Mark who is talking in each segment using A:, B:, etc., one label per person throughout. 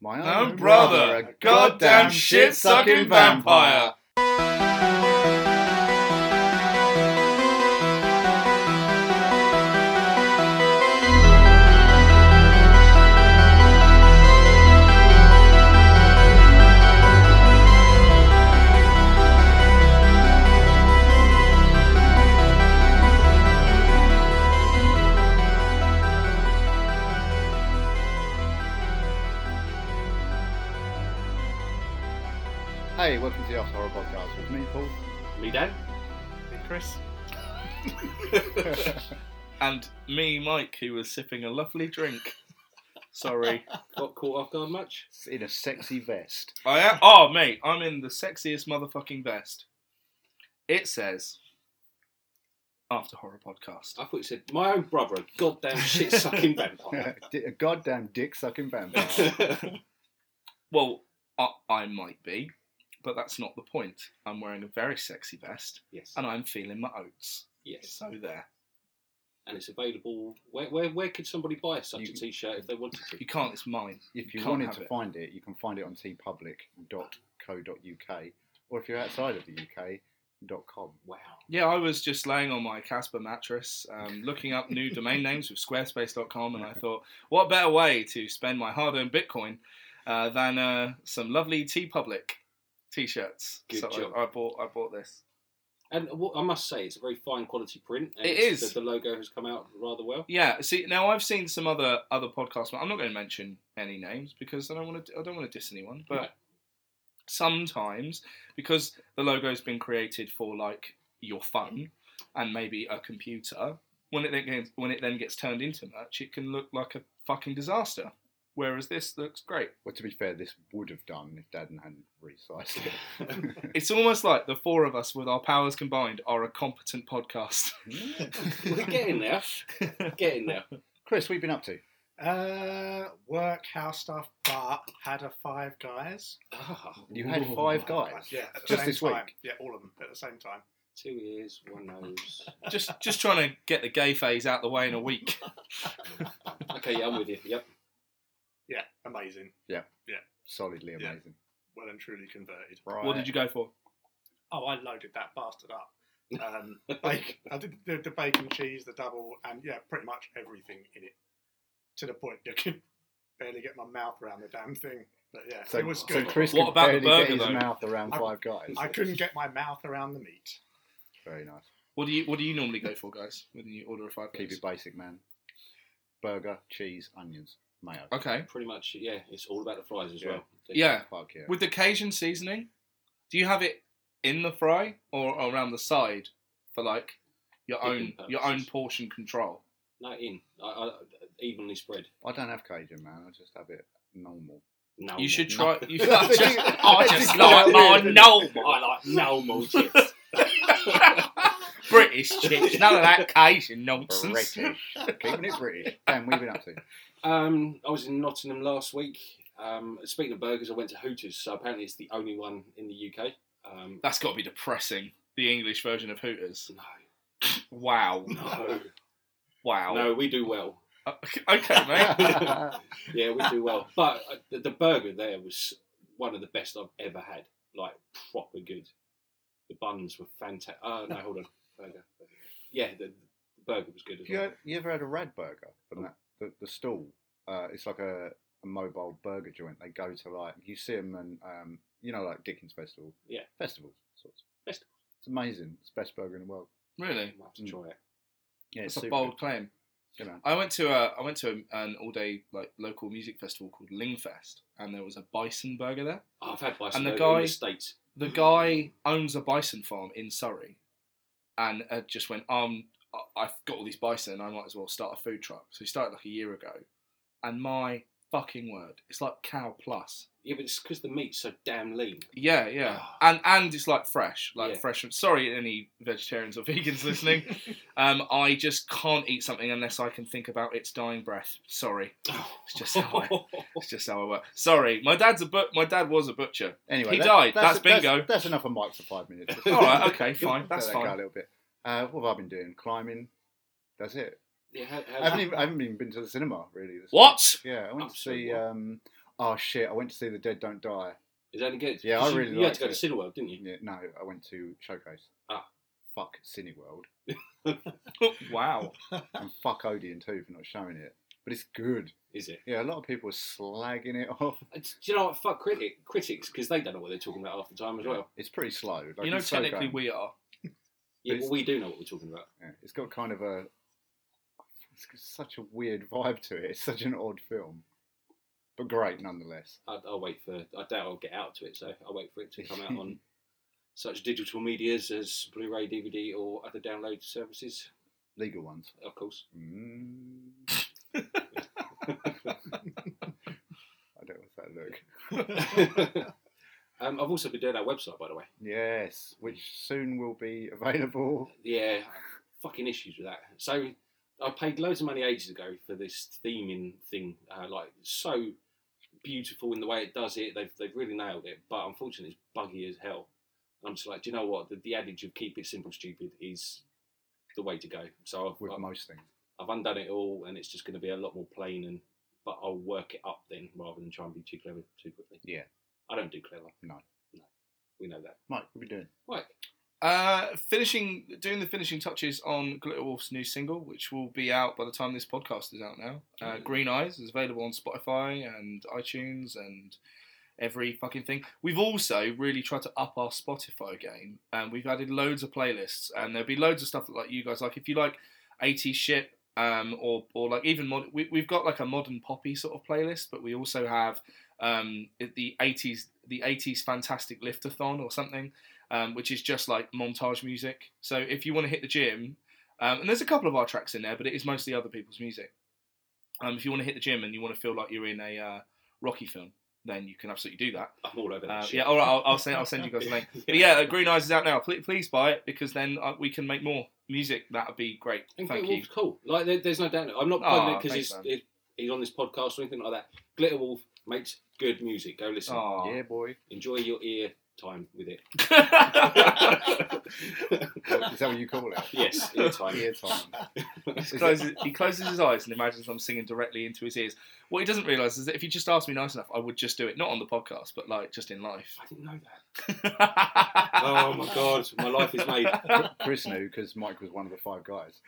A: My
B: No brother, a goddamn shit sucking vampire.
A: Hey, welcome to the After Horror Podcast with me, Paul.
C: Me, Dan?
B: Chris. and me, Mike, who was sipping a lovely drink. Sorry.
C: Got caught off guard much?
A: In a sexy vest.
B: I am. Oh, mate, I'm in the sexiest motherfucking vest. It says, after horror podcast.
C: I thought you said, my own brother, a goddamn shit sucking vampire.
A: Di- a goddamn dick sucking vampire.
C: That's
B: Well, I, I might be, but that's not the point. I'm wearing a very sexy vest
C: yes.
B: and I'm feeling my oats.
C: Yes.
B: So there.
C: And it's available. Where, where, where could somebody buy such a t shirt if they wanted to?
B: You can't, it's mine.
A: if you
B: Can't
A: wanted
B: have
A: to
B: it.
A: find it, you can find it on tpublic.co.uk or if you're outside of the UK, dot .com.
C: Wow.
B: Yeah, I was just laying on my Casper mattress, um, looking up new domain names with squarespace.com, and I thought, what better way to spend my hard earned Bitcoin uh, than uh, some lovely T Public t shirts?
C: Good
B: so
C: job.
B: I, I, bought, I bought this.
C: And what I must say, it's a very fine quality print. and
B: It
C: it's-
B: is.
C: The, the logo has come out rather well.
B: Yeah, see, now I've seen some other other podcasts. but I'm not going to mention any names because I don't want to. I don't want to diss anyone. But
C: No.
B: sometimes, because the logo's been created for like your phone and maybe a computer, when it then gets, when it then gets turned into merch, it can look like a fucking disaster. Whereas this looks great.
A: Well, to be fair, this would have done if Dad hadn't resized it.
B: It's almost like the four of us, with our powers combined, are a competent podcast.
C: We're getting there. Getting there.
A: Chris, what have you been up to?
D: Uh, work, house stuff, but had a Five Guys.
C: Ah,
A: You had
B: Ooh.
A: five guys.
D: Yeah, at the
A: Just
D: same
A: this
D: time.
A: week?
D: Yeah, all of them at the same time.
C: two ears, one nose.
B: just just trying to get the gay phase out the way in a week.
C: Okay, yeah, I'm with you. Yep.
D: Yeah, amazing.
A: Solidly
D: Yeah.
A: amazing.
D: Well and truly converted.
A: Right.
B: What did you go for?
D: Oh, I loaded that bastard up. Um, bake, I did the, the bacon cheese, the double, and yeah, pretty much everything in it. To the point you could barely get my mouth around the damn thing. But yeah,
A: so,
D: it was
A: so
D: good.
A: Chris
B: What
A: could
B: about the
A: barely get
B: burger,
A: his
B: though?
A: mouth around
D: I-
A: five guys.
D: I couldn't get my mouth around the meat.
A: Very nice.
B: What do you What do you normally go for, guys? When you order a five
A: Keep
B: guys?
A: it basic, man. Burger, cheese, onions, mayo.
B: Okay.
C: Pretty much, yeah, it's all about the fries as
A: Yeah.
C: well.
B: Yeah.
A: Fuck yeah.
B: With the Cajun seasoning, do you have it in the fry or around the side for like your own
C: Dipping
B: your own
C: purposes.
B: portion control?
C: No, in. I, I, evenly spread.
A: I don't have Cajun, man. I just have it normal.
C: No.
B: You should
C: more.
B: try. You should
A: That's
B: just,
A: it.
B: I
A: That's
B: just
A: it.
B: like my
A: Yeah.
B: normal
C: I like no more chips.
B: British chips. None of that Cajun nonsense.
A: British. Keeping it British. Dan, what have you been up to?
C: Um, I was in Nottingham last week. Um, speaking of burgers, I went to Hooters. So apparently, it's the only one in the UK. Um,
B: That's got to be depressing. The English version of Hooters.
C: no,
B: Wow.
C: no,
B: Wow.
C: no. We do well.
B: Okay, mate.
C: Yeah, we do well. But uh, the, the burger there was one of the best I've ever had. Like proper good. The buns were fantastic. Oh no, hold on. Burger. Yeah, the, the burger was good as
A: you,
C: well.
A: had- you ever had a Rad Burger
B: Oh.
A: from that? The, the stall. Uh, it's like a, a mobile burger joint. They go to like, you see them and, um, you know, like Dickens Festival.
C: Yeah.
A: Festivals. Sorts.
C: Festivals.
A: It's amazing. It's the best burger in the world.
B: Really?
C: Might have to try it.
A: Yeah,
B: That's
A: it's
B: a
A: super
B: bold claim.
A: good. You know.
B: I went to a I went to a, an all day like local music festival called Lingfest, and there was a bison burger there.
C: Oh, I've had bison
B: And the
C: burger in
B: guy-
C: the states.
B: The guy owns a bison farm in Surrey, and uh, just went, um, I- I've got all these bison, I might as well start a food truck. So he started like a year ago, and my fucking word, it's like cow plus.
C: Yeah, but it's because the meat's so damn lean.
B: Yeah, yeah,
C: Ah.
B: and and it's like fresh, like
C: Yeah.
B: fresh. Sorry, any vegetarians or vegans listening. um, I just can't eat something unless I can think about its dying breath. Sorry.
C: It's
B: just how I- That's just how I work. Sorry, my dad's a but. My dad was a butcher.
A: Anyway,
B: He died. That's bingo.
A: That's, that's enough of Mike for five minutes.
B: All right, okay, fine.
A: Let
B: That's
A: that go A
B: fine.
A: little bit. Uh, what have I been doing? Climbing. That's it.
C: yeah, how,
A: I haven't even, I haven't even been to the cinema really. This
B: What?
A: Week. Yeah, I went
C: Oh,
A: to
C: so
A: see.
C: what?
A: Um, oh shit, I went to see The Dead Don't Die.
C: Is that any good?
A: Yeah,
C: 'Cause
A: I
C: you-
A: really
C: You had to go
A: liked
C: to Cineworld, didn't you?
A: Yeah, no, I went to Showcase.
C: Ah.
A: Fuck Cineworld.
B: wow.
A: and fuck Odeon too for not showing it. But it's good.
C: Is it?
A: Yeah, a lot of people are slagging it off.
C: Uh, Do you know what? Fuck critic critics because they don't know what they're talking about half the time as well.
A: It's pretty slow. Like,
B: you know,
A: it's slow
B: technically
A: going.
B: we are.
C: Yeah,
A: But
C: well, we do know what we're talking about.
A: Yeah, it's got kind of a. It's got such a weird vibe to it. It's such an odd film, but great nonetheless.
C: I, I'll wait for. I doubt I'll get out to it, so I'll wait for it to come out on such digital medias as Blu-ray, DVD, or other download services,
A: Legal ones.
C: of course.
A: Mm. I don't want that look.
C: um, I've also been doing our website, by the way.
A: Yes, which soon will be available.
C: Yeah, fucking issues with that. So I paid loads of money ages ago for this theming thing, uh, like so beautiful in the way it does it. They've they've really nailed it, but unfortunately, it's buggy as hell. I'm just like, do you know what? The, the adage of keep it simple, stupid is the way to go. So
A: With
C: I've, I've,
A: most things,
C: I've undone it all, and it's just going to be a lot more plain. And but I'll work it up then, rather than try and be too clever too quickly.
A: Yeah.
C: I don't do clever.
A: No.
C: no, we know that.
A: Mike, what are we doing?
C: Right,
B: Uh, finishing doing the finishing touches on Glitterwolf's new single, which will be out by the time this podcast is out now. Uh,
C: Mm.
B: Green Eyes is available on Spotify and iTunes and every fucking thing. We've also really tried to up our Spotify game, and we've added loads of playlists, and there'll be loads of stuff that like you guys like. If you like 80 shit, um, or or like even mod, we, we've got like a modern poppy sort of playlist, but we also have um the 80s the 80s fantastic liftathon or something um, which is just like montage music. So if you want to hit the gym, um, and there's a couple of our tracks in there, but it is mostly other people's music. Um, if you want to hit the gym and you want to feel like you're in a uh, Rocky film, then you can absolutely do that.
C: I'm all over that
B: Uh,
C: shit.
B: yeah, all right, I'll, I'll send I'll send you guys a link. But yeah, Green Eyes is out now. Please, please buy it because then uh, we can make more music. That would be great.
C: And
B: Thank
C: Glitter
B: you.
C: Wolf's cool. Like, there, there's no doubt. I'm not
B: Aw,
C: plugging it because
B: thanks,
C: he's,
B: man.
C: it, he's on this podcast or anything like that. Glitter Wolf makes good music. Go listen.
B: Aw.
A: Yeah, boy.
C: Enjoy your ear time with it.
A: Is that what you call it?
C: yes, ear time.
A: Ear time.
B: He closes, he closes his eyes and imagines I'm singing directly into his ears. What he doesn't realise is that if you just asked me nice enough, I would just do it. Not on the podcast, but like just in life.
C: I didn't know that. Oh my god, my life is made.
A: Chris knew because Mike was one of the five guys.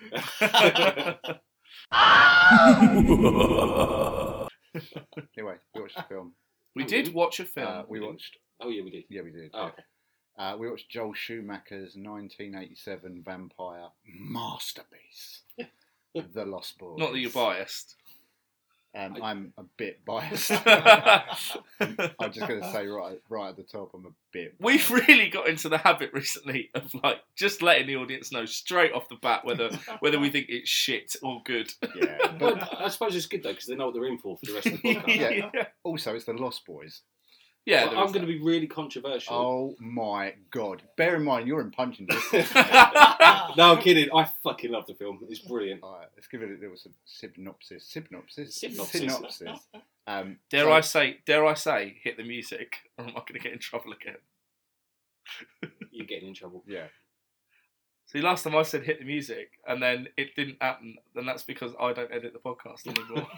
A: Anyway, we watched the film.
B: we did watch a film.
A: Uh, we watched.
C: Oh yeah, we did.
A: Yeah, we did.
C: Oh, okay.
A: Uh, we watched Joel Schumacher's 1987 vampire masterpiece, The Lost Boys.
B: Not that you're biased.
A: Um,
C: I-
A: I'm a bit biased. I'm just going to say right, right at the top, I'm a bit.
B: We've really got into the habit recently of like just letting the audience know straight off the bat whether whether we think it's shit or good.
A: Yeah, but
C: But I suppose it's good though because they know what they're in for for the rest of the podcast.
A: Yeah.
B: yeah,
A: also it's The Lost Boys.
B: yeah.
C: Well,
B: there
C: I'm
B: is
C: going to be really controversial.
A: Oh my god! Bear in mind you're in punching distance.
B: that.
C: No, I'm kidding. I fucking love the film. It's brilliant.
A: All right, let's give it a little syn- synopsis. Synopsis.
C: Synopsis.
A: Synopsis. Um,
B: Dare
A: so-
B: I say? Dare I say? Hit the music, or am I going to get in trouble again?
C: You're getting in trouble.
A: Yeah.
B: See, last time I said hit the music, and then it didn't happen, and that's because I don't edit the podcast anymore.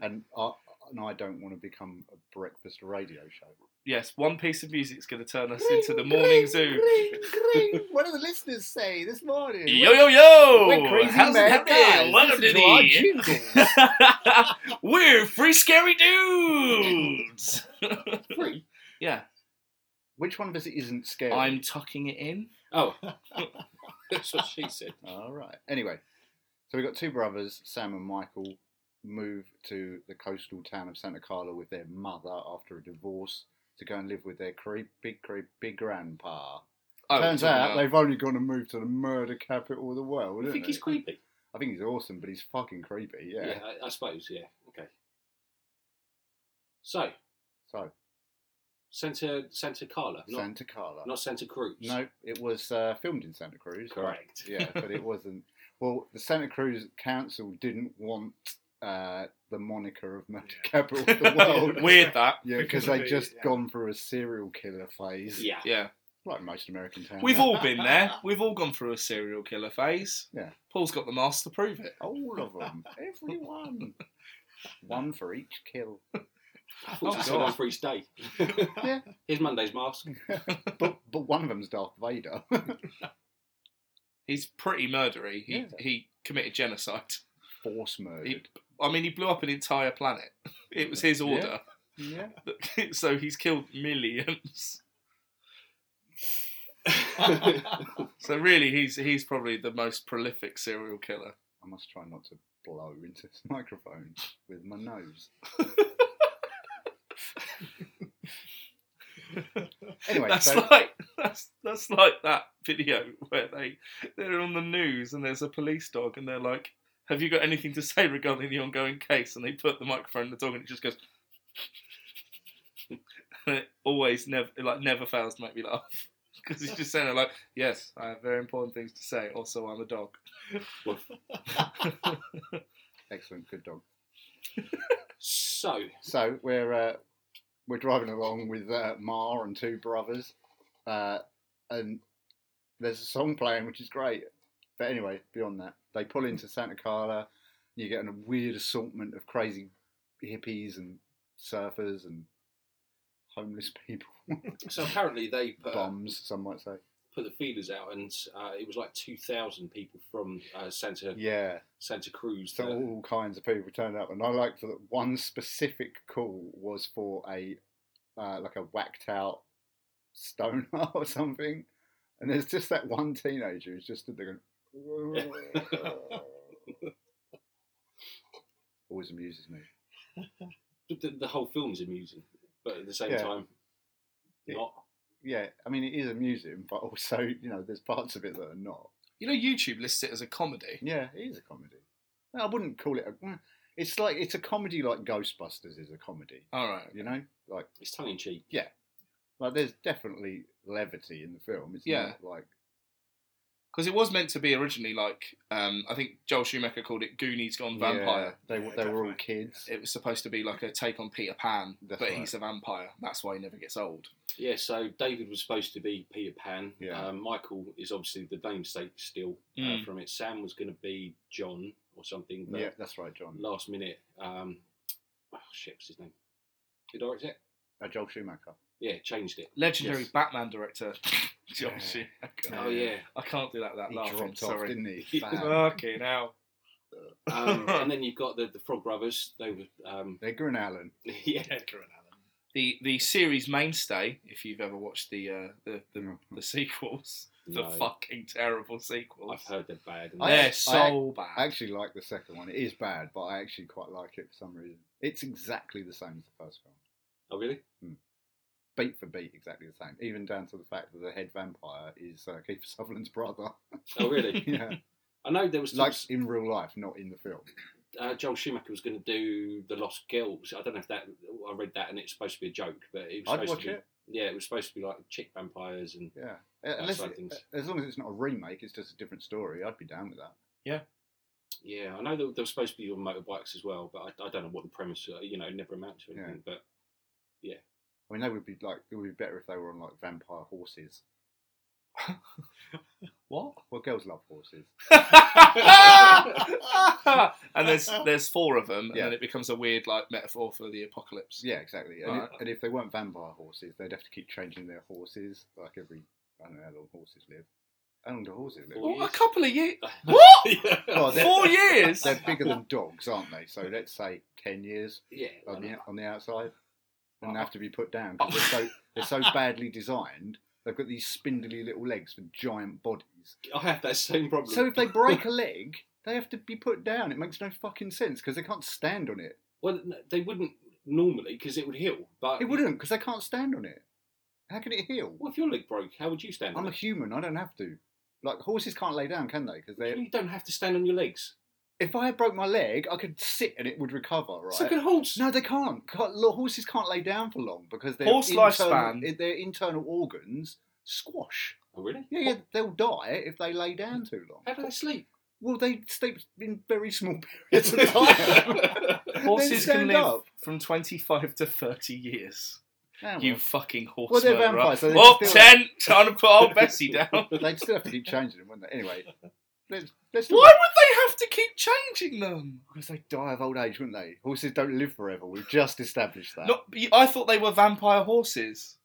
A: and I, and I don't want to become a breakfast radio show.
B: yes, one piece of music's going to turn us into the morning zoo.
A: What do the listeners say this morning?
B: Yo yo yo!
A: We're crazy
B: How's it
A: mad
B: happening?
A: guys.
B: Welcome to
A: Listen to our
B: the. We're free scary dudes.
C: Free.
B: yeah,
A: Which one of us isn't scared?
B: I'm tucking it in.
C: Oh, that's what she said.
A: All right. Anyway, so we've got two brothers, Sam and Michael, move to the coastal town of Santa Carla with their mother after a divorce to go and live with their creepy, creepy grandpa.
B: Oh,
A: Turns
B: talking
A: out
B: about-
A: they've only gone and moved to the murder capital of the world.
C: I
A: isn't
C: think he's
A: it?
C: creepy.
A: I think he's awesome, but he's fucking creepy. Yeah.
C: Yeah, I, I suppose. Yeah. Okay. So
A: So
C: Santa Santa Carla, not
A: Santa Carla.
C: not Santa Cruz.
A: No, it was uh, filmed in Santa Cruz. but-
C: Correct.
A: yeah, but it wasn't. Well, the Santa Cruz Council didn't want uh, the moniker of murder capital of the world.
B: Weird that.
A: Yeah, because
D: Because
A: they
D: of the-
A: just
D: yeah.
A: gone through a serial killer phase,
C: Yeah.
B: Yeah.
A: like most American towns.
B: We've all been there. We've all gone through a serial killer phase.
A: Yeah.
B: Paul's got the mask to prove it.
A: all of them, everyone, one for each kill.
C: I thought
B: Oh,
C: you said on
B: God.
C: free stay.
A: Yeah.
C: Here's Monday's mask.
A: but but one of them's Darth Vader.
B: He's pretty murdery. He
A: Yeah.
B: he committed genocide.
A: Force murdered.
B: I mean, he blew up an entire planet. It was his order.
A: Yeah.
B: so he's killed millions. So really, he's he's probably the most prolific serial killer.
A: I must try not to blow into this microphone with my nose. anyway,
B: that's
A: so
B: like that's that's like that video where they they're on the news and there's a police dog and they're like, "Have you got anything to say regarding the ongoing case?" And they put the microphone in the dog and it just goes. and it always never it like never fails to make me laugh because it's just saying like, "Yes, I have very important things to say. Also, I'm a dog."
A: excellent, good dog.
C: so,
A: So we're uh, we're driving along with uh, Mar and two brothers, uh, and there's a song playing which is great. But anyway, beyond that, they pull into Santa Carla. You get a weird assortment of crazy hippies and surfers and homeless people,
C: so apparently they put a
A: bums, some might say.
C: put the feeders out, and uh, it was like two thousand people from uh, Santa
A: Yeah,
C: Santa Cruz.
A: so
C: that-
A: all kinds of people turned up, and I liked that one specific call was for a uh, like a whacked out stoner or something, and there's just that one teenager who's just stood there going. Always amuses me.
C: the, the whole film's amusing, but at the same
A: Yeah.
C: time,
A: Yeah.
C: not.
A: Yeah, I mean it is amusing, but also you know there's parts of it that are not.
B: You know, YouTube lists it as a comedy.
A: Yeah, it is a comedy. I wouldn't call it a. It's like it's a comedy like Ghostbusters is a comedy.
B: All right.
A: You know, like.
C: It's tongue in cheek.
A: Like, there's definitely levity in the film. It's
B: Yeah.
A: not like
B: Because it was meant to be originally like um, I think Joel Schumacher called it Goonies Gone Vampire.
A: Yeah, they
D: Yeah,
A: they were all
D: definitely.
A: kids.
B: It was supposed to be like a take on Peter Pan,
A: That's
B: but
A: right.
B: he's a vampire. That's why he never gets old.
C: Yeah, so David was supposed to be Peter Pan.
A: Yeah.
C: Uh, Michael is obviously the namesake still uh,
B: Mm.
C: from it. Sam was going to be John or something, but
A: Yeah, that's right, John.
C: last minute, um, oh shit, what's his name? Who directs it?
A: Uh, Joel Schumacher.
C: Yeah, changed it.
B: Legendary
C: Yes.
B: Batman director Joel
A: Yeah.
B: Schumacher.
C: Oh yeah.
B: I can't do that without
A: He
B: laughing.
A: dropped off,
B: Sorry.
A: didn't he? Bam.
B: Fucking hell.
C: Um, and then you've got the, the Frog Brothers. They were, um,
A: Edgar and Allen.
C: yeah,
D: Edgar and Alan.
B: The the series mainstay, if you've ever watched the uh, the, the
A: Mm.
B: the sequels,
C: No.
B: the Oh, fucking terrible
C: I've
B: sequels.
C: heard they're bad. And
A: I-
B: They're
A: I-
B: so bad.
A: I actually like the second one. It is bad, but I actually quite like it for some reason. It's exactly the same as the first film.
C: oh really?
A: Beat for beat, exactly the same. Even down to the fact that the head vampire is uh, Kiefer Sutherland's brother.
C: Oh really?
A: yeah,
C: I know there was
A: like
C: talks,
A: in real life, not in the film.
C: uh, Joel Schumacher was going to do the Lost Girls. I don't know if that I read that and it's supposed to be a joke, but it was
A: I'd
C: supposed
A: watch
C: to be.
A: it.
C: Yeah, it was supposed to be like chick vampires and
A: Yeah, Uh, unless
C: side
A: it-
C: things.
A: as long as it's not a remake, it's just a different story. I'd be down with that.
C: yeah. I know they, they were supposed to be on motorbikes as well, but I, I don't know what the premise. uh, You know, never amount to
A: Yeah.
C: anything. But
A: I mean, they would be like it would be better if they were on like vampire horses.
B: what?
A: Well, girls love horses.
B: and there's there's four of them, and
A: Yeah.
B: then it becomes a weird like metaphor for the apocalypse.
A: Yeah, exactly. And,
B: Right.
A: if, and if they weren't vampire horses, they'd have to keep changing their horses. Like every I don't know how long horses live. How long do horses live?
C: Four
B: Well, a
C: years.
B: couple of years. What?
A: Oh, they're-
B: Four years?
A: They're bigger than dogs, aren't they? So let's say ten years
C: yeah,
A: on
C: I
A: the
C: know.
A: on the outside, and they have to be put down because they're so they're so badly designed. They've got these spindly little legs with giant bodies.
C: I have that same problem.
A: So if they break a leg, they have to be put down. It makes no fucking sense because they can't stand on it.
C: well, n- they wouldn't normally because it would heal, but
A: It wouldn't because they can't stand on it. How can it heal?
C: What if your leg broke? How would you stand?
A: I'm
C: on
A: a
C: it?
A: human. I don't have to. Like horses can't lay down, can they? Because they.
C: You don't have to stand on your legs.
A: If I broke my leg, I could sit and it would recover, right?
C: So can horse.
A: no, they can't. Can't- lo- Horses can't lay down for long because their
B: Horse
A: internal,
B: lifespan-
A: i- Their internal organs squash.
C: Oh, really?
A: Yeah, yeah, they'll die if they lay down too long.
C: How do they sleep?
A: Well, they sleep in very small periods of time. They
B: Horses can
A: stand
B: live
A: up.
B: from 25 to 30 years.
A: Yeah,
B: You
A: well,
B: fucking horse
A: Well, they're
B: murderer.
A: vampires, so they
B: Up
A: can still-
B: 10, time to put old Bessie down.
A: they'd still have to keep changing them, wouldn't they? Anyway, Let's, let's
B: Why would they have to keep changing them?
A: Because they die of old age, wouldn't they? Horses don't live forever. We've just established that.
B: Not, I thought they were vampire horses.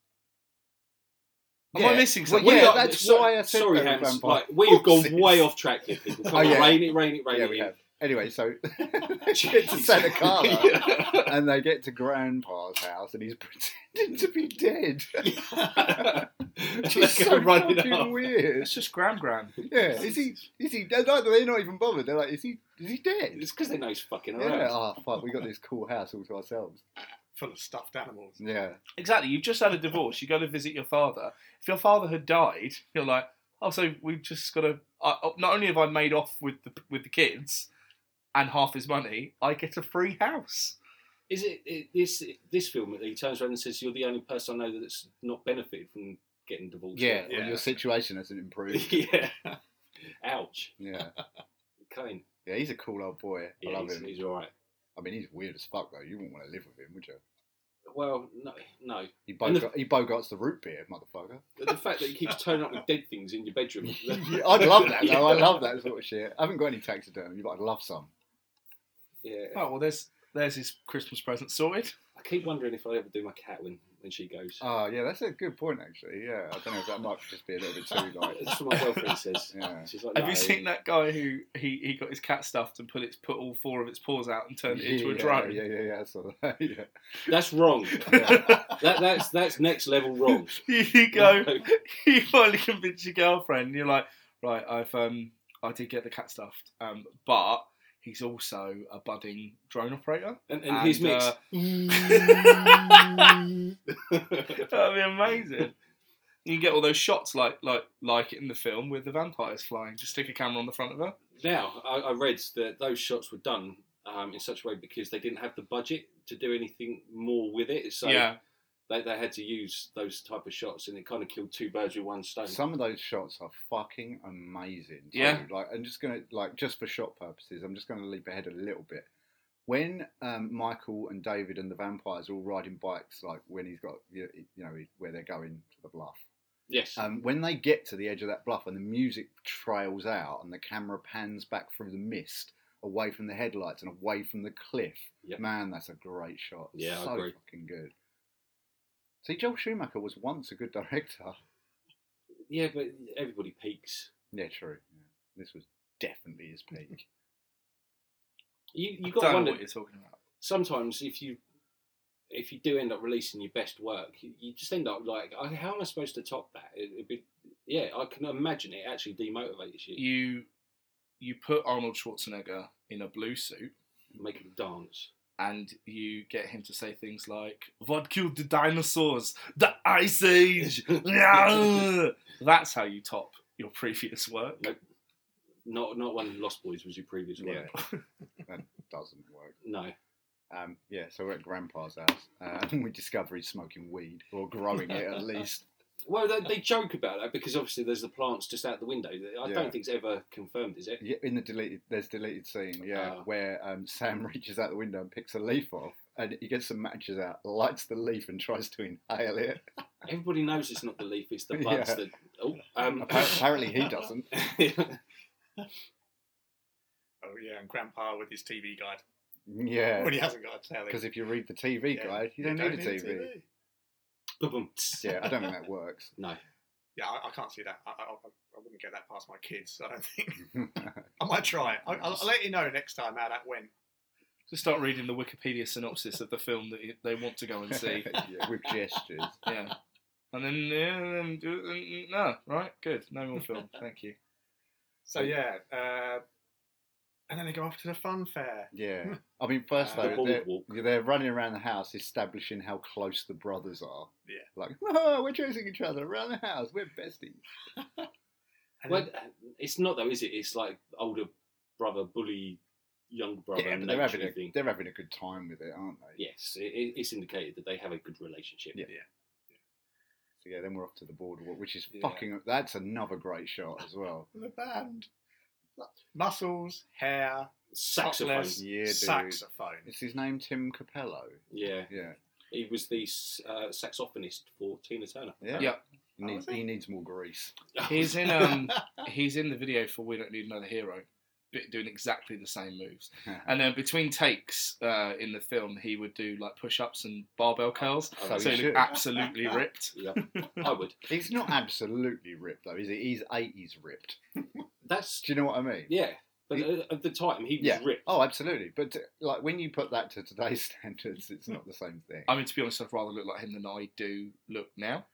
B: Am I
A: Yeah.
B: missing
A: Well,
B: something?
A: yeah,
C: We are-
A: that's
C: so-
A: why I said
C: sorry,
A: they were
C: Hans.
A: vampire
C: Like, we have gone
A: horses.
C: way off track here, people. Come
A: Oh,
C: on,
A: yeah.
C: rein it, rein it, rein
A: yeah,
C: it
A: we
C: in.
A: have. Anyway, so get to Santa Carla and they get to Grandpa's house and he's pretending to be dead. Which is so fucking weird.
B: It's just Gram Gram.
A: Yeah, is he? Is he? They're not, they're not even bothered. They're like, is he? Is he dead?
C: It's because they know he's fucking around.
A: Yeah. Oh fuck, we got this cool house all to ourselves.
D: full of stuffed animals.
A: Yeah.
B: Exactly. You've just had a divorce. You go to visit your father. If your father had died, you're like, oh, so we've just got to. I oh, not only have I made off with the with the kids and half his money, I get a free house.
C: Is it, it this this film? He turns around and says, "You're the only person I know that's not benefited from getting divorced."
A: Yeah.
D: Yeah.
A: Well, your situation hasn't improved.
C: yeah. Ouch.
A: Yeah.
C: Kane.
A: Yeah. He's a cool old boy. I
C: Yeah,
A: love
C: he's,
A: him.
C: he's all right.
A: I mean, he's weird as fuck though. You wouldn't want to live with him, would you?
C: Well, no, no.
A: He
C: And the-
A: bogarts, he bogarts the root beer, motherfucker.
C: But the fact that he keeps turning up with dead things in your bedroom.
A: Yeah, I'd love that though. I love that sort of shit. I haven't got any taxidermy, but I'd love some.
C: Yeah.
B: Oh well, there's there's his Christmas present sorted.
C: I keep wondering if I ever do my cat when, when she goes.
A: Oh yeah, that's a good point actually. Yeah, I don't know if that might just be a little bit too like.
C: That's what my girlfriend says.
A: Yeah.
C: She's like,
B: Have
C: no.
B: you seen that guy who he, he got his cat stuffed and put its put all four of its paws out and turned it into a
A: Yeah,
B: drone?
A: Yeah, yeah, yeah. I saw that. yeah.
C: That's wrong.
A: Yeah.
C: That, that's that's next level wrong.
B: you go,
C: No.
B: you finally convince your girlfriend. And you're like, right, I've um, I did get the cat stuffed, um, but he's also a budding drone operator.
C: And, and he's mixed.
B: uh, that'd be amazing. You get all those shots like like like in the film with the vampires flying. Just stick a camera on the front of her.
C: now, I, I read that those shots were done um, in such a way because they didn't have the budget to do anything more with it. So
B: yeah,
C: they, they had to use those type of shots and it kind of killed two birds with one stone.
A: Some of those shots are fucking amazing. too.
B: Yeah.
A: Like I'm just gonna like just for shot purposes, I'm just gonna leap ahead a little bit. When um, Michael and David and the vampires are all riding bikes, like when he's got you you know where they're going to the bluff.
C: yes.
A: Um, when they get to the edge of that bluff and the music trails out and the camera pans back through the mist away from the headlights and away from the cliff,
C: Yep.
A: man, that's a great shot.
C: Yeah, I
A: so
C: agree.
A: fucking good. See, Joel Schumacher was once a good director.
C: yeah, but everybody peaks.
A: Yeah, true. Yeah. This was definitely his peak.
C: You you
B: you
C: got to
B: don't know
C: wonder
B: what you're talking about.
C: sometimes if you if you do end up releasing your best work, you, you just end up like, "Oh, how am I supposed to top that? It, it'd be, yeah, I can imagine it actually demotivates you,
B: You you put Arnold Schwarzenegger in a blue suit.
C: make him dance.
B: and you get him to say things like "What killed the dinosaurs? The Ice Age." Yeah. That's how you top your previous work.
C: Nope. Not not when Lost Boys was your previous work.
A: that doesn't work.
C: No,
A: Um, yeah, so we're at Grandpa's house uh, and we discover he's smoking weed or growing it at least.
C: well they, they joke about that because obviously there's the plants just out the window. I
A: Yeah.
C: don't think it's ever confirmed, is it?
A: Yeah, in the deleted, there's deleted scene, yeah,
C: Ah.
A: where um, Sam reaches out the window and picks a leaf off, and he gets some matches out, lights the leaf, and tries to inhale it.
C: Everybody knows it's not the leaf; it's the buds
A: Yeah.
C: that. Oh, um,
A: Appar- Apparently, he doesn't.
D: Oh yeah, and Grandpa with his TV guide
A: Yeah,
D: when he hasn't got a telly.
A: because if you read the TV
D: Yeah,
A: guide, you don't, need, a TV.
C: Ba-boom.
A: Yeah, I don't think that works.
C: No.
D: Yeah, I, I can't see that. I, I, I I wouldn't get that past my kids. I don't think I might try it. I, I'll, I'll let you know next time how that went.
B: Just start reading the Wikipedia synopsis of the film that you- they want to go and see.
A: Yeah, with gestures.
B: Yeah. And then, yeah, and then, no, right, good, no more film, thank you.
D: So yeah, uh, and then they go off to the fun fair.
A: Yeah, I mean, first
D: Uh,
A: though,
C: The
A: they're,
C: boardwalk.
A: they're running around the house, establishing how close the brothers are.
D: Yeah.
A: like oh, we're chasing each other around the house. We're besties.
D: And
C: Well,
D: then-
C: it's not though, is it? It's like older brother bully young brother.
A: Yeah,
C: and
A: but they're
C: that
A: having
C: sort
A: a,
C: of thing.
A: they're having a good time with it, aren't they?
C: Yes, it, it- it's indicated that they have a good relationship.
A: Yeah. So yeah, then we're off to the boardwalk, which is
B: Yeah.
A: fucking. That's another great shot as well.
D: the band, muscles, hair,
C: Saxophone.
D: topless,
A: Yeah, dude.
D: saxophone.
A: Is his name Tim Capello?
C: Yeah,
A: Yeah,
C: he was the uh, saxophonist for Tina Turner.
A: yeah.
B: Yeah.
A: He
D: Oh,
A: needs,
D: is it?
A: he needs more grease.
B: He's in um he's in the video for We Don't Need Another Hero, b- doing exactly the same moves. And then between takes uh, in the film, he would do like push ups and barbell curls.
A: Oh, he
B: so he
A: should.
B: looked absolutely ripped.
C: yeah, I would.
A: He's not absolutely ripped though, is he? He's eighties ripped.
C: That's
A: Do you know what I mean?
C: yeah. But at- at the time, he was
A: Yeah.
C: ripped.
A: Oh, absolutely. But uh, like when you put that to today's standards, it's not the same thing.
B: I mean, to be honest, I'd rather look like him than I do look now.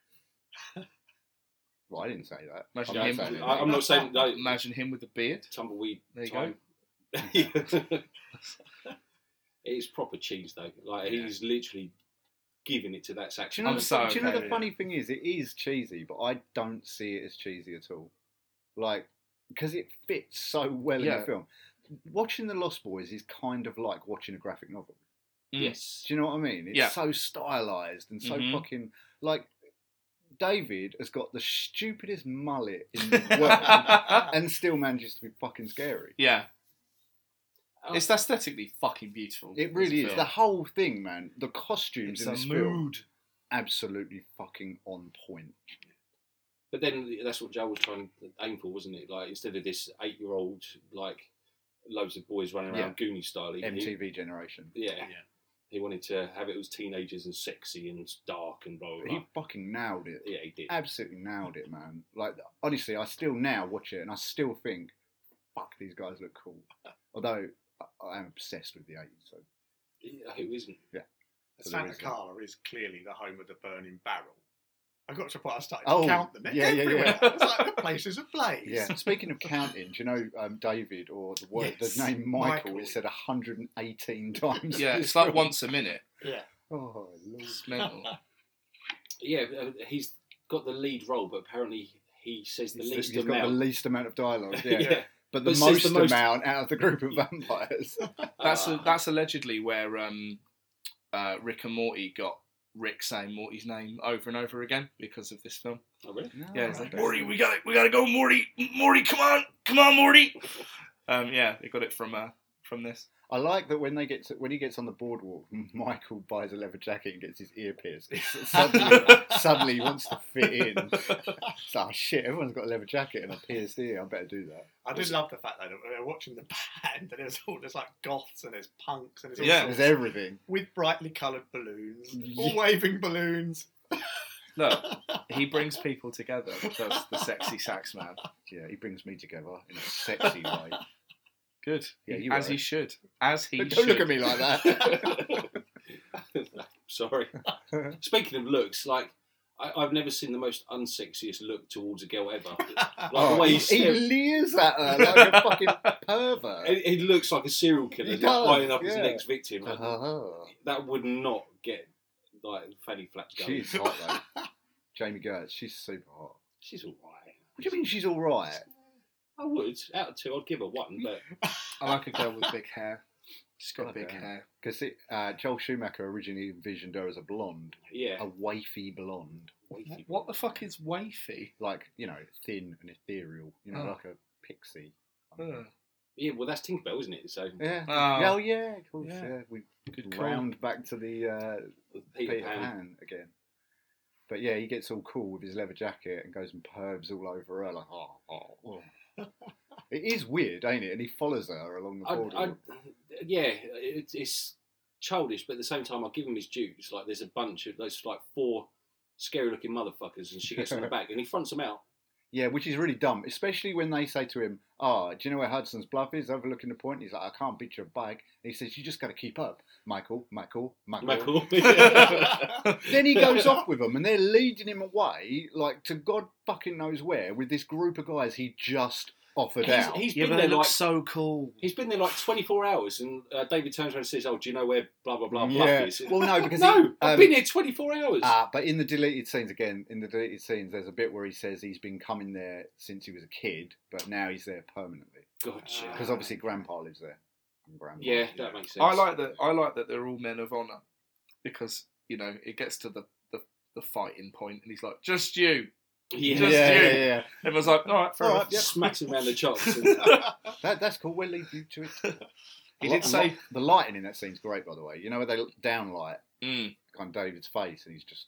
A: Well, I didn't say that.
B: Imagine
A: I'm
B: him-
A: not saying
C: I,
A: that.
C: am not saying no,
B: Imagine him with a beard.
C: tumbleweed.
B: There you
C: time. it is proper cheese though. Like
B: Yeah.
C: he's literally giving it to
A: Do
C: that section.
A: you know,
B: I'm
A: the,
B: so
A: do you know
B: okay
A: the
B: with
A: funny thing is, it is cheesy, but I don't see it as cheesy at all. Like, because it fits so well in
B: Yeah.
A: the film. Watching The Lost Boys is kind of like watching a graphic novel.
B: Mm.
C: Yes.
A: Do you know what I mean? It's
B: Yeah.
A: so stylized and so
B: Mhm.
A: fucking like David has got the stupidest mullet in the world and still manages to be fucking scary.
B: yeah,
C: Oh,
B: it's aesthetically fucking beautiful.
A: It really
B: this
A: is. The
B: film.
A: whole thing, man. The costumes
B: It's
A: in
B: a
A: this film
B: mood.
A: absolutely fucking on point.
C: but then that's what Joel was trying to aim for, wasn't it? Like instead of this eight-year-old, like loads of boys running around Goonie style. He,
A: MTV generation.
C: He, yeah,
D: Yeah.
C: He wanted to have it as teenagers and sexy and dark and blah blah. blah.
A: He fucking nailed it.
C: yeah, he did.
A: Absolutely nailed it, man. Like honestly, I still now watch it and I still think, fuck, these guys look cool. Although I- I am obsessed with the 80s, so
C: Yeah, who isn't?
A: So there
D: Santa
A: is that.
D: Carla is clearly the home of the burning barrel. I got to a point I started
A: Oh,
D: to count them. They're
A: yeah, yeah,
D: everywhere.
A: yeah.
D: It's like the place is ablaze.
A: Yeah. Speaking of counting, do you know um, David or the word
D: Yes.
A: the name Michael,
D: Michael.
A: is said 118 times.
B: Yeah, it's like once a minute.
D: Yeah.
A: Oh, Lord.
B: It's mental.
C: Yeah, uh, he's got the lead role, but apparently he says the
A: He's-
C: least
A: he's got the
C: amount.
A: least amount of dialogue, yeah.
C: yeah,
A: But the
C: But says
A: most
C: the most-
A: amount out of the group of vampires.
B: That's
C: Ah.
B: that's allegedly where um, uh, Rick and Morty got Rick saying Morty's name over and over again because of this film.
C: Oh, really?
A: No,
B: Yeah, it's
A: I
B: like
A: don't
B: Morty,
A: know.
B: we got it, we gotta go, Morty, Morty, come on, come on, Morty. Um, yeah, they got it from uh, from this.
A: I like that when they get to, when he gets on the boardwalk, Michael buys a leather jacket and gets his ear pierced. It's- suddenly, suddenly he wants to fit in. It's like, oh shit, everyone's got a leather jacket and a pierced ear. I better do that.
D: I did love the fact though that we were watching the band and it was all there's like goths and there's punks and there's all
B: Yeah.
A: There's
D: sorts
A: everything.
D: with brightly coloured balloons,
A: Yeah.
D: all waving balloons.
B: Look, he brings people together because the sexy sax man.
A: Yeah, he brings me together in a sexy way.
B: Good,
A: Yeah, you
B: as
A: are.
B: he should, as he
A: Don't
B: should.
A: look at me like that.
C: Sorry. Speaking of looks, like I, I've never seen the most unsexiest look towards a girl ever. Like the
A: Oh,
C: way
A: he,
C: he,
A: he leers at her like a fucking pervert.
C: he, he looks like a serial killer,
A: He
C: like,
A: does,
C: lining up his
A: yeah.
C: next victim. Like,
A: Oh,
C: That would not get like Fanny Flaps going.
A: she's hot though. Jamie Gertz, she's super hot.
C: she's all right.
A: What do you mean she's all right?
C: I would out of two, I'd give her one, but
B: I like a girl with big hair. She's got
A: Okay.
B: big hair.
A: Because uh, Joel Schumacher originally envisioned her as a blonde,
C: yeah.
A: a wafy blonde,
B: What the fuck is wafy?
A: like you know, thin and ethereal, you know,
B: Oh.
A: like a pixie.
D: Mm.
B: Ugh.
C: Yeah, well, that's Tinkerbell, isn't it? So
A: Yeah.
B: Oh.
A: Oh yeah, of course.
B: Yeah.
A: Yeah, we
B: Good call.
A: round back to the uh,
C: Peter,
A: Peter
C: Pan.
A: Pan again. But yeah, he gets all cool with his leather jacket and goes and pervs all over her, like, oh, oh, oh. it is weird, ain't it? And he follows her along the
C: I,
A: border.
C: I, yeah, it's, it's childish, but at the same time, I give him his dues. Like, there's a bunch of those, like, four scary looking motherfuckers, and she gets on the back and he fronts them out.
A: Yeah, which is really dumb, especially when they say to him, "Ah, do you know where Hudson's Bluff is? Overlooking the point." He's like, "I can't beat your bike." And he says, "You just got to keep up, Michael, Michael, Michael."
C: Michael.
A: Then he goes off with them, and they're leading him away, like to God fucking knows where, with this group of guys he just offered
C: He's-
A: out.
C: he's
B: Yeah,
C: been
B: but
C: there
B: they
C: like
B: look so cool.
C: he's been there like 24 hours, and uh, David turns around and says, "Oh, do you know where blah blah blah blah
A: yeah.
C: is?"
A: Well, no, because
C: no,
A: he,
C: I've
A: um,
C: been here 24 hours.
A: Ah, but in the deleted scenes again, in the deleted scenes, there's a bit where he says he's been coming there since he was a kid, but now he's there permanently
C: gotcha.
A: because obviously Grandpa lives there. And Grandma.
C: yeah, that makes sense.
B: I like that. I like that they're all men of honor, because you know it gets to the the, the fighting point, and he's like, "Just you."
C: Yeah.
B: Just
A: yeah,
B: you.
A: yeah, yeah.
B: Everyone's like, "All right, fair
A: All
B: enough."
A: right,
C: Smacks him around the chops.
A: That, that's cool. We'll leave you to it. The
B: He did
A: li-
B: say-
A: li- the lighting in that scene's great, by the way. You know where they downlight
B: Mm.
A: on David's face, and he's just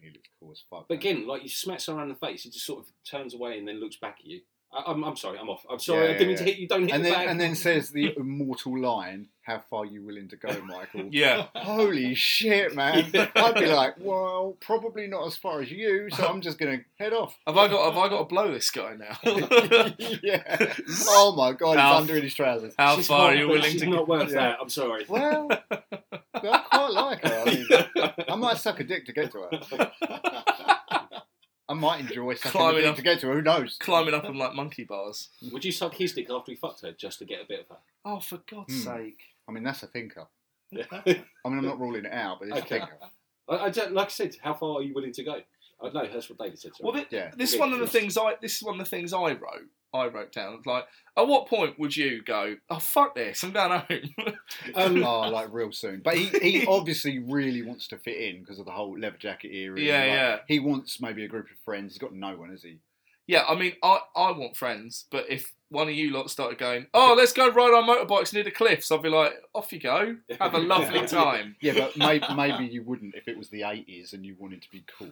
A: He looks cool as fuck.
C: But
A: man.
C: again, like you smack someone in the face, he just sort of turns away and then looks back at you. I, I'm, I'm sorry, I'm off. I'm sorry,
A: Yeah,
C: I didn't
A: yeah,
C: mean to hit you. Don't hit
A: and
C: the
A: then
C: bag.
A: and then says the immortal line, "How far you willing to go, Michael?"
B: Yeah.
A: Holy shit, man! I'd be like, "Well, probably not as far as you, so I'm just gonna head off."
B: Have I got have I got to blow this guy now?
A: yeah. Oh my god,
B: Alf.
A: he's under in his trousers.
B: How
C: She's
B: far
C: hot,
B: are you
C: but
B: willing
C: she's
B: to
C: not
B: go?
C: worth
A: Yeah.
C: that. I'm sorry.
A: Well, I quite like her. I, mean, I might suck a dick to get to her. I might enjoy sucking a
B: Climbing
A: dick
B: up-
A: to get to her. Who knows?
B: Climbing up on like monkey bars.
C: Would you suck his dick after he fucked her just to get a bit of her?
B: Oh, for God's
A: Hmm.
B: sake!
A: I mean, that's a thinker.
C: Yeah.
A: I mean, I'm not ruling it out, but it's
C: Okay.
A: a thinker.
C: I, I don't, like I said, how far are you willing to go? I know that's what David said. Sorry.
B: Well, thi-
A: Yeah.
B: this is one of the things I this is one of the things I wrote. I wrote down like, at what point would you go? Oh fuck this! I'm going home.
C: um,
A: oh, like real soon. But he, he obviously really wants to fit in because of the whole leather jacket era.
B: Yeah,
A: Like,
B: yeah.
A: He wants maybe a group of friends. He's got no one, has he?
B: yeah, I mean, I I want friends, but if one of you lot started going, oh, let's go ride our motorbikes near the cliffs, I'd be like, off you go, have a lovely time.
A: Yeah, but may, maybe you wouldn't if it was the 80s and you wanted to be cool.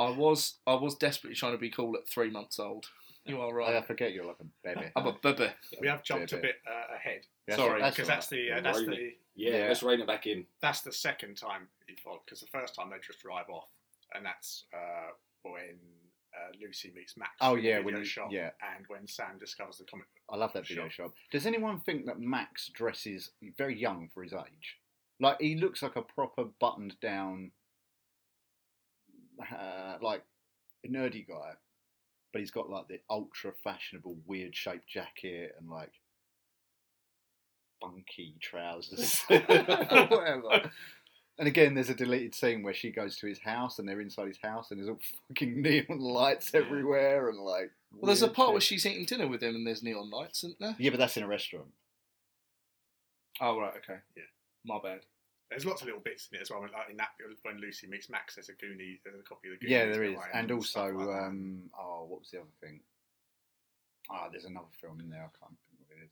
B: I was I was desperately trying to be cool at three months old. You are
A: I
B: right.
A: forget you're like a baby.
B: I'm a bebe.
D: We have jumped a
A: Yeah,
D: bit uh, ahead
B: Sorry,
A: that's
D: because
A: all
D: that's
A: right.
D: the uh,
C: Don't
D: that's
C: worry,
D: the
C: mate. yeah,
A: Yeah.
C: let's rein it back in.
D: that's the second time he followed because the first time they just drive off, and that's uh, when uh, Lucy meets Max.
A: Oh,
D: in the
A: yeah,
D: video
A: when he-
D: shop,
A: yeah.
D: and when Sam discovers the comic.
A: I love that video
D: Sure.
A: shop. Does anyone think that Max dresses very young for his age? Like he looks like a proper buttoned down, uh, like nerdy guy, but he's got like the ultra fashionable, weird shaped jacket and like bunky trousers, whatever. And again, there's a deleted scene where she goes to his house and they're inside his house and there's all fucking neon lights everywhere and like.
B: Well, there's a
A: weird
B: part
A: shit.
B: where she's eating dinner with him and there's neon lights, isn't there?
A: Yeah, but that's in a restaurant.
B: Oh, right, okay.
D: Yeah.
B: My bad.
D: There's lots of little bits in it as well. Like in that when Lucy meets Max, there's a Goonie, there's a copy of the Goonies.
A: Yeah, there
D: in
A: is,
D: way,
A: and also,
D: stuff like that.
A: um, oh, what was the other thing? Ah, there's another film in there. I can't think what it is.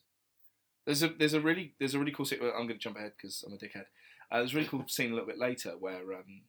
B: There's a there's a really there's a really cool scene. I'm going to jump ahead because I'm a dickhead. Uh, there's a really cool scene a little bit later where um,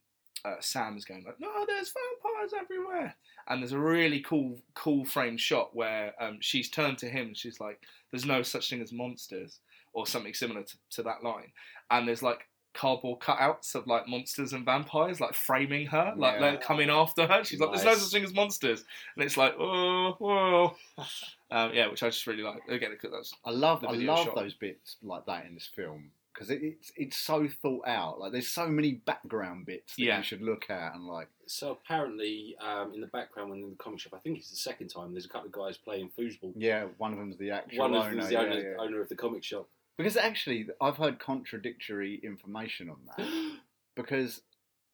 B: uh, Sam is going like, "No, there's vampires everywhere," and there's a really cool cool frame shot where um, she's turned to him and she's like, "There's no such thing as monsters," or something similar to, to that line. And there's like cardboard cutouts of like monsters and vampires like framing her, like
A: Yeah.
B: they're coming after her. She's like, "There's no
C: Nice.
B: such thing as monsters," and it's like, "Oh, whoa." Um, yeah, which I just really like. Again, because that's
A: I love,
B: The
A: I
B: video
A: love
B: shop.
A: those bits like that in this film because it, it's it's so thought out. Like, there's so many background bits that
B: Yeah.
A: you should look at and like,
C: So apparently, um, in the background, when in the comic shop, I think it's the second time, there's a couple of guys playing foosball.
A: yeah, one of them's the actual
C: One of
A: owner.
C: them's the
A: yeah,
C: owner,
A: yeah.
C: owner of the comic shop.
A: Because actually, I've heard contradictory information on that. because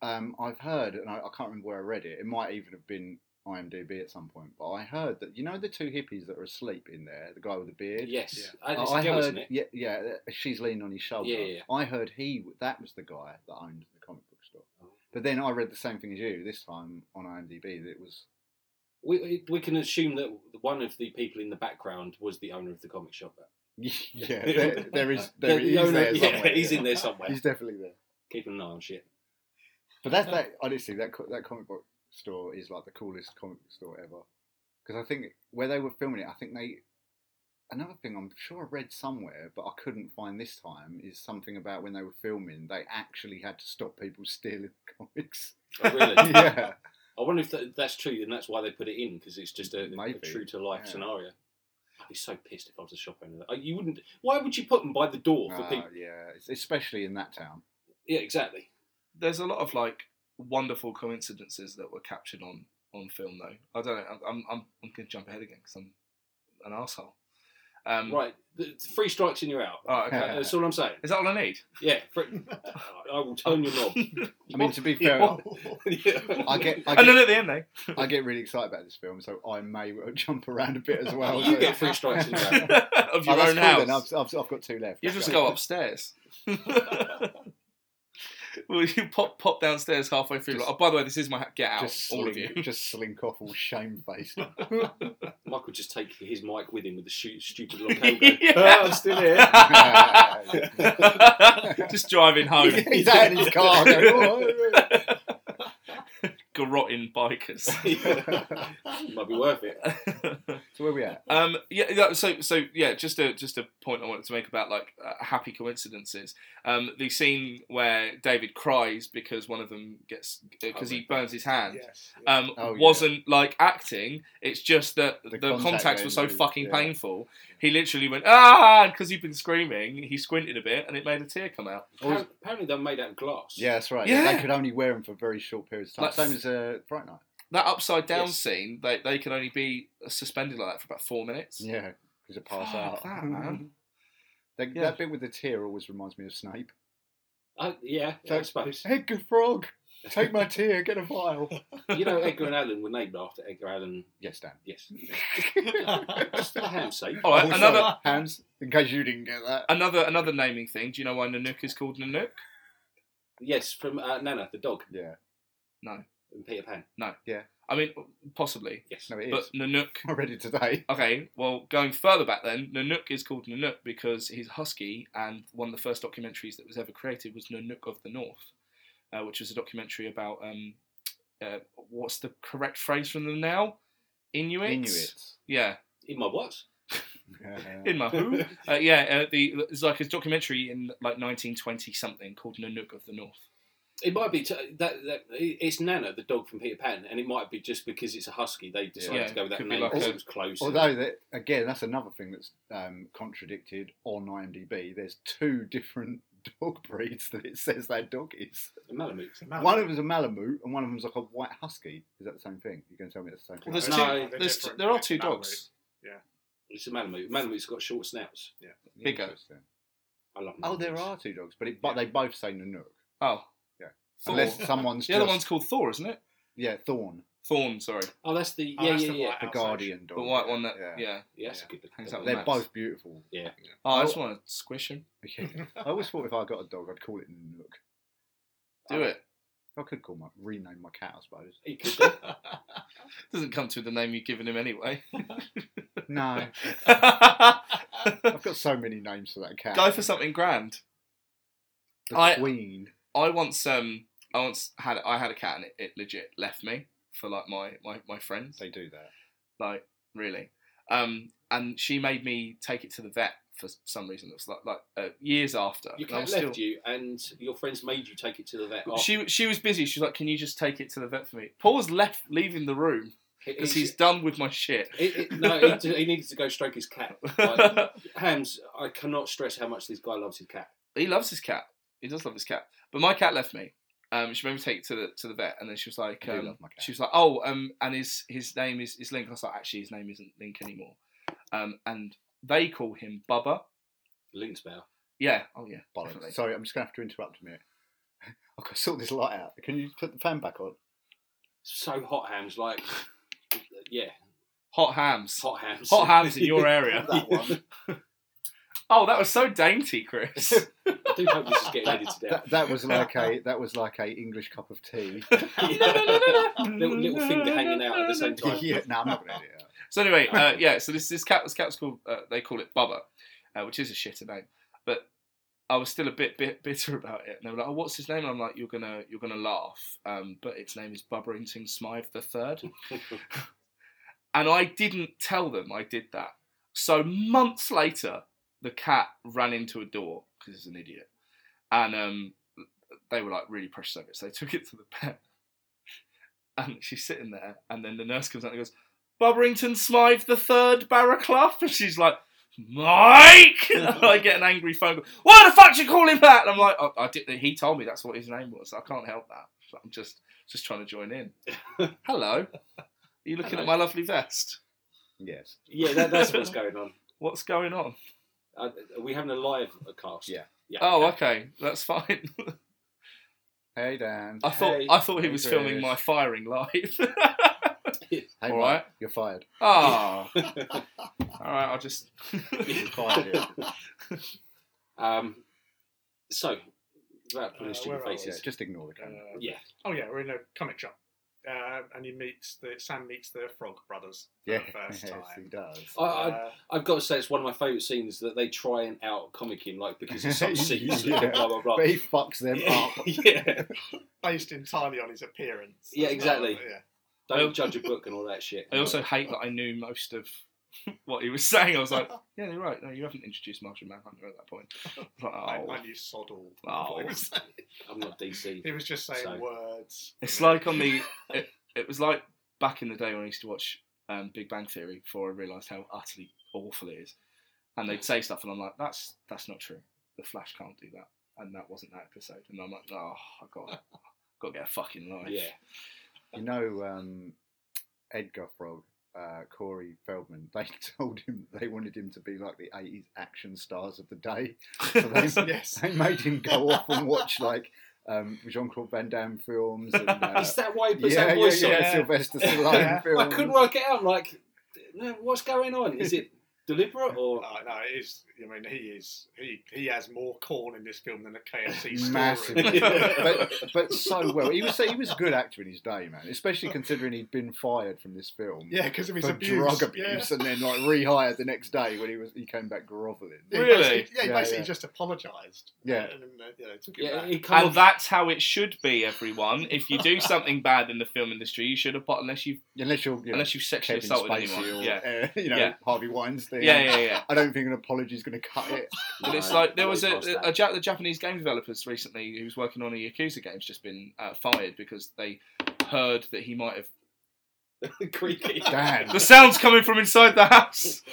A: um, I've heard, and I, I can't remember where I read it. It might even have been IMDb at some point, but I heard that you know the two hippies that are asleep in there, the guy with the beard.
C: yes.
D: Yeah.
C: And
A: I,
C: it's
A: I
C: a girl,
A: heard,
C: isn't it?
A: yeah, yeah, uh, she's leaning on his shoulder.
C: Yeah, yeah,
A: I heard he that was the guy that owned the comic book store. But then I read the same thing as you this time on IMDb. That it was
C: We- We, we can assume that one of the people in the background was the owner of the comic shop.
A: yeah, there, there is there
C: The- the
A: he is
C: owner-
A: there
C: yeah,
A: somewhere,
C: he's
A: yeah.
C: in there somewhere.
A: He's definitely there.
C: Keep an eye on shit.
A: But that
B: Uh-huh.
A: that honestly, that co- that comic book store is like the coolest comic book store ever. Because I think where they were filming it, I think they. Another thing I'm sure I read somewhere, but I couldn't find this time, is something about when they were filming, they actually had to stop people stealing comics.
C: Oh, really?
A: yeah,
C: I wonder if that, that's true, and that's why they put it in because it's just a,
A: Maybe.
C: true to life
A: Yeah.
C: scenario. I'd be so pissed if I was a shop owner. Like, You wouldn't. Why would you put them by the door for
A: Ah,
C: people?
A: yeah, it's- especially in that town.
C: Yeah, exactly.
B: there's a lot of like wonderful coincidences that were captured on on film though. I don't know. I'm I'm I'm gonna jump ahead again because I'm an asshole. Um,
A: Mm.
C: Right, the, three strikes and you're out.
B: all right,
C: Uh,
B: Okay.
C: that's all I'm saying.
B: Is that all I need?
C: Yeah, three, I will turn your knob.
A: I mean, to be fair, I get I
B: And then
A: get,
B: at Oh, the end, though.
A: I get really excited about this film, so I may well jump around a bit as well.
C: You get three strikes and you're out.
B: of
A: Oh,
B: your
A: that's
B: own
A: cool
B: house.
A: then, I've, I've, I've got two left.
B: You
A: That's
B: just
A: great.
B: go upstairs. well, you pop pop downstairs halfway through. like,
A: Just-
B: oh, by the way, this is my ha- get out,
A: Just
B: all of
A: slink,
B: you.
A: just slink off all shamefaced.
C: Michael just take his mic with him with the stu- stupid long handle.
B: Yeah.
C: "Oh, I'm still here.
A: He's
B: Just driving home.
A: out in his car. Going, "Oh,
B: garrotting bikers.
C: Might be worth it.
A: So where we at?
B: um, yeah, yeah, so so yeah, just a just a point I wanted to make about like uh, happy coincidences. Um, the scene where David cries because one of them gets because he burns his hand.
D: Yes.
B: Um,
A: Oh, yeah.
B: wasn't like acting. It's just that the,
A: contact
B: contacts were so
A: lenses,
B: fucking
A: yeah.
B: painful. He literally went ah because he'd been screaming. He squinted a bit and it made a tear come out.
A: Always-
C: Apparently, they're made out of glass.
A: Yeah, that's right.
B: Yeah.
A: They could only wear them for very short periods of time.
B: Like-
A: Same as uh, Fright Night.
B: That upside down
C: Yes.
B: scene, they they could only be uh, suspended like that for about four minutes.
A: Yeah, because it pass
B: Fuck
A: out.
B: that, man.
A: That,
B: Yeah.
A: that bit with the tear always reminds me of Snape.
C: Uh, yeah, I suppose.
A: Edgar Frog, take my tear, get a vial.
C: you know, Edgar and Allan were named after Edgar Allan.
A: Yes, Dan.
C: Yes. Just for ham's sake.
B: All right,
A: Also,
B: another
A: hands. In case you didn't get that.
B: another another naming thing. Do you know why Nanook is called Nanook?
C: Yes, from uh, Nana, the dog,
A: Yeah.
C: and Peter Pan.
B: I mean, possibly,
C: Yes.
A: No, it is.
B: but Nanook.
A: I read it today.
B: Okay, well, going further back then, Nanook is called Nanook because he's husky, and one of the first documentaries that was ever created was Nanook of the North, uh, which was a documentary about um, uh, what's the correct phrase from them now? Inuits.
A: Inuits.
B: Yeah,
C: In my what?
B: in my who? uh, yeah, uh, the it's like a documentary in like 1920 something called Nanook of the North.
C: It might be t- that, that it's Nana, the dog from Peter Pan, and it might be just because it's a husky. They decided
B: Yeah,
C: to go with that
B: could be
C: name
B: like
C: because
B: a-
C: it was close.
A: Although, that, again, that's another thing that's um, contradicted on IMDb. There's two different dog breeds that it says that dog is.
C: And Malamute.
D: It's a
B: Oh.
D: man.
A: One of them's a Malamute and one of them's like a white husky. Is that the same thing? You're going to tell me that's the same thing?
B: Well, there's
C: No,
B: two,
D: they're
B: there's,
D: different.
B: there are
D: Yeah,
B: two
D: no,
B: dogs.
C: It's a Malamute. Malamute's got short snouts.
B: bigger.
A: Interesting.
C: I love
A: Oh,
C: Malamutes.
A: there are two dogs, but it, but they both say Nanook.
B: Oh.
A: Yeah.
B: Thor.
A: Unless someone's
B: the
A: just,
B: other one's called Thor, isn't it?
A: yeah, Thorn,
B: Thorn, sorry.
C: Oh, that's the. Yeah,
D: Oh, that's
C: yeah,
D: the
C: yeah.
D: white
A: the
D: Outside.
A: guardian dog.
B: The white one that, yeah.
A: Yeah.
C: Yeah, that's
A: Yeah.
C: a good.
B: Hangs out with
A: They're
B: Max.
A: both beautiful.
C: Yeah.
B: Oh, I
A: Oh.
B: just want to squish him.
A: Yeah. I always thought if I got a dog, I'd call it Nook.
B: Do it.
A: I could call my rename my cat, I suppose.
C: He could do.
B: Doesn't come to the name you've given him anyway.
A: No,
B: Go
A: I've got so many names for that cat.
B: for something grand.
A: the
B: I-
A: Queen.
B: I once um I once had I had a cat and it, it legit left me for like my my, my friends
A: They do that.
B: like really um and she made me take it to the vet for some reason it was like like uh, years after And
C: Your
B: I
C: cat
B: was
C: left you, and your friends made you take it to the vet. after.
B: she she was busy she was like can you just take it to the vet for me Paul's left leaving the room
C: It-
B: because
C: it's-
B: he's done with my shit
C: It, it, no, he, d- he needed to go stroke his cat. Like, Hams, I cannot stress how much this guy loves his cat.
B: he loves his cat. He does love his cat. But my cat left me. Um, she made me take it to the to the vet, and then she was like,
A: I do
B: um,
A: love my cat.
B: she was like, oh, um, and his his name is is Link. I was like, actually, his name isn't Link anymore. Um, and they call him Bubba.
C: Link's bow.
B: Yeah. Oh yeah.
A: Bollocks.
B: definitely.
A: Sorry, I'm just going to have to interrupt a minute. I've got to sort this light out. Can you put the fan back on?
C: So hot, Hams. Like, yeah,
B: Hot hams. Hot,
C: hot Hams.
B: hams in your area.
A: That one.
B: oh, that was so dainty, Chris.
C: I do hope this is getting edited out.
A: That, that was like a that was like a English cup of tea.
C: little, little finger hanging out at the same time.
A: yeah, no, I'm not going to do that.
B: So anyway, uh, yeah. So this this cat this cat's called uh, they call it Bubba, uh, which is a shitter name. But I was still a bit bit bitter about it, and they were like, "Oh, what's his name?" And I'm like, "You're gonna you're gonna laugh." Um, but its name is Bubberington Smythe the Third, and I didn't tell them I did that. So months later, the cat ran into a door because it's an idiot, and um, they were like really precious over it. So they took it to the vet, and she's sitting there, and then the nurse comes out and goes. Bubberington Smythe the third Barraclough? And she's like, Mike! And I get an angry phone call. Why the fuck you call him that? And I'm like, oh, I did, he told me that's what his name was. I can't help that. So I'm just just trying to join in. Hello. Are you looking at my lovely vest?
A: Yes.
C: Yeah, that, that's what's going on.
B: What's going on?
C: Uh, are we having a live cast?
A: Yeah.
C: Yeah.
B: Oh, okay. That's fine.
A: Hey Dan.
B: I thought
C: Hey.
B: I thought he
A: Hey,
B: was
A: Chris.
B: filming my firing live.
A: Hey,
B: all
A: Mike,
B: right.
A: You're fired.
B: Ah. all right, I'll just
A: You're fired. yeah.
C: Um, so, without putting
D: Uh,
C: stupid
D: where are we?
A: Yeah,
C: faces.
A: just ignore the
D: Uh,
A: camera.
C: Yeah.
D: oh yeah, we're in a comic shop. uh, and he meets the Sam meets the Frog Brothers for
A: Yeah,
D: the first
A: he
D: time.
A: does.
C: I, I,
D: Uh,
C: I've got to say, it's one of my favourite scenes that they try and out comic in, like because it's some scenes,
A: Yeah.
C: and blah blah blah.
A: But oh. he fucks them
C: yeah,
A: up.
C: yeah.
D: based entirely on his appearance.
C: Yeah,
D: as well,
C: exactly.
D: but Yeah.
C: don't judge a book and all that shit.
B: I also hate that I knew most of what he was saying. I was like, yeah, you're right. No, you haven't introduced Martian Manhunter at that point. I was
D: I,
B: like,
D: I knew sod all.
B: Oh.
D: what He, was saying.
C: I'm not DC.
D: He was just saying
C: So-
D: words.
B: It's like on the. It, it was like back in the day when I used to watch um, Big Bang Theory before I realised how utterly awful it is. And they'd say stuff, and I'm like, that's that's not true. The Flash can't do that, and that wasn't that episode. And I'm like, oh, I got got to get a fucking life.
C: Yeah.
A: You know, um, Edgar Frog, uh, Corey Feldman, they told him they wanted him to be like the 80s action stars of the day. So they,
D: yes.
A: they made him go off and watch like um, Jean Claude Van Damme films and uh,
C: Is that why he puts
A: yeah,
C: that
A: yeah,
C: voice
A: yeah,
C: on?
D: Yeah.
A: Sylvester
D: Yeah.
A: Stallone
C: I
A: films.
C: couldn't work it out. Like, no, what's going on? Is it deliberate or?
A: Oh,
D: Uh, no, it is. I mean, he is. He he has more corn in this film than the KFC store.
A: Massively,
C: Yeah.
A: but, but so well. He was he was a good actor in his day, man. Especially considering he'd been fired from this film
D: yeah, because of his
A: for
D: abuse.
A: drug
D: yeah.
A: abuse, and then like rehired the next day when he was he came back groveling.
D: Yeah, he
B: Really?
D: basically- Yeah, he
A: Yeah,
D: basically
A: yeah.
D: just apologised.
A: Yeah.
D: And, then, uh, you know, took it
C: Yeah,
D: back.
C: it come
B: And
C: off-
B: that's how it should be, everyone. If you do something bad in the film industry, you should have pot unless you
A: Unless you're, you know,
B: unless you sexually
A: Kevin
B: assaulted
A: Spacey or
B: anyone. Yeah.
A: uh, you know
B: Yeah.
A: Harvey Weinstein.
B: yeah, yeah, yeah.
A: I don't think an apology's going to cut it.
B: But it's
C: No,
B: like there
C: way
B: was a,
C: past that.
B: a, Ja- the Japanese game developers recently who was working on a Yakuza game has just been uh, fired because they heard that he might have.
C: creaky.
A: Damn.
B: The sounds coming from inside the house.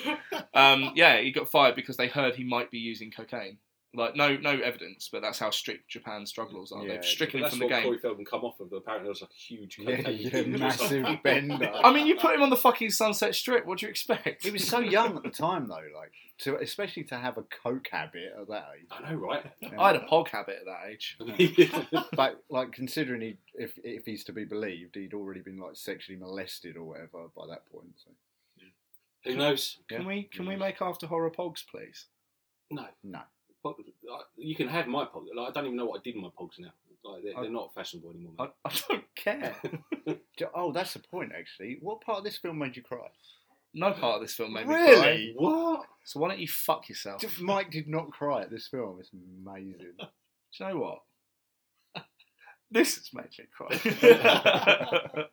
B: Um, yeah, he got fired because they heard he might be using cocaine. Like no, no evidence, but that's how strict Japan's drug laws are.
A: Yeah,
B: They've stricken him
C: That's
B: from the
C: what
B: game.
C: Corey Feldman come off of. Apparently, there was like a huge
A: yeah,
C: cocaine
A: yeah,
C: binge or
A: massive
C: something.
A: bender.
B: I mean, you put him on the fucking Sunset Strip. What do you expect?
A: He was so young at the time, though. Like to especially to have a coke habit at that age.
C: I know, right?
B: I had a pog habit at that age.
A: But like considering he, if if he's to be believed, he'd already been like sexually molested or whatever by that point. So
C: Who knows?
B: Can we can we make after horror pogs, please?
C: No.
A: no,
C: Pog- like, You can have my pogs. Like, I don't even know what I did in my pogs now. Like, they're,
B: I-
C: they're not fashionable anymore.
B: I,
C: man.
B: I don't care.
A: Do- oh, that's the point actually. What part of this film made you cry?
B: No part of this film made me cry.
A: Really?
C: What?
B: So why don't you fuck yourself? Do
A: D- Mike did not cry at this film. It's amazing.
B: you know what? this has made me cry.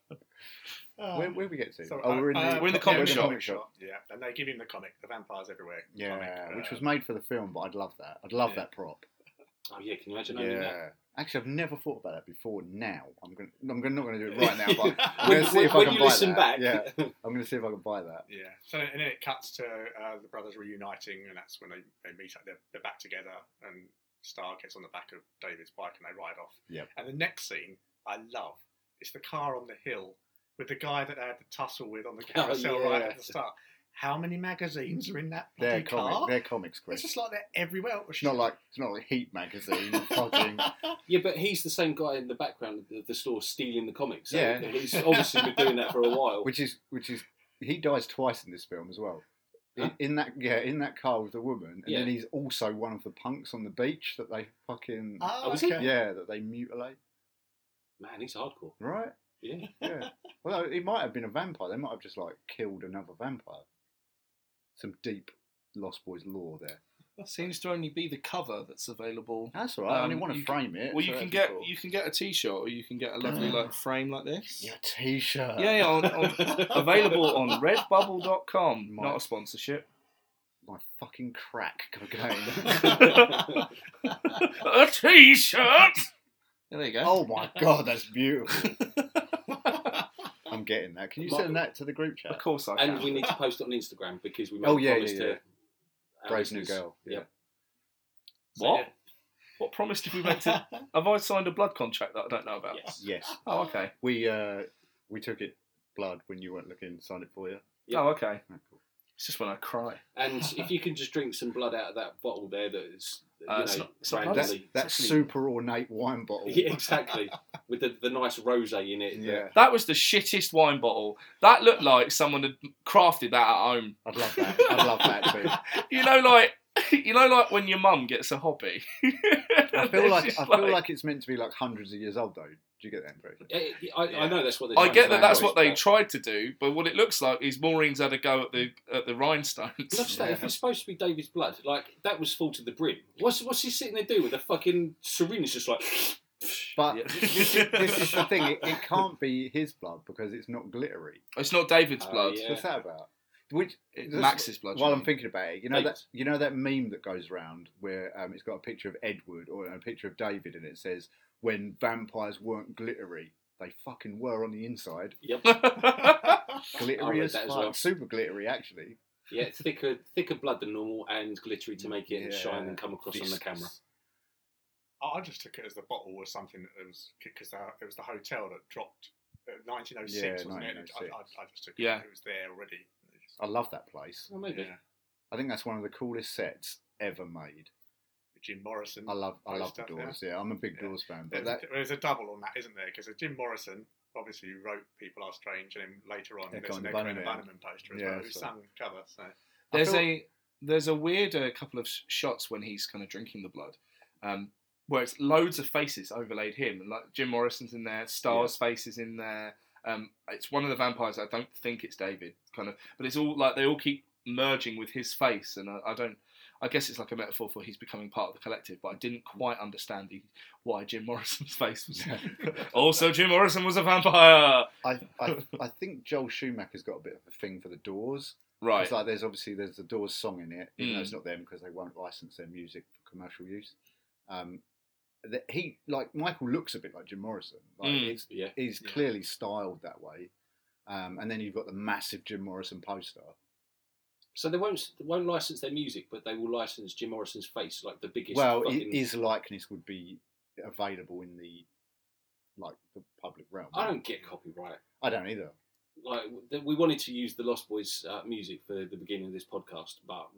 D: Uh,
A: Where, where we get to?
D: so
A: oh,
D: I-
A: we're in the,
D: I-
B: uh, We're in the
D: yeah,
B: comic
A: we're in
B: shop.
D: Yeah, and they give him the comic, the vampires everywhere.
A: Yeah,
D: comic,
A: which
D: uh,
A: was made for the film, but I'd love that. I'd love
D: Yeah.
A: that prop.
C: Oh yeah, can you imagine owning that?
A: Yeah. Actually, I've never thought about that before. Now I'm gonna, I'm gonna, not gonna do it right now, but I'm
C: When,
A: gonna see
C: when-
A: if I
C: when
A: can
C: you
A: buy
C: listen
A: that.
C: back,
A: Yeah, I'm gonna see if I can buy that.
D: Yeah. So and then it cuts to uh, the brothers reuniting, and that's when they, they meet up. They're, they're back together, and Star gets on the back of David's bike, and they ride off.
A: Yep.
D: And the next scene I love is the car on the hill with the guy that they had the tussle with on the
C: Oh,
D: carousel right
C: yeah.
D: at the start. How many magazines are in that
A: They're
D: bloody car?
A: comic, they're comics,
D: it's
A: Chris.
D: just like they're everywhere.
A: It's not like it's not like Heat magazine. fucking
D: Ah,
C: yeah, but he's the same guy in the background of the, the store stealing the comics. So
A: Yeah.
C: he's obviously been doing that for a while.
A: which is which is he dies twice in this film as well. In,
C: Huh?
A: in that yeah, in that car with the woman, and then
C: Yeah.
A: he's also one of the punks on the beach that they fucking
D: Oh,
C: Oh, is he?
D: okay.
A: yeah that they mutilate.
C: Man, he's hardcore.
A: Right?
C: Yeah.
A: Yeah. well, he might have been a vampire. They might have just like killed another vampire. Some deep Lost Boys lore there.
B: Seems to only be the cover that's available.
A: That's all right. I only
B: Um,
A: want to
B: you
A: frame it.
B: Well,
A: so
B: you
A: that'd
B: can
A: be
B: get
A: cool.
B: you can get a T-shirt or you can get a lovely like frame like this.
A: your T-shirt.
B: Yeah, yeah on, on, available on Redbubble.com.
A: My-
B: Not a sponsorship.
A: My fucking crack cocaine.
C: I
B: a T-shirt. there you go.
A: oh my god, that's beautiful. I'm getting that. Can you send that to the group
B: of
A: chat?
B: course I
C: and
B: can.
C: we need to post it on Instagram because we made
A: Oh,
C: a
A: yeah,
C: promise
A: yeah,
C: to
A: yeah.
C: our
A: Brave New
C: listeners.
A: Girl.
C: Yeah.
B: what? What promise did we make to? Have I signed a blood contract that I don't know about?
C: Yes.
A: Yes.
B: Oh, okay.
A: We uh we took it blood when you weren't looking. Signed it for you.
C: Yeah.
B: Oh, okay.
A: Oh, cool.
B: It's just when I cry.
C: And if you can just drink some blood out of that bottle there, that is you
B: Uh,
C: know,
B: it's not- it's not blood,
A: That,
B: That's-
C: randomly.
A: that
B: actually-
A: super ornate wine bottle.
C: Yeah, exactly. With the, the nice rosé in it.
A: Yeah.
B: That was the shittest wine bottle. That looked like someone had crafted that at home.
A: I'd love that. I'd love that too.
B: You know, like you know, like when your mum gets a hobby.
A: I feel like I feel like it's meant to be like hundreds of years old though. Do you get that impression?
C: I, I,
A: Yeah.
C: know that's what they're
B: I
C: trying
B: get
C: to
B: that
C: say,
B: that's what they
C: but-
B: tried to do, but what it looks like is Maureen's had a go at the at the
C: Not
B: rhinestones.
C: just that, if it's supposed to be David's blood, like that was full to the brim. What's what's he sitting there doing with a fucking syringe just like
A: But
B: Yeah.
A: this, is, this is the thing. It, it can't be his blood because it's not glittery.
B: It's not David's
A: Uh,
C: Oh,
B: blood.
C: yeah.
A: What's that about? Which
B: It-
A: that's-
B: Max's blood.
A: While
B: you
A: I'm
B: mean.
A: thinking about it, you know that
C: David's.
A: you know that meme that goes round where um, it's got a picture of Edward or a picture of David, and it says, "When vampires weren't glittery, they fucking were on the inside,
C: Yep. I
A: glittery
C: read
A: as
C: that
A: fuck,
C: as well.
A: super glittery actually."
C: Yeah, thicker thicker blood than normal and glittery to make it
A: Yeah.
C: shine and come across on the
A: Viscous.
C: camera.
D: I I just took it as the bottle was something that was because it was the hotel that dropped uh, 1906,
A: Yeah,
D: wasn't it?
A: 1906.
D: I, I, I just took it.
B: Yeah.
D: It was there already. It just-
A: I love that place.
C: Well, maybe.
D: yeah.
A: I think that's one of the coolest sets ever made.
D: Jim Morrison.
A: I love I
D: Nice
A: love the
D: Mm. stuff,
A: Doors. Yeah, I'm a big
D: Yeah.
A: Doors fan, but
D: There's,
A: that
D: there's a double on that, isn't there? Because Jim Morrison obviously wrote "People Are Strange," and then later on,
A: Echo
D: there's
A: and
D: an
A: the
D: Echo and the
A: Bunnymen.
D: Bannerman poster as
A: Yeah,
D: well, who
A: so-
D: sang the cover. So
A: I
B: There's
A: feel-
B: a there's a weird uh, couple of sh- shots when he's kind of drinking the blood, um, where it's loads of faces overlaid him, and like Jim Morrison's in there, Star's faces in there. Um, it's one of the vampires. I don't think it's David, kind of, but it's all like they all keep merging with his face, and I, I don't. I guess it's like a metaphor for he's becoming part of the collective, but I didn't quite understand the, why Jim Morrison's face was. also, Jim Morrison was a vampire.
A: I, I I think Joel Schumacher's got a bit of a thing for the Doors.
B: Right.
A: It's like there's obviously there's the Doors song in it, even
B: Mm.
A: though it's not them because they won't license their music for commercial use. Um, that he like Michael looks a bit like Jim Morrison. Like
B: Mm.
A: it's,
C: Yeah.
A: he's
D: Yeah.
A: clearly styled that way. Um, and then you've got the massive Jim Morrison poster.
C: So they won't they won't license their music, but they will license Jim Morrison's face, like the biggest.
A: well, i
C: fucking...
A: his likeness would be available in the like the public realm.
C: I don't get copyright.
A: I don't either.
C: Like th- we wanted to use the Lost Boys uh, music for the beginning of this podcast, but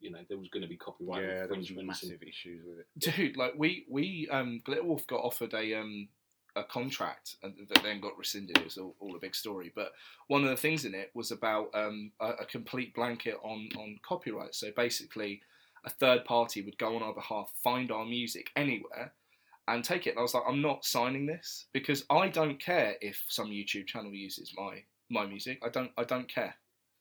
C: you know there was going to be copyright
A: yeah, there was
C: infringements. and-
A: massive issues with it.
B: dude like we we um glitterwolf got offered a um a contract and th- that then got rescinded it was all, all a big story but one of the things in it was about um a, a complete blanket on on copyright so basically a third party would go on our behalf find our music anywhere and take it and i was like i'm not signing this because i don't care if some youtube channel uses my my music i don't i don't care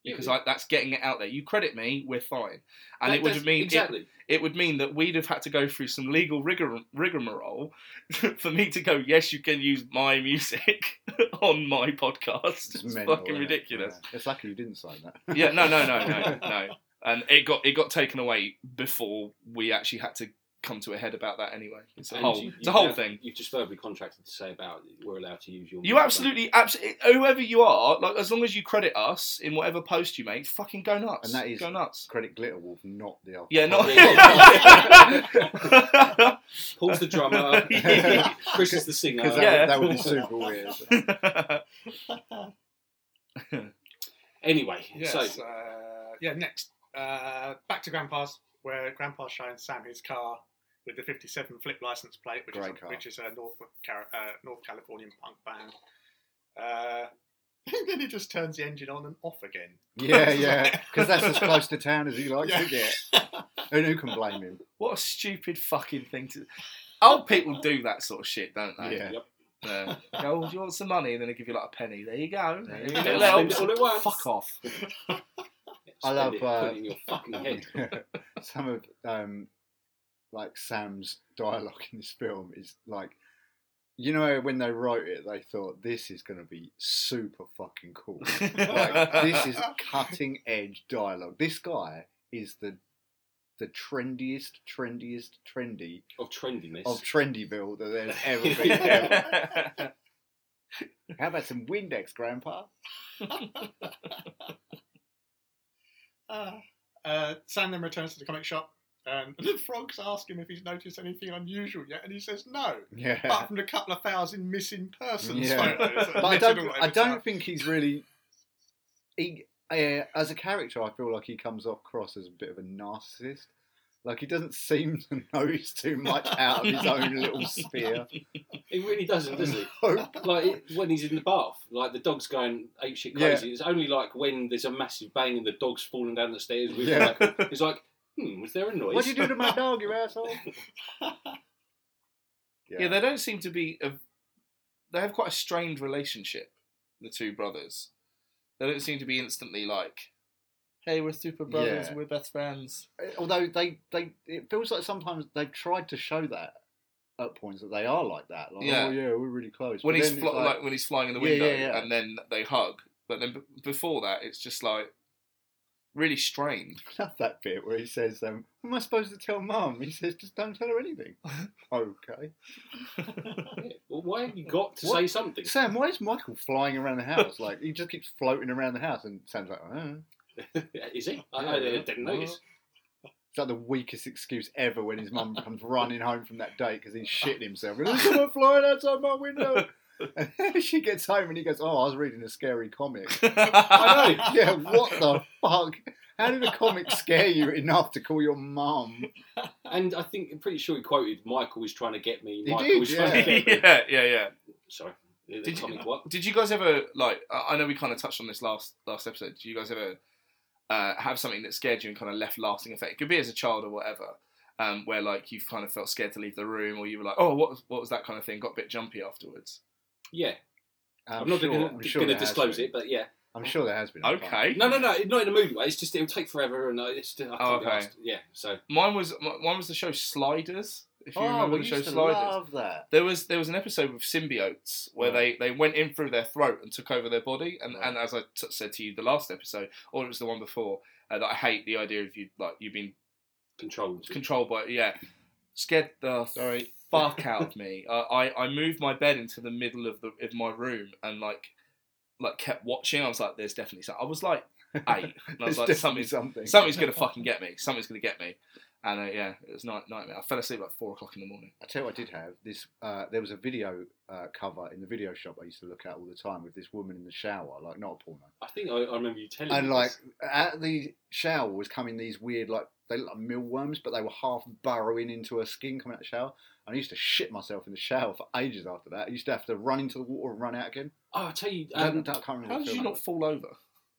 C: Yeah,
B: because
C: yeah.
B: I, that's getting it out there you credit me we're fine and
C: That-
B: it would
C: that's-
B: have mean it-
C: exactly.
B: it would mean that we'd have had to go through some legal rigor- rigmarole for me to go, yes, you can use my music on my podcast. It's,
A: mental,
B: fucking
A: innit?
B: ridiculous.
A: Yeah. It's lucky you didn't sign that.
B: Yeah. no, no, no, no, no. And it got it got taken away before we actually had to come to a head about that anyway. It's a
C: And
B: whole,
C: you-
B: it's a
C: you
B: whole
C: have-
B: thing.
C: You've just verbally contracted to say about we're allowed to use your.
B: You
C: music.
B: absolutely, absolutely, whoever you are, like as long as you credit us in whatever post you make, fucking go nuts.
A: And that is- Oh,
B: go nuts.
A: Credit Glitterwolf, not the alcohol.
B: Yeah,
C: Yeah.
B: not.
C: Paul's the drummer.
B: Yeah.
C: Chris is the singer.
A: Because that,
B: Yeah.
A: that would be super weird.
C: Anyway, so
D: yes, uh, yeah. Next, uh, back to Grandpa's, where Grandpa's showing Sam his car with the '57 flip license plate, which
A: Great
D: is a,
A: car.
D: which is a North Car- uh, North Californian punk band. Uh, and then he just turns the engine on and off again.
A: Yeah, yeah. Because that's as close to town as he likes
D: Yeah.
A: to get. And who can blame him?
B: What a stupid fucking thing to. Old people do that sort of shit, don't they?
A: Yeah.
B: Yeah. Go, "Oh, do you want some money? And then they give you like a penny. There you go.
A: There
B: Little-
A: you go.
B: little-
C: Spend it all at once.
B: Fuck off.
A: I love,
C: Spend it,
A: uh,
C: put it in your fucking head.
A: Some of um, like Sam's dialogue in this film is like, you know, when they wrote it, they thought this is going to be super fucking cool. like, this is cutting edge dialogue. This guy is the the trendiest, trendiest, trendy
C: Of trendiness.
A: of Trendyville that there's ever been. ever. How about some Windex, Grandpa?
D: Uh, uh, Sam then returns to the comic shop, um, and the frogs ask him if he's noticed anything unusual yet, and he says no.
A: Yeah.
D: Apart from a couple of thousand missing persons
A: Yeah.
D: photos.
A: But I don't,
D: Little
A: I
D: over
A: don't
D: time.
A: think he's really. He, uh, as a character, I feel like he comes off cross as a bit of a narcissist. Like he doesn't seem to know he's too much out of his own little sphere.
C: It really doesn't, does it?
A: No.
C: Like it- when he's in the bath, like the dog's going ape shit crazy. It's only like when there's a massive bang and the dog's falling down the stairs. With
A: Yeah.
C: Michael. He's like, Hmm, was there a noise?
A: What'd you do to my dog, you asshole?
B: Yeah, they don't seem to be. A, they have quite a strained relationship, the two brothers. They don't seem to be instantly like, "Hey, we're super brothers.
A: Yeah.
B: We're best friends."
A: Uh, although they, they it feels like sometimes they've tried to show that at points that they are like that. Like,
B: Yeah.
A: oh yeah, we're really close.
B: When
A: But
B: he's
A: then it's
B: fl- like, when he's flying in the
A: Yeah, yeah,
B: window,
A: yeah.
B: and then they hug. But then b- before that, it's just like really strained.
A: I love that bit where he says, um, "What am I supposed to tell Mum?" He says, "Just don't tell her anything." okay,
C: Yeah. Well, why have you got to
A: What?
C: say something?
A: Sam, why is Michael flying around the house? Like he just keeps floating around the house, and Sam's like, "Uh."
C: Is it? I,
A: Yeah,
C: I
A: yeah. Uh-huh.
C: didn't notice.
A: It's like the weakest excuse ever when his mum comes running home from that date because he's shitting himself. There's someone flying outside my window. And she gets home and he goes, Oh, I was reading a scary comic.
C: I know.
A: yeah, what the fuck? How did a comic scare you enough to call your mum?
C: And I think I'm pretty sure he quoted Michael was trying to get me.
A: He
C: Michael
A: did,
C: was trying to
B: yeah,
C: get me.
B: yeah, yeah.
C: Sorry. The
B: Did you-
C: comic what?
B: Did you guys ever like? I I know we kind of touched on this last last episode. Did you guys ever uh, have something that scared you and kind of left lasting effect? It could be as a child or whatever, um, where like you kind of felt scared to leave the room, or you were like, "Oh, what was, what was that kind of thing?" Got a bit jumpy afterwards.
C: Yeah.
A: I'm,
C: I'm, not
A: sure-
C: going
A: I'm
C: to
A: sure there has
C: disclose
A: been.
C: it, but yeah.
A: I'm sure there has been. a time.
B: Okay.
C: No, no, no. Not in a movie way. It's just it'll take forever, and I, it's
A: Oh,
C: just, I can't be
B: okay.
C: asked. Yeah. So
B: Mine was m- mine was the show Sliders. If you
A: Oh,
B: remember
A: we
B: the show
A: used to
B: Sliders.
A: love that.
B: There was there was an episode with symbiotes where
A: Right.
B: they, they went in through their throat and took over their body and,
A: Right.
B: and as I t- said to you the last episode or it was the one before uh, that I hate the idea of you like you've been
C: controlled.
B: controlled by yeah scared the sorry fuck out of me uh, I I moved my bed into the middle of the of my room and like like kept watching I was like there's definitely something I was like eight and I was
A: It's
B: like
A: definitely
B: something's
A: something.
B: Something's gonna fucking get me. Something's gonna get me. And uh, yeah, it was night nightmare. I fell asleep at four o'clock in the morning.
A: I tell you what I did have this. Uh, there was a video uh, cover in the video shop I used to look at all the time with this woman in the shower, like not a porno.
C: I think I, I remember you telling.
A: And
C: me
A: like
C: this.
A: out the shower was coming these weird like they looked like mealworms, but they were half burrowing into her skin coming out of the shower. And I used to shit myself in the shower for ages after that. I used to have to run into the water and run out again.
C: Oh, I tell you.
A: I don't-
C: Um,
A: I can't remember.
B: How
A: the
B: did
A: film that
B: you not
A: was.
B: fall over?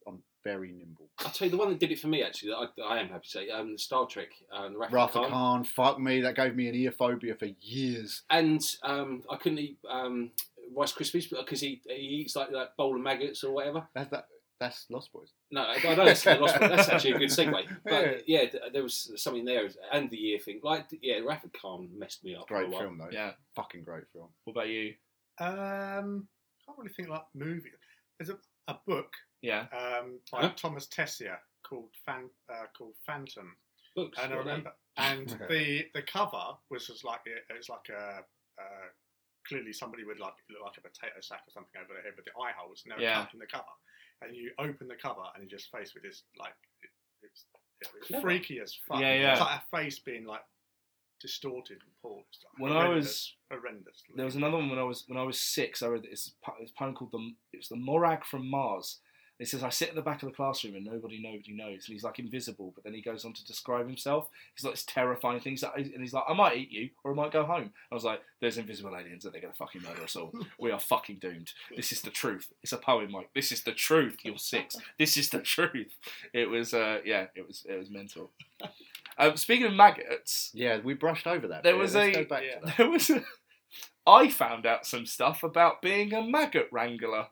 A: I'm very nimble.
C: I tell you the one that did it for me actually. That I, I am happy to say. Um, Star Trek. Um, the Wrath of
A: Rafa
C: Khan.
A: Khan, fuck me, that gave me an ear phobia for years.
C: And um, I couldn't eat um, Rice Krispies because he, he eats like that bowl of maggots or whatever.
A: That's that. That's Lost Boys.
C: No, I I know it's the lost, but that's actually a good segue. But yeah, th there was something there, and the year thing. Like, yeah, Rafa Khan messed me up. for a
A: Great
C: while.
A: film though.
B: oh, Yeah.
A: Fucking great film.
B: What about you?
D: Um, can't really think like movie. There's a, a book
B: Yeah.
D: um, by
C: Huh?
D: Thomas Tessier called Fan, uh, called Phantom,
C: Books.
D: and I
C: really.
D: remember, and the the cover was just like it, was like a uh, clearly somebody would like look like a potato sack or something over their head, but the eye hole was no
B: Yeah.
D: cut in the cover, and you open the cover and you're just faced with this like it, it's it was
C: Clever.
D: freaky as fuck.
B: Yeah, yeah.
D: It's like a face being like distorted and pulled. It's like
B: When I
D: horrendous-
B: was-
D: horrendous.
B: There was another one when I was when I was six. I read this, po- this poem called the it was the Morag from Mars. It says I sit at the back of the classroom and nobody nobody knows, and he's like invisible. But then he goes on to describe himself. He's like this terrifying thing, He's like- and he's like I might eat you or I might go home. I was like, there's invisible aliens and they're gonna fucking murder us all. We are fucking doomed. This is the truth. It's a poem, Mike. This is the truth. You're six. This is the truth. It was uh, yeah, it was it was mental. Um, speaking of maggots,
A: Yeah, we brushed over that.
B: There
A: bit.
B: was
A: Let's
B: a-
A: go back
D: yeah.
A: to that.
B: there was a, I found out some stuff about being a maggot wrangler,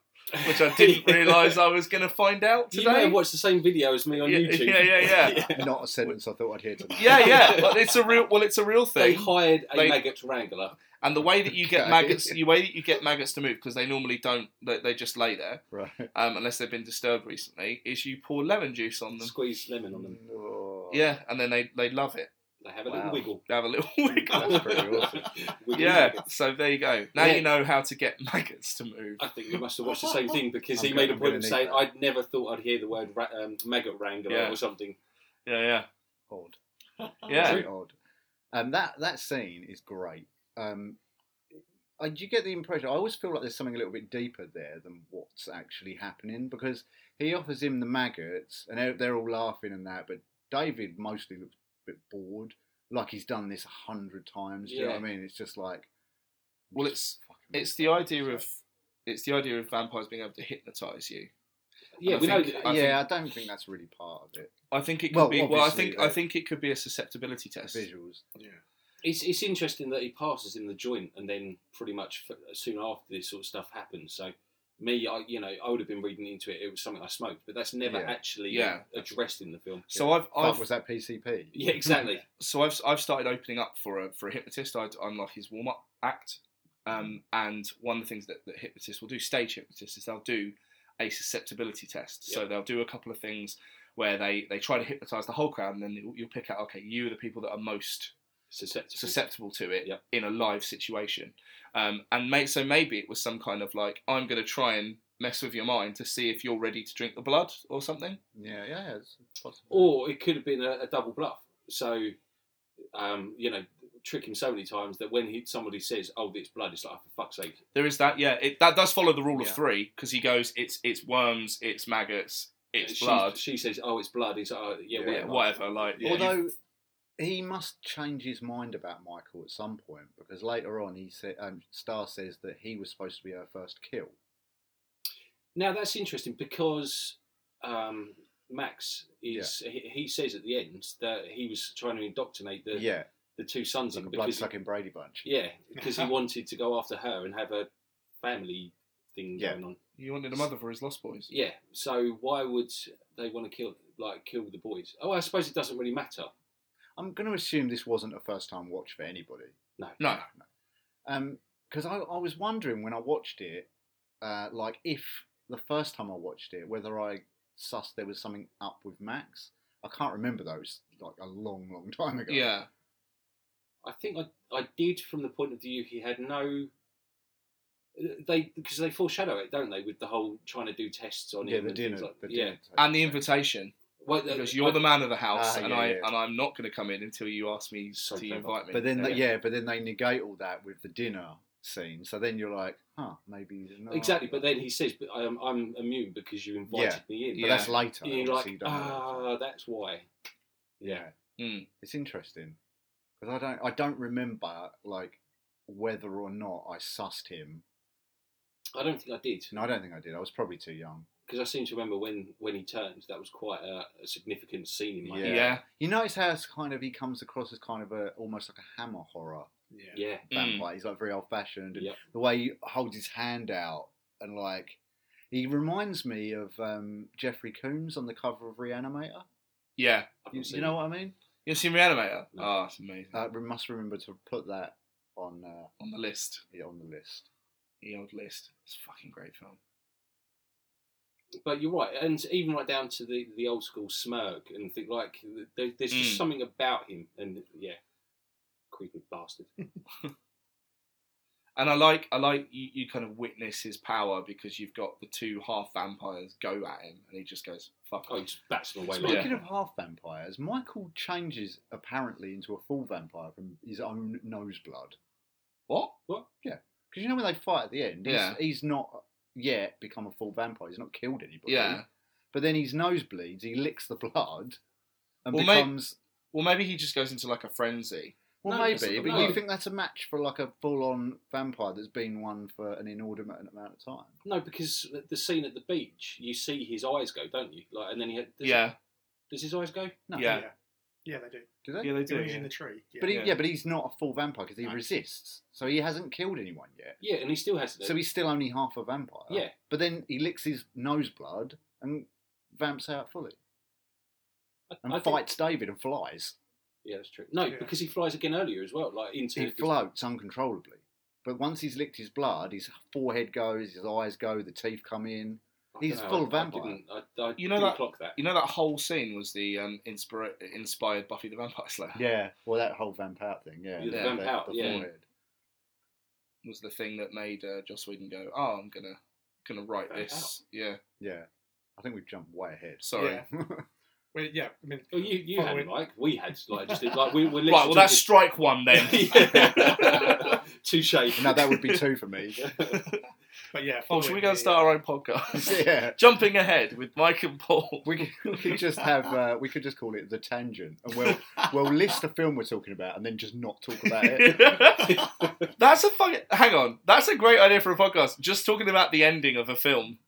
B: which I didn't realise I was going to find out
C: You
B: today.
C: may have watched the same video as me on
B: Yeah,
C: YouTube.
B: yeah, yeah, yeah.
A: Not a sentence I thought I'd hear tonight.
B: yeah, yeah. But it's a real well, it's a real
C: They
B: thing.
C: hired a
B: They-
C: maggot wrangler.
B: And the way that you get
A: Okay.
B: maggots, the way that you get maggots to move because they normally don't. They, they just lay there
A: Right.
B: um, unless they've been disturbed recently. Is you pour lemon juice on them.
C: Squeeze lemon on them.
A: Oh.
B: Yeah, and then they they love it.
C: They have a
A: Wow.
C: little wiggle.
B: They have a little wiggle.
A: That's pretty awesome.
C: Wiggle
B: Yeah,
C: maggot.
B: so there you go. Now
C: Yeah.
B: you know how to get maggots to move.
C: I think we must have watched the same thing because he
A: I'm
C: made a
A: gonna-
C: point
A: I'm
C: of
A: gonna
C: saying,
A: need
C: I'd never thought I'd hear the word ra- um, maggot wrangler
B: Yeah.
C: or something.
B: Yeah, yeah,
A: Odd.
B: yeah.
A: Very odd. Um, that that scene is great. Um, I do get the impression. I always feel like there's something a little bit deeper there than what's actually happening because he offers him the maggots and they're, they're all laughing and that, but David mostly looks a bit bored, like he's done this a hundred times. Do you know what I mean? It's just like,
B: Well, it's
A: fucking-
B: it's the idea of it's the idea of vampires being able to hypnotize you
C: yeah,
B: I
C: we know.
B: think-
C: that-
B: I
A: yeah, I don't think that's really part of it.
B: I think it could
A: Well,
B: be. Well, I
A: obviously,
B: think
A: though.
B: I think it could be a susceptibility test.
A: Visuals.
D: Yeah.
C: It's it's interesting that he passes in the joint, and then pretty much f- soon after this sort of stuff happens. So me, I you know, I would have been reading into it. It was something I smoked, but that's never
A: Yeah.
C: actually
B: Yeah.
C: addressed in the film.
B: So I've,
A: But
B: I've
A: was that PCP?
C: yeah, exactly.
B: so I've I've started opening up for a for a hypnotist. I unlock his warm up act, um,
A: Mm-hmm.
B: and one of the things that, that hypnotists will do, stage hypnotists, is they'll do a susceptibility test. So they'll do a couple of things where they they try to hypnotize the whole crowd, and then you'll, you'll pick out okay, you are the people that are most
C: Susceptible.
B: susceptible to it
C: Yep.
B: in a live situation. Um, and may, so maybe it was some kind of like I'm going to try and mess with your mind to see if you're ready to drink the blood or something.
A: Yeah, yeah, it's possible.
C: Or it could have been a, a double bluff. So, um, you know, trick him so many times that when he, somebody says, "Oh, it's blood," it's like, oh, "For fuck's sake!"
B: There is that, yeah. It, that does follow the rule
A: Yeah.
B: of three because he goes, it's it's worms, it's maggots, it's
C: She-
B: blood,
C: She says, "Oh, it's blood." He's like, oh, yeah,
A: Yeah,
B: yeah, whatever. Like,
C: Yeah,
A: Although he must change his mind about Michael at some point because later on he said um, Star says that he was supposed to be her first kill.
C: Now that's interesting because um, Max is he, he says at the end that he was trying to indoctrinate the
A: yeah,
C: the two sons
A: like
C: in
A: a blood
C: because
A: sucking Brady Bunch.
C: yeah because he wanted to go after her and have a family thing
A: Yeah.
C: going on.
B: he wanted a mother for his lost boys.
C: Yeah, so why would they want to kill like kill the boys? Oh, I suppose it doesn't really matter.
A: I'm going to assume this wasn't a first time watch for anybody.
B: No,
A: Because I, I was wondering when I watched it, uh, like if the first time I watched it, whether I sussed there was something up with Max. I can't remember those like a long, long time ago.
B: yeah,
C: I think I, I did from the point of view he had no. They because they foreshadow it, don't they, with the whole trying to do tests on
A: yeah,
C: him
A: the
C: and things
A: dinner,
C: like-
A: the
C: yeah.
A: dinner. table.
B: and the invitation
C: Well, uh,
B: because
C: I-
B: you're the man of the house,
A: Ah,
B: and
A: yeah,
B: I
A: yeah.
B: and I'm not going to come in until you ask me
C: So
B: to
C: clever.
B: invite me.
A: But then,
B: yeah.
A: they, yeah, but then they negate all that with the dinner scene. So then you're like, huh, maybe he's not.
C: Exactly, but then he says, "But I'm, I'm immune because you invited me
A: But
C: in."
B: Yeah.
A: that's later.
C: And you're like,
A: obviously, you don't know
C: ah, that's why.
A: that. yeah,
B: Mm.
A: it's interesting because I don't, I don't remember like whether or not I sussed him.
C: I don't think I did
A: No, I don't think I did. I was probably too young.
C: because I seem to remember when when he turned. That was quite a, a significant scene in my
A: Yeah.
B: yeah,
C: head.
A: You notice how it's kind of he comes across as kind of a almost like a hammer horror
D: Yeah.
C: Yeah,
B: Mm.
A: vampire. He's like very old fashioned, and
C: Yep.
A: the way he holds his hand out and like he reminds me of um, Jeffrey Coombs on the cover of Reanimator.
B: yeah.
C: I've
A: You, you
C: not seen
A: know
C: it.
A: what I mean?
B: You've seen Reanimator?
C: No.
B: Ah, it's amazing.
A: Uh, we must remember to put that on uh,
B: on the list,
A: yeah, on the list.
B: the old list. It's a fucking great film.
C: but you're right, and even right down to the, the old school smirk and think like there, there's just
B: Mm.
C: something about him, and yeah, creepy bastard.
B: And I like, I like you, you kind of witness his power because you've got the two half vampires go at him, and he just goes fuck.
C: Oh, he
B: off.
C: just bats him away. Like,
A: Speaking of half vampires, Michael changes apparently into a full vampire from his own nose blood.
B: What?
A: Because you know when they fight at the end, he's,
B: Yeah.
A: he's not yet become a full vampire. He's not killed anybody.
B: Yeah.
A: But then his nose bleeds. He licks the blood and
B: Well, mate-
A: becomes.
B: Well, maybe he just goes into like a frenzy.
A: well,
C: No, it's
A: maybe.
C: not
A: But
C: blood.
A: you think that's a match for like a full-on vampire that's been one for an inordinate amount of time?
C: no, because the- the scene at the beach, you see his eyes go, don't you? Like, and then he had, does,
B: yeah,
C: does his eyes go?
A: No.
B: yeah,
D: Yeah. Yeah, they do.
A: Do they?
B: yeah, they
D: They
B: do.
D: do he's in
B: yeah.
D: the tree. Yeah.
A: But he,
B: Yeah.
A: yeah. but he's not a full vampire because he
D: No.
A: resists, so he hasn't killed anyone yet.
C: Yeah, and he still has to.
A: So he's still only half a vampire.
C: yeah,
A: But then he licks his nose blood and vamps out fully
C: I-
A: and
C: I think-
A: fights David and flies.
C: yeah, that's true. No,
D: Yeah.
C: because he flies again earlier as well, like into.
A: He floats uncontrollably. But once he's licked his blood, his forehead goes, his eyes go, the teeth come in.
C: I don't
A: he's
C: know,
A: full
C: I-
A: vampire.
C: I didn't, I, I
B: You know
C: didn't
B: that-
C: clock that.
B: You know that whole scene was the um, inspira- inspired Buffy the Vampire Slayer.
A: Yeah. Well, that whole vamp out thing. Yeah.
C: Yeah,
B: the
C: vamp out, yeah.
A: forehead.
B: was the thing that made uh, Joss Whedon go, "Oh, I'm gonna gonna write
C: Vamp
B: this." Yeah,
A: Yeah. I think we've jumped way ahead.
B: sorry.
D: Yeah. Well, yeah. I mean,
C: Well, Oh, you you had
D: Following-
C: like we had like just like we were
B: Right, well, that's
C: just-
B: strike one then.
C: Yeah. Touche.
A: No, that would be two for me.
D: But yeah.
B: Oh,
D: following
B: should we go and
D: the,
B: start
D: uh,
B: our own podcast?
A: yeah.
B: Jumping ahead with Mike and Paul.
A: We could- we could just have uh, we could just call it the tangent, and we'll we'll list the film we're talking about, and then just not talk about it.
B: That's a fucking. Hang on. That's a great idea for a podcast. Just talking about the ending of a film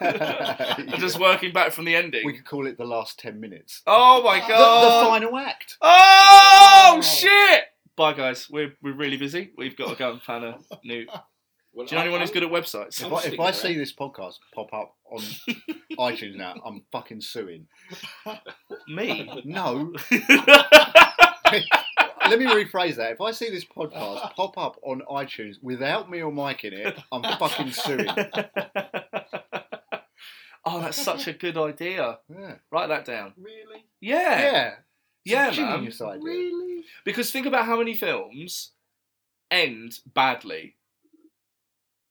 B: and just working back from the ending.
A: we could call it the last ten minutes.
B: Oh my
A: The-
B: god.
A: the final act.
B: Oh
D: Oh.
B: shit! Bye guys. We're we're really busy. We've got to go and plan a new.
C: Well,
B: Do you know
C: I-
B: anyone who's
C: I'm-
B: good at websites?
A: If
C: I'm
A: I, if
C: sticking
A: I
C: around.
A: see this podcast pop up on iTunes now, I'm fucking suing.
B: Me.
A: No, let me rephrase that. If I see this podcast pop up on iTunes without me or Mike in it, I'm fucking suing.
B: oh, that's such a good idea.
A: Yeah,
B: Write that down.
C: Really?
B: Yeah.
A: yeah,
B: Yeah,
A: It's a
B: man.
A: genius idea.
C: Really?
B: Because think about how many films end badly.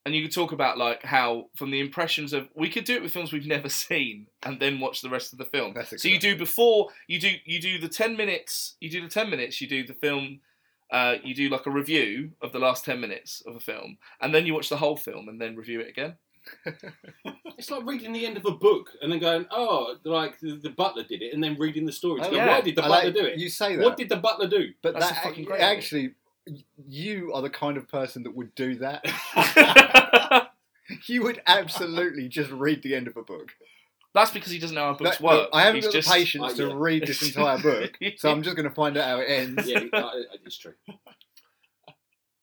B: And you could talk about like how from the impressions of we could do it with films we've never seen and then watch the rest of the film.
A: That's a
B: so
A: good
B: you do before you do you do the ten minutes you do the ten minutes, you do the film uh, you do like a review of the last ten minutes of a film, and then you watch the whole film and then review it again.
C: It's like reading the end of a book and then going, oh, like the, the butler did it, and then reading the story. To
A: I
C: go,
B: like-
C: Why did the
A: Oh, I
C: butler
A: like-
C: do it?
A: You say that,
C: What did the butler do?
A: but
B: That's
A: that
B: a fucking
A: ac-
B: great idea.
A: actually, you are the kind of person that would do that. you would absolutely just read the end of a book.
B: That's because he doesn't know how books
A: That-
B: work.
A: look, I haven't
B: He's
A: got the
B: just-
A: patience
C: Oh,
A: to
C: yeah.
A: read this entire book, so I'm just going to find out how it ends.
C: yeah, I- I- uh, it's true.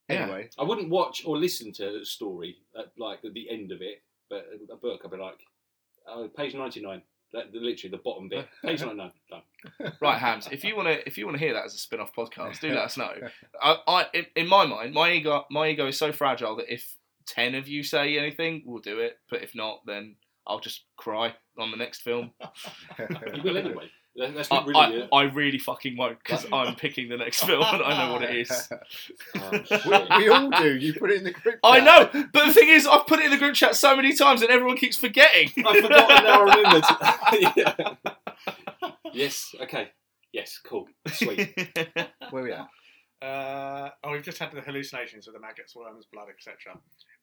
B: Yeah.
A: Anyway,
C: I wouldn't watch or listen to a story at like at the end of it, but a book, I'd be like, oh, page 99. That, literally the bottom bit. Page 99. Done.
B: Right, Hams. If you want to, if you want to hear that as a spin-off podcast, do let us know. I, I in, in my mind, my ego, my ego is so fragile that if ten of you say anything, we'll do it. But if not, then I'll just cry on the next film.
C: You will anyway. That- That's
B: I,
C: not really
B: I, I really fucking won't because I'm picking the next film and I know what it is.
C: um,
A: we all do. You put it in the group.
B: I
A: chat.
B: know, but the thing is, I've put it in the group chat so many times and everyone keeps forgetting.
C: I forgot and now I remembered. yes, okay. Yes, cool. Sweet.
A: Where we at?
D: Uh, oh, we've just had the hallucinations with the maggots, worms, blood, etc.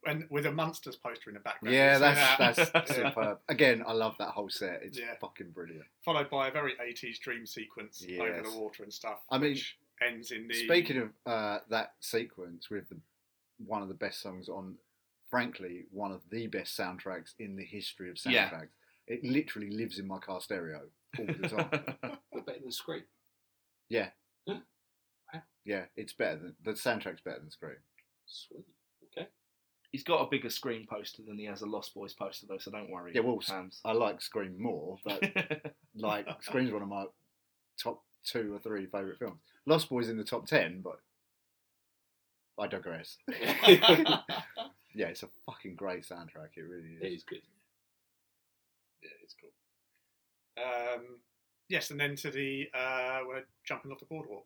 D: And with a monsters poster in the background.
A: Yeah,
D: So
A: that's
D: that-
A: that's
D: Yeah.
A: superb. Again, I love that whole set. It's
D: Yeah.
A: fucking brilliant.
D: followed by a very 80s dream sequence over
A: Yes.
D: the water and stuff.
A: I mean,
D: which ends in the
A: Speaking of uh, that sequence with the, one of the best songs on, frankly, one of the best soundtracks in the history of soundtracks.
B: Yeah.
A: It literally lives in my car stereo all the time.
C: We're better than Scream.
A: yeah, it's better than the soundtrack's better than Scream.
C: Sweet. Okay.
B: He's got a bigger screen poster than he has a Lost Boys poster though, so don't worry.
A: Yeah, well,
B: Hams.
A: I like Scream more, but like Scream's one of my top two or three favorite films. Lost Boys in the top ten, but I digress.
C: it
A: Yeah, it's a fucking great soundtrack. It really is.
C: is good.
D: Yeah, it's cool. Um, yes, and then to the uh, we're jumping off the boardwalk.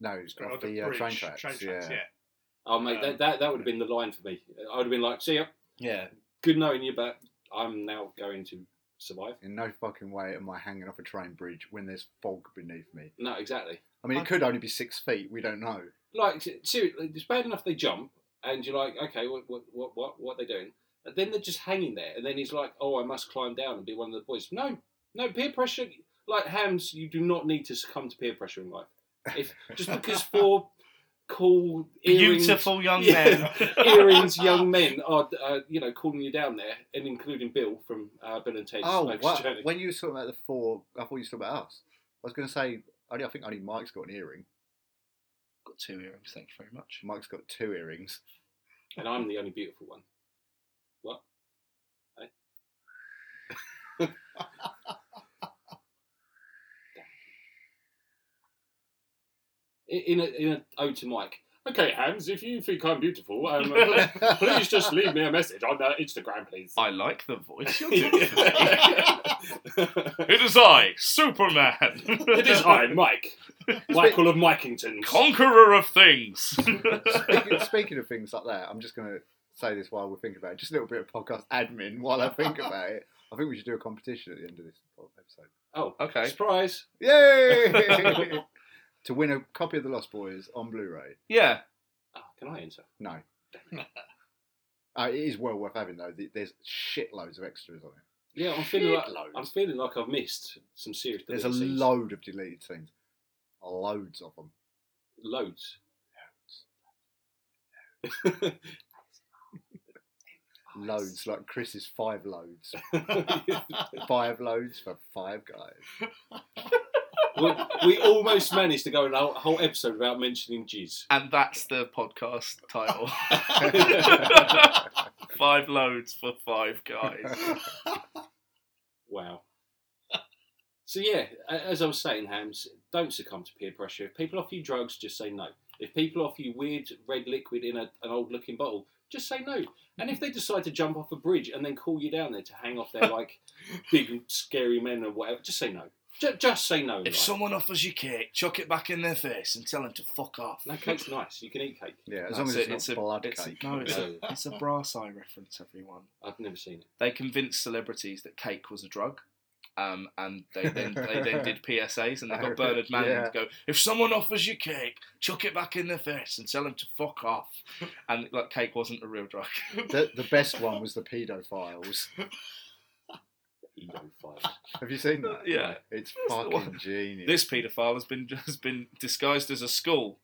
A: No, it's
D: Or
A: got the, uh,
D: Oh, bridge,
A: train tracks.
D: train tracks,
A: yeah.
D: yeah.
C: Oh, mate,
D: Um,
C: that, that, that would have been the line for me. I would have been like, see ya.
A: yeah.
C: Good knowing you, but I'm now going to survive.
A: In no fucking way am I hanging off a train bridge when there's fog beneath me.
C: No, exactly.
A: I mean, it
D: I-
A: could only be six feet. We don't know.
C: like se- seriously, it's bad enough they jump, and you're like, okay, what, what, what, what, what are they doing? And then they're just hanging there, and then he's like, oh, I must climb down and be one of the boys. No, no, peer pressure. Like Hams, you do not need to succumb to peer pressure in life. If just because four cool earrings,
B: Beautiful young
C: Yeah.
B: men.
C: earrings, young men are, uh, you know, calling you down there, and including Bill from uh, Bill and Ted's
A: Oh,
C: Bogus
A: wow.
C: Journey.
A: when you were talking about the four, I thought you were talking about us. I was going to say, only I think only Mike's got an earring.
B: got two earrings. Thank you very much.
A: Mike's got two earrings.
C: and I'm the only beautiful one. What? Eh? in in a, in a ode to Mike. Okay, Hams, if you think I'm beautiful, um, uh, please just leave me a message on uh, Instagram, please.
B: I like the voice you're doing.
C: it
B: it is I, Superman. it
C: is I, Mike. Michael of Mikington.
B: conqueror of things.
A: speaking, speaking of things like that, I'm just going to say this while we're thinking about it. Just a little bit of podcast admin while I think about it. I think we should do a competition at the end of this episode.
C: oh,
B: okay.
C: surprise!
A: Yay! to win a copy
C: Ah,
A: of The Lost Boys on Blu-ray.
B: Yeah.
C: Oh, can I enter?
A: No. Uh, it is well worth having though. Th- There's shitloads of extras on it.
C: Yeah, I'm feeling like
A: Shitloads.
C: I'm feeling like I've missed some serious.
A: There's a
C: deleted scenes.
A: load of deleted scenes. Loads of them.
C: loads.
A: Loads like Chris's five loads.
C: we,
A: five loads for five guys.
C: we almost managed to go a whole, whole episode without mentioning jizz.
B: And that's the podcast title.
D: Uh,
B: five loads for five guys.
C: Wow. So yeah, a- as I was saying, Hams, don't succumb to peer pressure. If people offer you drugs, just say no. If people offer you weird red liquid in a, an old looking bottle, just say no. And if they decide to jump off a bridge and then call you down there to hang off their like big scary men or whatever, just say no. Ju- just say no.
B: If
C: like.
B: someone offers you cake, chuck it back in their face and tell them to fuck off.
C: no cake's nice, you can eat cake.
A: Yeah, as
B: That's
A: long as
B: it,
A: it's not
B: a,
A: blood
B: it's a-
A: cake.
B: no, it's
C: No.
B: a, it's a brass eye reference, everyone.
C: I've never seen it.
B: They convinced celebrities that cake was a drug. Um, and they then they then did PSAs and they got Bernard Manning
A: Yeah.
B: to go, if someone offers you cake, chuck it back in their face and tell them to fuck off. And like cake wasn't a real drug.
A: The, the best one was the pedophiles.
C: Ego fire.
A: Have you seen that?
B: Yeah.
A: It's
B: the
A: fucking
B: one.
A: genius.
B: This paedophile has been has been disguised as a school.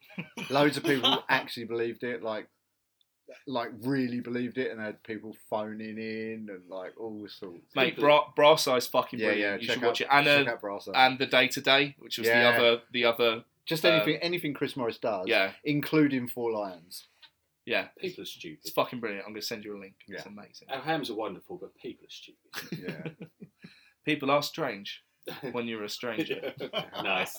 A: Loads of people actually believed it, like, like really believed it, and had people phoning in and like all sorts.
B: Mate, bra, brass eyes fucking
A: yeah, yeah.
B: brilliant. you
A: check
B: should watch it.
A: out-
B: And,
A: check
B: uh,
A: out Brass Eye.
B: and the day to day, which was
A: Yeah.
B: the other the other
A: just
B: uh,
A: anything, anything Chris Morris does,
B: yeah
A: including Four Lions.
B: yeah.
C: People are
B: It's
C: stupid.
B: fucking brilliant. I'm gonna send you a link. It's
A: Yeah.
B: amazing.
C: Our hams are wonderful, but people are stupid.
A: Yeah.
B: People are strange when you're a stranger.
C: nice.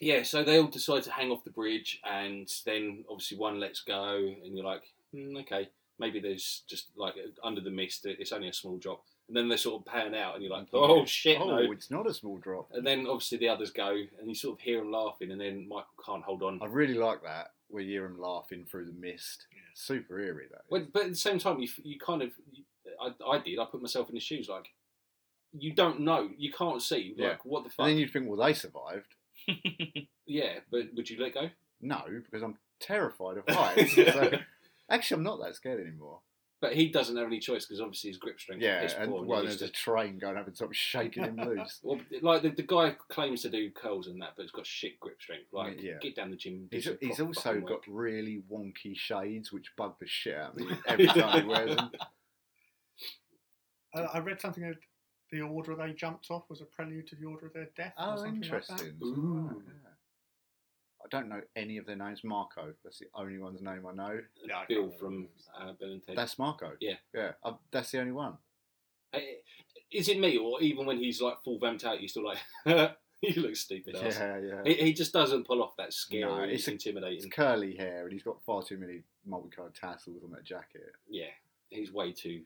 C: Yeah, so they all decide to hang off the bridge, and then obviously one lets go, and you're like, mm, okay, maybe there's just like under the mist, it's only a small drop. And then they sort of pan out, and you're like, oh shit,
A: oh,
C: no.
A: it's not a small drop.
C: And then obviously the others go, and you sort of hear them laughing, and then Michael can't hold on.
A: I really like that. We hear him laughing through the mist. Super eerie though.
C: Well, but at the same time, you you kind of, I, I did, I put myself in his shoes, like, you don't know, you can't see, like,
A: Yeah.
C: what the fuck?
A: and then you'd think, well, they survived.
C: yeah, but would you let go?
A: No, because I'm terrified of heights. so, actually, I'm not that scared anymore.
C: But he doesn't have any choice because obviously his grip strength
A: Yeah,
C: is poor.
A: and
C: and
A: well,
C: he's
A: there's a
C: just-
A: train going up and sort of shaking him loose.
C: well, like the, the guy claims to do curls and that, but he's got shit grip strength. Like,
A: Yeah.
C: get down the gym. do
A: He's,
C: some
A: he's
C: proper
A: also
C: fucking
A: got
C: work.
A: really wonky shades, which bug the shit out of me every time he wears them.
D: Uh, I read something that the order they jumped off was a prelude to the order of their death. or
A: Oh,
D: something like that.
A: interesting.
C: Ooh.
A: Yeah. I don't know any of their names. Marco, that's the only one's name I know.
D: Yeah, I can't
C: Bill
D: remember.
C: from uh, Bill and Ted.
A: That's Marco.
C: Yeah.
A: yeah. I, that's the only one.
C: Uh, is it me or even when he's like full vamped out, he's still like he looks stupid.
A: Yeah,
C: ass.
A: yeah.
C: He, he just doesn't pull off that scary,
A: No, it's a- It's
C: intimidating.
A: curly hair, and he's got far too many multicolored tassels on that jacket.
C: yeah, he's way too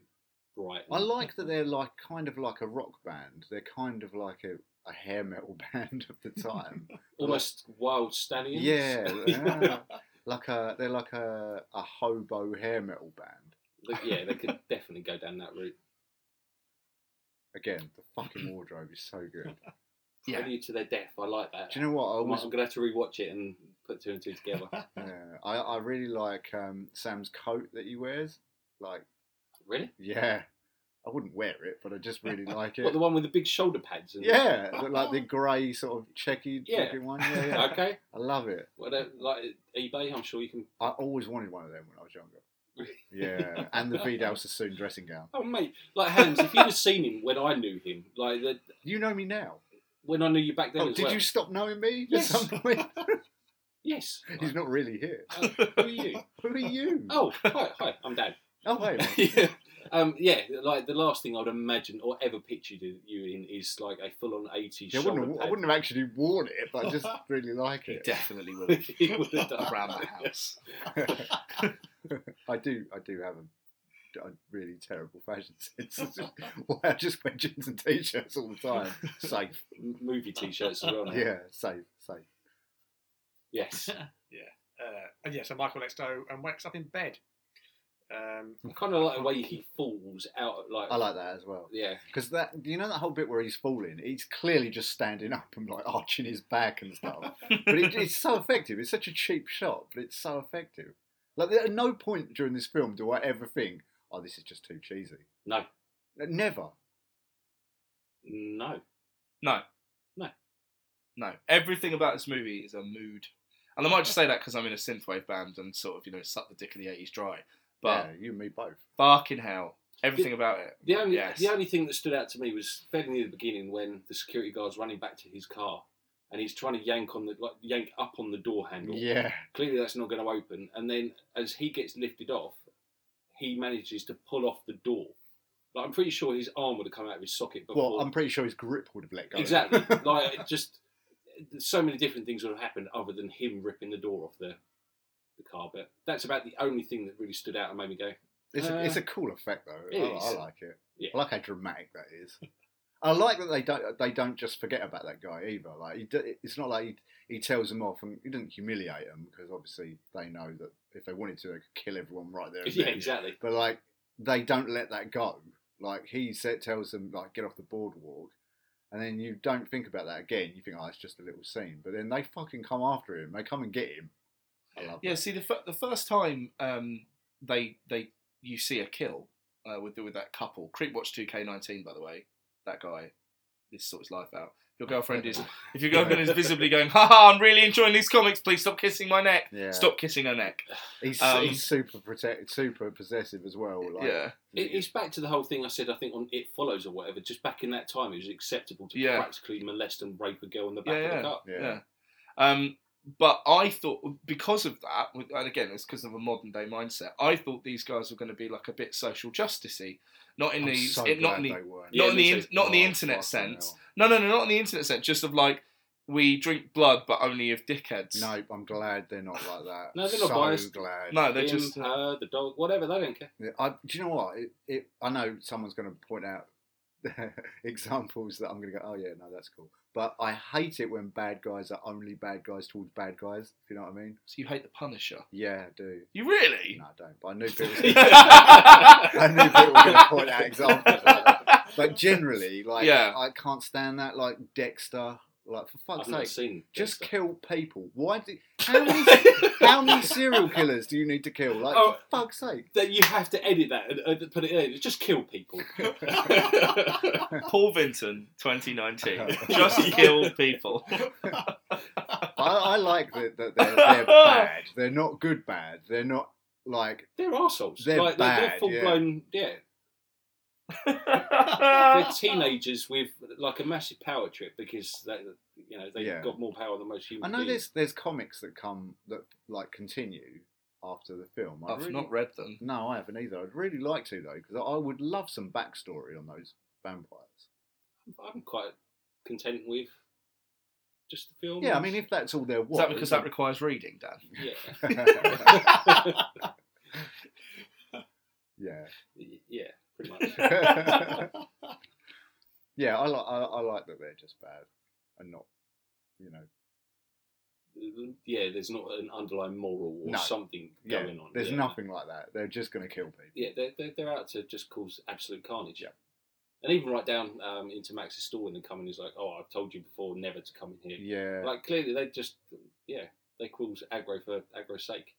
C: bright.
A: I
C: and-
A: like that they're like kind of like a rock band. They're kind of like a, a hair metal band of the time.
C: almost wild stallions.
A: yeah, yeah. like a they're like a a hobo hair metal band.
C: But yeah, they could definitely go down that route.
A: Again, the fucking wardrobe is so good.
B: Yeah.
C: Prelude to their death. I like that.
A: Do you know what? I
C: I'm,
A: always,
C: I'm gonna have to rewatch it and put two and two together.
A: yeah, I I really like um, Sam's coat that he wears. Like,
C: really?
A: yeah, I wouldn't wear it, but I just really like it.
C: What the one with the big shoulder pads? And
A: Yeah, but like the grey sort of checky
C: Yeah.
A: looking one. Yeah, yeah.
C: Okay.
A: I love it.
C: Well, they're like uh, eBay, I'm sure you can.
A: I always wanted one of them when I was younger. Yeah, and the Vidal Sassoon dressing gown.
C: Oh mate, like Hams, if you'd have seen him when I knew him, like the,
A: You know me now.
C: when I knew you back then
A: Oh,
C: as
A: did
C: well.
A: you stop knowing me
C: Yes.
A: at some point?
C: Yes.
A: He's not really here.
C: Uh, who are you?
A: Who are you?
C: Oh, hi, hi, I'm Dan.
A: oh wait.
C: yeah. Um, yeah, like the last thing I'd imagine or ever pictured you in is like a full-on 80s
A: Yeah, I
C: shoulder
A: wouldn't, have, I
C: pad.
A: wouldn't have actually worn it, but I just really like
B: He
A: it.
B: definitely would have
C: He would have done.
B: around the house.
A: I do, I do have a, a really terrible fashion sense. It's just- Why I just wear jeans and t-shirts all the time. Safe,
C: M- movie t-shirts as well. Now.
A: yeah, safe, safe.
C: Yes.
D: Uh, and yeah, so Michael lets go and wakes up in bed. Um,
C: I kind of like the way he falls out, of, like
A: I like that as well.
C: yeah.
A: Because that, do you know that whole bit where he's falling? He's clearly just standing up and like arching his back and stuff. but it, it's so effective. It's such a cheap shot, but it's so effective. Like, there- at no point during this film do I ever think, "Oh, this is just too cheesy."
C: No,
A: Never.
C: no.
B: No.
C: No.
B: No. Everything about this movie is a mood. And I might just say that because I'm in a synthwave band and sort of, you know, suck the dick of the 80s dry. But
A: yeah, you and me both.
B: barking hell. Everything about it.
C: The only
B: Yes.
C: the only thing that stood out to me was fairly near the beginning when the security guard's running back to his car and he's trying to yank on the like yank up on the door handle.
A: Yeah.
C: Clearly that's not going to open. And then as he gets lifted off, he manages to pull off the door. Like I'm pretty sure his arm would have come out of his socket before.
A: Well, I'm pretty sure his grip would have let go.
C: exactly. like it just so many different things would have happened other than him ripping the door off the the car. But that's about the only thing that really stood out and made me go,
A: It's, a,
C: Uh,
A: it's a cool effect though.
C: it
A: I, I
C: is.
A: like it.
C: Yeah.
A: I like how dramatic that is. I like that they don't they don't just forget about that guy either. Like he, d- it's not like he, he tells them off and he doesn't humiliate them because obviously they know that if they wanted to they could kill everyone right there. And
C: yeah,
A: then.
C: exactly.
A: But like they don't let that go. Like he said, tells them like get off the boardwalk, and then you don't think about that again. You think oh it's just a little scene, but then they fucking come after him. They come and get him. I love
B: Yeah,
A: that.
B: see, the, f- the first time um, they they you see a kill uh, with with that couple, Creepwatch 2K19, by the way, that guy, this sorts life out. If Your girlfriend is if your girlfriend is visibly going, "Ha ha, I'm really enjoying these comics. Please stop kissing my neck.
A: Yeah.
B: Stop kissing her neck."
A: He's,
B: Um,
A: he's super protect, super possessive as well. Like,
B: yeah,
C: It, it's back to the whole thing I said. I think on It Follows or whatever. Just back in that time, it was acceptable to
B: Yeah.
C: practically molest and rape a girl in the back
B: Yeah,
C: of the car.
A: yeah.
B: yeah. Um, but I thought because of that, and again, it's because of a modern day mindset. I thought these guys were going to be like a bit social justicey, not in
A: I'm
B: the
A: so
B: it-
A: glad
B: not in the
A: they weren't.
B: not
C: Yeah,
B: in
C: me
B: the in,
C: too.
B: not in the
A: Oh,
B: internet
A: fucking
B: sense. No, no, no, not in the internet sense. Just of like we drink blood, but only of dickheads.
A: hell. No, I'm glad they're not like that.
C: No, they're not
A: so
C: biased.
A: glad.
B: no, they're
C: Him,
B: just
A: uh,
C: her, the dog, whatever. They don't care.
A: I, do you know what? It, it, I know someone's going to point out examples that I'm going to go, oh yeah, no, that's cool. But I hate it when bad guys are only bad guys towards bad guys. If you know what I mean?
B: so you hate the Punisher.
A: Yeah, I do.
B: You really?
A: No, I don't. But I knew people. I knew people were going to
B: yeah,
A: point out examples. Like that. But generally, like,
B: Yeah.
A: I can't stand that. Like Dexter. Like for
C: I've
A: fuck's
C: never
A: sake.
C: seen.
A: Just
C: Dexter.
A: kill people. Why do how many, how many serial killers do you need to kill? Like
C: Oh.
A: for fuck's sake.
C: That you have to edit that and uh, put it in. Just kill people.
B: Paul Vinton, 2019. just kill people.
A: I, I like that, that they're, they're bad. They're not good bad. They're not like
C: They're arseholes.
A: They're
C: like, They're,
A: bad,
C: full
A: yeah.
C: blown. Yeah. They're teenagers with like a massive power trip because they, you know, they've
A: Yeah.
C: got more power than most
A: I
C: humans.
A: know there's there's comics that come that like continue after the film. I
B: I've
A: really-
B: not read them.
A: No, I haven't either. I'd really like to though because I would love some backstory on those vampires.
C: I'm quite content with just the film.
A: Yeah, I mean if that's all there was.
B: Is that because that requires reading, Dan?
C: yeah,
A: yeah.
C: yeah, pretty much.
A: yeah, I like I, I like that they're just bad and not, you know,
C: Yeah, there's not an underlying moral or
A: No.
C: something
A: yeah.
C: going on.
A: There's
C: yeah.
A: nothing like that. They're just going to kill people.
C: Yeah, they're, they're, they're out to just cause absolute carnage.
A: Yeah.
C: And even right down um, into Max's store when they come in, he's like, "Oh, I've told you before, never to come in here."
A: Yeah,
C: Like clearly, they just yeah, they cause aggro for aggro's sake.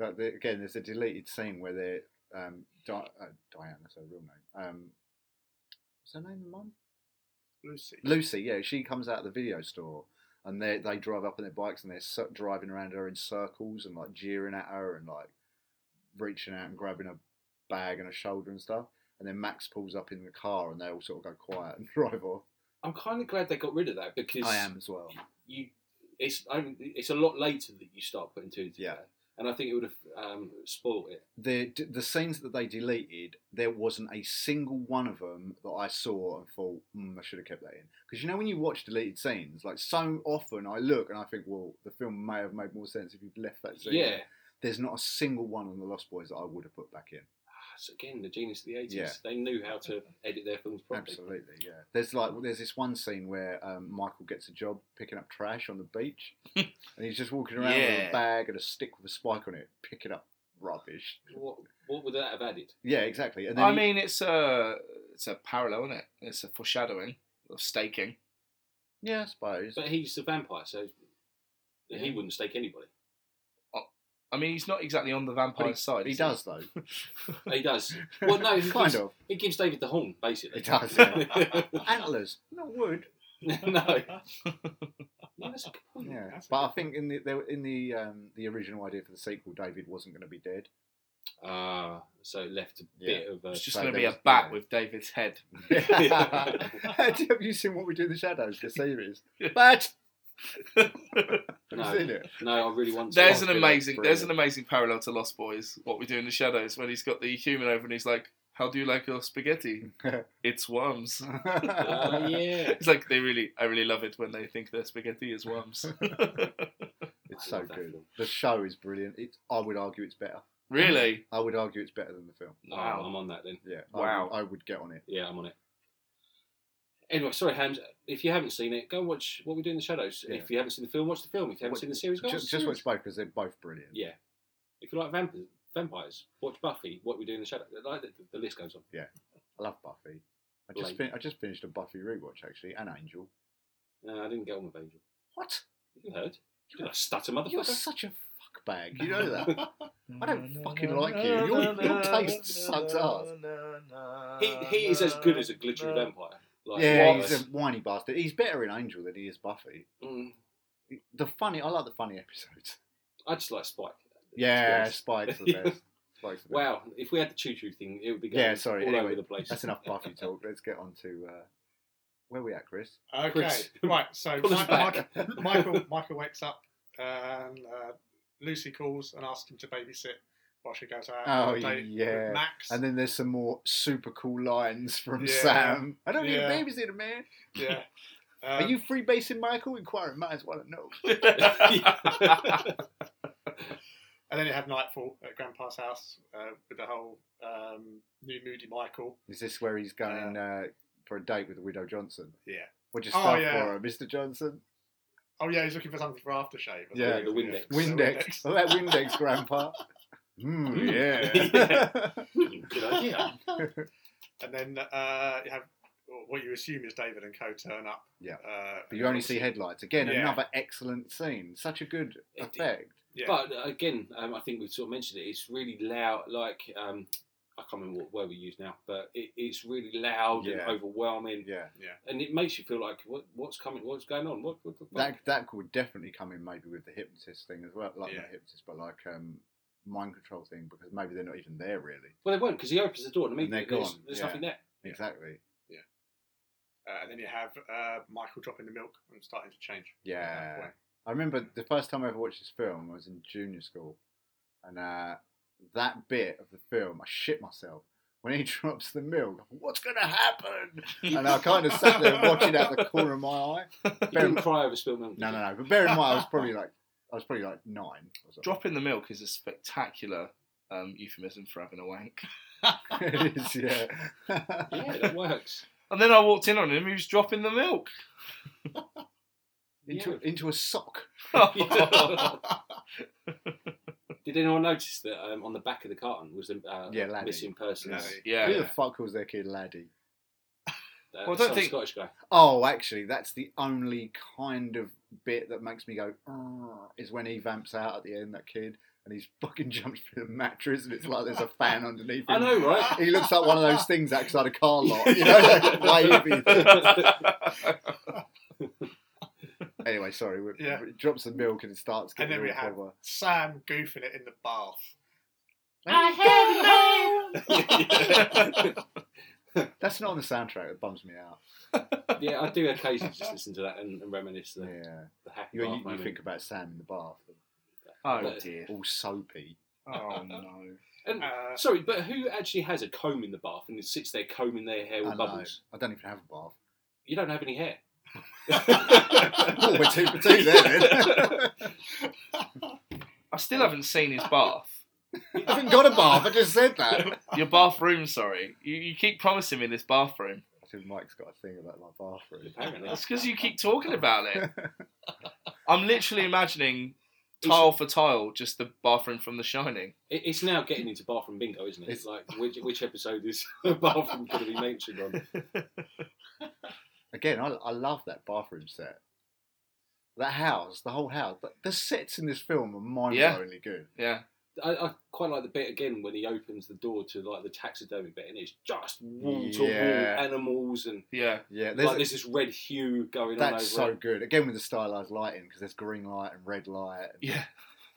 A: but the, again, there's a deleted scene where they're um, Di- uh, Diane. That's her real name. Um, what's her name? The mum.
D: Lucy.
A: Lucy, yeah, she comes out of the video store and they they drive up on their bikes and they're cir- driving around her in circles and like jeering at her and like reaching out and grabbing her bag and her shoulder and stuff. And then Max pulls up in the car and they all sort of go quiet and drive off.
C: I'm kind of glad they got rid of that because
A: I am as well.
C: you it's only- it's a lot later that you start putting two and two
A: Yeah.
C: together. and I think it would have um, spoiled it.
A: The the scenes that they deleted, there wasn't a single one of them that I saw and thought, mm, I should have kept that in. Because you know when you watch deleted scenes, like so often I look and I think, well, the film may have made more sense if you'd left that scene.
C: yeah,
A: there's not a single one on the Lost Boys that I would have put back in.
C: So again, the genius of the 80s.
A: Yeah.
C: They knew how to edit their films properly.
A: Absolutely, yeah. There's like there's this one scene where um, Michael gets a job picking up trash on the beach, and he's just walking around with
B: Yeah.
A: a bag and a stick with a spike on it, picking up rubbish.
C: What, what would that have added?
A: Yeah, exactly. And then
B: I
A: he-
B: mean, it's a it's a parallel, isn't it? It's a foreshadowing of staking.
A: yeah, I suppose.
C: But he's a vampire, so he
A: Yeah.
C: wouldn't stake anybody.
B: I mean, he's not exactly on the vampire
A: But
B: side.
A: He
B: is
A: does though.
C: Oh, He does. Well, no, he
A: Kind
C: gives,
A: of.
C: He gives David the horn, basically.
A: He does, Antlers, not wood.
C: no. No, Mm, that's a good point.
A: Yeah,
D: That's
A: but I
D: it.
A: think in the there, in the um, the original idea for the sequel, David wasn't going to be dead.
C: Ah, so it left a bit of a.
B: It's just
A: So
B: going to
A: there
B: be a
A: was-
B: bat
A: yeah.
B: with David's head.
A: Have you seen what we do in the shadows? The series, but have
C: No.
A: you seen it?
C: No, I really want to.
B: There's
A: Oh,
B: an
A: brilliant,
B: amazing there's an
A: brilliant.
B: amazing parallel to Lost Boys, What We Do in the Shadows, when he's got the human over and he's like, How do you like your spaghetti? it's worms.
C: Oh, yeah.
B: It's like they really I really love it when they think their spaghetti is worms.
A: it's
C: I
A: so
C: love that
A: good.
C: film.
A: The show is brilliant. It's, I would argue it's better.
B: really?
A: I would argue it's better than the film.
C: No,
B: Wow.
C: I'm on that then.
A: Yeah.
B: Wow.
A: I would, I would get on it.
C: Yeah, I'm on it. Anyway, sorry, Hams. If you haven't seen it, go and watch What We Do in the Shadows.
A: Yeah.
C: If you haven't seen the film, watch the film. If you haven't
A: What-
C: seen the series, go watch
A: Just,
C: the
A: just
C: series.
A: watch both because they're both brilliant.
C: Yeah. If you like vampires, vampires, watch Buffy. What We Do in the Shadows. Like the, the list goes on.
A: I love Buffy. I just
C: Like-
A: fin- I just finished a Buffy rewatch actually, and Angel.
C: No, I didn't get on with Angel.
A: What?
C: You heard? You're a stutter motherfucker.
A: You're such a fuckbag. You know that. I don't fucking like you.
B: No,
A: Your-
B: no,
A: your
B: no,
A: taste
B: no,
A: sucks
B: no,
A: ass.
B: no, no,
C: He, he is as good as a glittery
B: no.
C: vampire. Like,
A: yeah,
C: what?
A: he's a whiny bastard. He's better in Angel than he is Buffy.
C: Mm,
A: The funny, I like the funny episodes.
C: I just like Spike.
A: Yeah,
C: Yes.
A: Spike's the best. Spike's the best.
C: Wow, if we had the choo choo thing, it would be going
A: Yeah, sorry,
C: all
A: anyway,
C: over the place.
A: That's enough Buffy talk. Let's get on to uh, where we at, Chris.
D: Okay,
C: Chris.
D: right. So
C: Pull us
D: Mi-
C: back.
D: Mi- Michael Michael wakes up and uh, Lucy calls and asks him to babysit while she goes out.
A: Oh,
D: on a date
A: yeah.
D: with Max.
A: And then there's some more super cool lines from
D: Yeah.
A: Sam. I don't
D: Yeah.
A: need a babysitter, man.
D: yeah.
A: Are
D: Um,
A: you freebasing Michael? Inquiring minds want to know.
D: And then you have nightfall at Grandpa's house uh, with the whole um, new moody Michael.
A: Is this where he's going uh, for a date with the widow Johnson?
D: Yeah.
A: What you
D: Oh,
A: stuff
D: yeah.
A: for her, Mr. Johnson?
D: Oh yeah, he's looking for something for aftershave. I
A: Yeah,
D: think.
C: the Windex.
D: the
A: Windex. Oh, that Windex, Grandpa. Mm, yeah.
C: Mm. Good idea.
D: And then uh, you have what you assume is David and Co turn up.
A: Yeah.
D: Uh,
A: But you only see headlights. Again,
D: Yeah.
A: another excellent scene. Such a good
C: It-
A: effect.
D: Yeah.
C: But uh, again, um, I think we've sort of mentioned it. It's really loud. Like um, I can't remember what word we use now, but it, it's really loud and
A: Yeah.
C: overwhelming,
A: Yeah.
C: and it makes you feel like what, what's coming, what's going on, what, what the fuck?
A: That that would definitely come in maybe with the hypnotist thing as well. Like
D: Yeah.
A: not hypnotist, but like um, mind control thing because maybe they're not even there really.
C: well, they weren't because he opens the door and
A: And they're
C: immediately there's,
A: gone,
C: there's
A: yeah.
C: nothing there.
D: Yeah.
A: Exactly.
D: Uh, and then you have uh, Michael dropping the milk and starting to change.
A: Yeah. I remember the first time I ever watched this film I was in junior school, and uh, that bit of the film I shit myself when he drops the milk. What's gonna happen? And I kind of sat there watching out the corner of my eye.
C: You
A: Bear in
C: didn't cry over spilled milk. did
A: No,
C: you?
A: no, no. But bear in mind, I was probably like, I was probably like nine. Or something.
B: Dropping the milk is a spectacular um, euphemism for having a wank.
A: it is, yeah.
C: Yeah, that works.
B: And then I walked in on him, he was dropping the milk.
A: into into a sock.
C: Did anyone notice that um, on the back of the carton was a uh,
A: Yeah, laddie.
C: missing person?
D: Laddie.
A: Who
B: yeah.
A: the fuck calls their kid laddie?
C: Uh,
B: Well, I don't
C: some
B: think-
C: Scottish guy.
A: Oh, actually, that's the only kind of bit that makes me go "Arr," is when he vamps out at the end. That kid and he's fucking jumps through the mattress, and it's like there's a fan underneath him.
C: I know, right?
A: He looks like one of those things outside a car lot, you know, that wavy. thing. Anyway, sorry. we
D: Yeah.
A: It drops the milk and it starts
D: And
A: getting
D: then we
A: all
D: have-
A: clever.
D: Sam goofing it in the bath.
A: That's not on the soundtrack. It bums me out.
C: yeah, I do occasionally just listen to that and, and reminisce the,
A: Yeah,
C: the happy
A: you,
C: bath
A: you, you
C: moment.
A: think about Sam in the bath,
B: Oh dear.
A: all soapy.
B: Oh no.
C: And,
D: Uh,
C: sorry, but who actually has a comb in the bath and sits there combing their hair
A: I
C: with
A: know.
C: bubbles?
A: I don't even have a bath.
C: You don't have any hair.
A: Oh, we're two for two there. Then.
B: I still haven't seen his bath.
A: I haven't got a bath. I just said that.
B: Your bathroom, sorry. You, you keep promising me this bathroom.
A: I think Mike's got a thing about my bathroom.
C: Apparently.
B: That's because you keep talking about it. I'm literally imagining tile for tile, just the bathroom from The Shining.
C: It, it's now getting into bathroom bingo, isn't it?
A: It's-
C: It's like which, which episode is bathroom going to be mentioned on?
A: Again, I, I love that bathroom set. the house, the whole house, the, the sets in this film are mind-blowingly good.
B: Yeah.
C: I, I quite like the bit again when he opens the door to like the taxidermy bit, and it's just wall to wall
A: Yeah.
C: animals and
B: Yeah.
A: Yeah, there's,
C: like there's this red hue going on over.
A: that's so
C: it.
A: good. Again with the stylized lighting because there's green light and red light. and-
B: Yeah.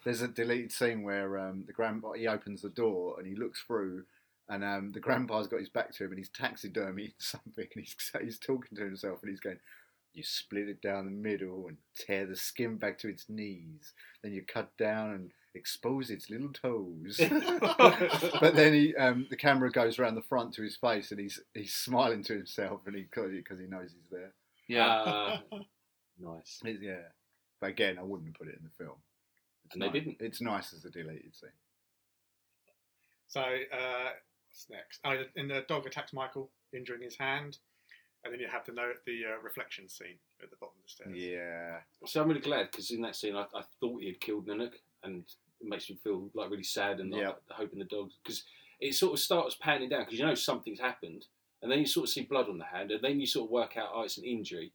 A: There's a deleted scene where um, the grandpa he opens the door and he looks through, and um, the grandpa's got his back to him and he's taxidermy something, and he's he's talking to himself and he's going, "You split it down the middle and tear the skin back to its knees, then you cut down and expose its little toes." but then he, um, the camera goes round the front to his face and he's he's smiling to himself and he because he knows he's there.
B: Yeah.
C: Uh, nice.
A: It's- yeah, but again, I wouldn't put it in the film. It's
C: And they
A: ni-
C: didn't.
A: It's nice as a deleted scene.
D: So uh, what's next? Oh, and the dog attacks Michael, injuring his hand, and then you have to know the uh, reflection scene at the bottom of the stairs.
A: Yeah.
C: So I'm really glad because in that scene I, I thought he had killed Nanook, and it makes me feel like really sad and like,
A: Yeah.
C: hoping the dogs because it sort of starts panning down because you know something's happened, and then you sort of see blood on the hand, and then you sort of work out oh it's an injury,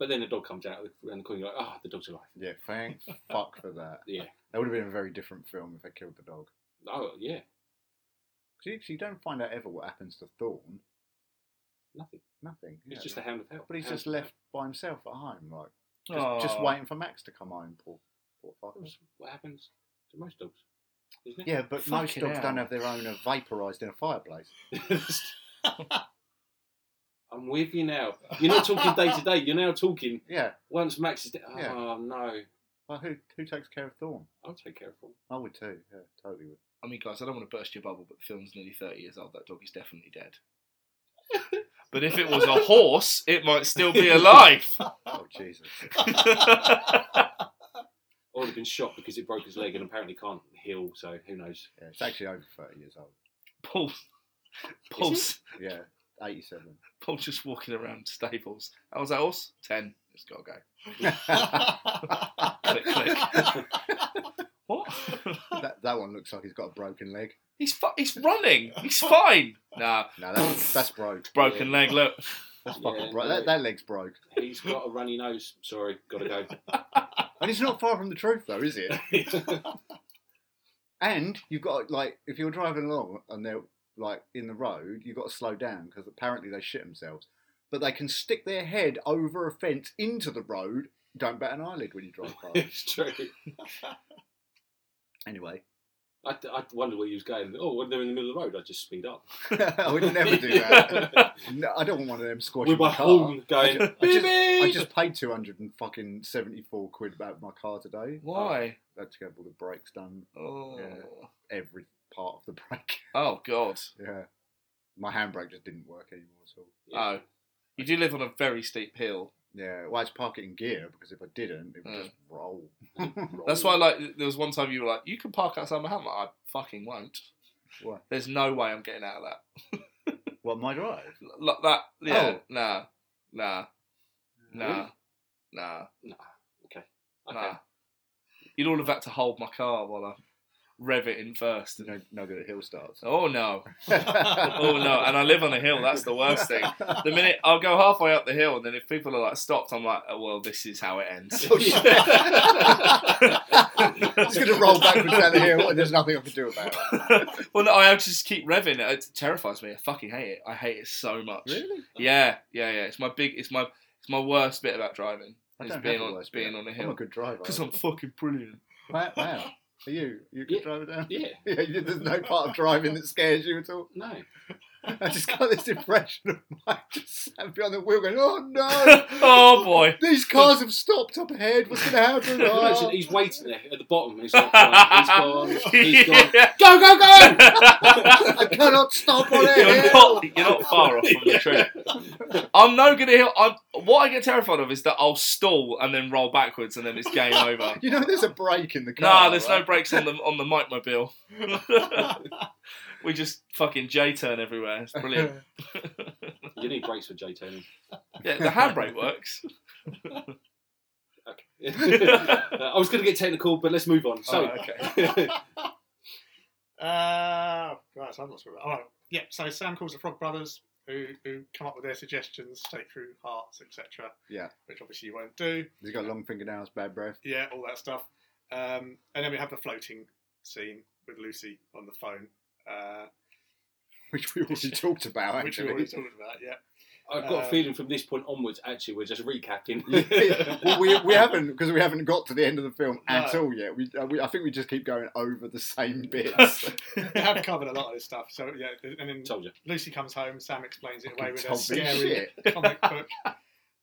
C: but then the dog comes out around the corner, you're like ah the dog's alive.
A: Yeah, thank fuck for that.
C: Yeah.
A: That would have been a very different film if they killed the dog.
C: Oh yeah,
A: 'Cause You, 'cause you don't find out ever what happens to Thorn.
C: nothing.
A: Nothing.
C: It's
A: Yeah,
C: just
A: no.
C: a hound of hell.
A: But he's
C: Hound
A: just
C: of
A: left by himself at home, like just,
B: Aw.
A: Uh, just waiting for Max to come home. Poor, poor
C: hell.
A: fucker.
C: That's What happens to most dogs? Isn't it?
A: Yeah, but most
B: Fucking
A: dogs
B: hell.
A: don't have their own uh, vaporized in a fireplace.
C: I'm with you now. You're not talking day to day. You're now talking
A: Yeah.
C: once Max is. De- oh
A: Yeah.
C: no,
A: Well, who who takes care of Thorn?
C: I'll take care of him.
A: I would too. Yeah, totally would.
B: I mean, guys, I don't want to burst your bubble, but the film's nearly 30 years old. That dog is definitely dead. but if it was a horse, it might still be alive.
A: Oh Jesus.
C: I would have been shot because it broke his leg and apparently can't heal, so who knows?
A: Yeah, it's actually over thirty years old.
B: Paul's, Paul's,
A: Yeah, eighty-seven.
B: Paul just walking around stables. How was that horse? 10. It's got to go. Click, click. what?
A: that that one looks like he's got a broken leg.
B: he's, fu- he's running. He's fine. Nah,
A: No, that's that's broke.
B: broken leg. Look,
A: That's
C: Yeah,
A: fucking broke. That,
C: no.
A: that leg's broke.
C: He's got a runny nose. Sorry, gotta go.
A: And it's not far from the truth, though, is it? And you've got like, if you're driving along and they're like in the road, you've got to slow down because apparently they shit themselves. But they can stick their head over a fence into the road. Don't bat an eyelid when you drive past.
C: it's true.
A: anyway,
C: I, I wondered where he was going. Oh, when they're in the middle of the road, I'd just speed up.
A: I would never do that. No, I don't want one of them squashing
C: With my
A: my car.
C: horn going,
A: I ju- I
C: beep,
A: just- I
C: beep.
A: just paid two hundred and fucking seventy-four quid about my car today.
B: why?
A: I had to get all the brakes done,
B: Oh,
A: Yeah. every part of the brake.
B: oh God.
A: yeah, my handbrake just didn't work anymore at all.
B: Oh, you do live on a very steep hill.
A: Yeah, well, I had to park it in gear because if I didn't, it would
B: Yeah.
A: just roll.
B: Oh, That's why, like, there was one time you were like, "You can park outside my house." I'm like, I fucking won't.
A: Why?
B: There's no way I'm getting out of that.
A: What my drive?
B: Like that. Yeah.
A: Oh.
B: Nah. Nah. Nah.
C: Really?
B: Nah.
C: Nah, okay. Okay.
B: Nah. You'd all have had to hold my car while I rev it in first. And,
A: No, no good at hill starts.
B: oh no.
A: oh
B: Oh no. And I live on a hill. That's the worst thing. The minute I'll go halfway up the hill, and then if people are like stopped, I'm like, oh, well, this is how it ends.
A: It's gonna roll backwards down the hill, and there's nothing I can do about it.
B: well, no, I have to just keep revving. it. It terrifies me. I fucking hate it. I hate it so much.
A: Really?
B: Yeah, yeah, yeah. It's my big. It's my. It's my worst bit about driving.
A: I
B: Is
A: don't
B: being
A: have
B: on
A: the worst
B: being
A: bit.
B: on a
A: I'm a
B: hill
A: good driver.
B: because I'm fucking brilliant.
A: Wow, wow. Are you? You a good
C: Yeah.
A: driver down?
C: Yeah,
A: Yeah, you- there's no part of driving that scares you at all.
C: no.
A: I just got this impression of Mike just sat behind the wheel going, oh no,
B: oh boy.
A: these cars have stopped up ahead, what's going to happen?
C: Imagine
A: Oh.
C: he's waiting there at the bottom. He's like, gone, he's gone, he's gone.
A: Go, go, go! I cannot stop on
B: You're
A: it.
B: not, you're not far off from the truth. I'm no good at hill. I'm, what I get terrified of is that I'll stall and then roll backwards and then it's game over.
A: You know, there's a break in the car.
B: Nah, there's no
A: right?
B: brakes on the on the mic mobile. we just fucking J turn everywhere. It's brilliant.
C: You need brakes for J Tony.
B: Yeah, the handbrake works.
C: Uh, I was going to get technical, but let's move on. So,
B: Oh, okay.
D: Oh, Uh, right, so I'm not sure. All right. Yep. So Sam calls the Frog Brothers who, who come up with their suggestions, take through hearts, etc.
A: Yeah.
D: Which obviously you won't do.
A: He's got long fingernails, bad breath.
D: Yeah, all that stuff. Um, and then we have the floating scene with Lucy on the phone, uh,
A: Which we already talked about,
D: which we
A: Oh, actually.
D: already talked about. Yeah.
C: I've got
D: Uh,
A: Um,
C: a feeling from this point onwards, actually, we're just recapping.
A: well, we, we haven't because we haven't got to the end of the film at
D: No.
A: all yet. We, uh, we I think we just keep going over the same bits.
D: we have covered a lot of this stuff. So yeah, and then
C: Told you.
D: Lucy comes home. Sam explains it away with a
A: Told me
D: scary
A: shit.
D: comic book.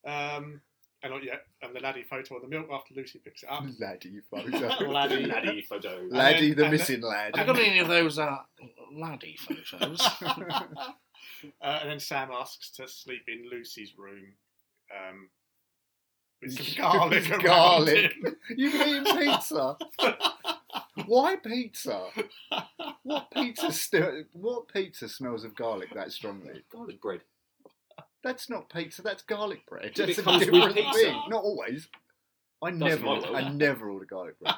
D: Um, and not yet. And the laddie photo on the milk after Lucy picks it up.
A: Laddie, photo.
D: Laddie.
C: Laddie photo.
A: laddie, the
D: and then-
A: missing lad.
D: I got
B: any of those uh, laddie photos.
D: uh, and then Sam asks to sleep in Lucy's room. Um, with some garlic.
A: With
D: around
A: garlic.
D: him.
A: You've eaten pizza. Why pizza? What pizza still? What pizza smells of garlic that strongly?
C: Garlic bread.
A: That's not pizza. That's garlic bread.
C: It
A: That's a
C: becomes
A: different
C: pizza.
A: thing. Not always. I never,
C: my world.
A: I never order garlic bread.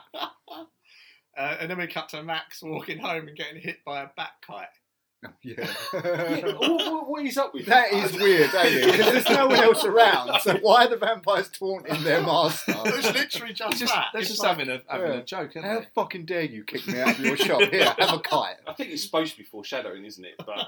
D: Uh, and then we cut to Max walking home and getting hit by a bat kite.
A: yeah.
C: Yeah, what, what- what is up with
A: That is weird, ain't it? Because there's no one else around, so why are the vampires taunting their master?
D: It's literally just,
B: just,
D: that.
B: they're
D: It's
B: just
D: like-
B: having a having
A: yeah.
B: a joke, aren't
A: How
B: they?
A: fucking dare you kick me out of your shop? Here, have a kite.
E: I think it's supposed to be foreshadowing, isn't it? But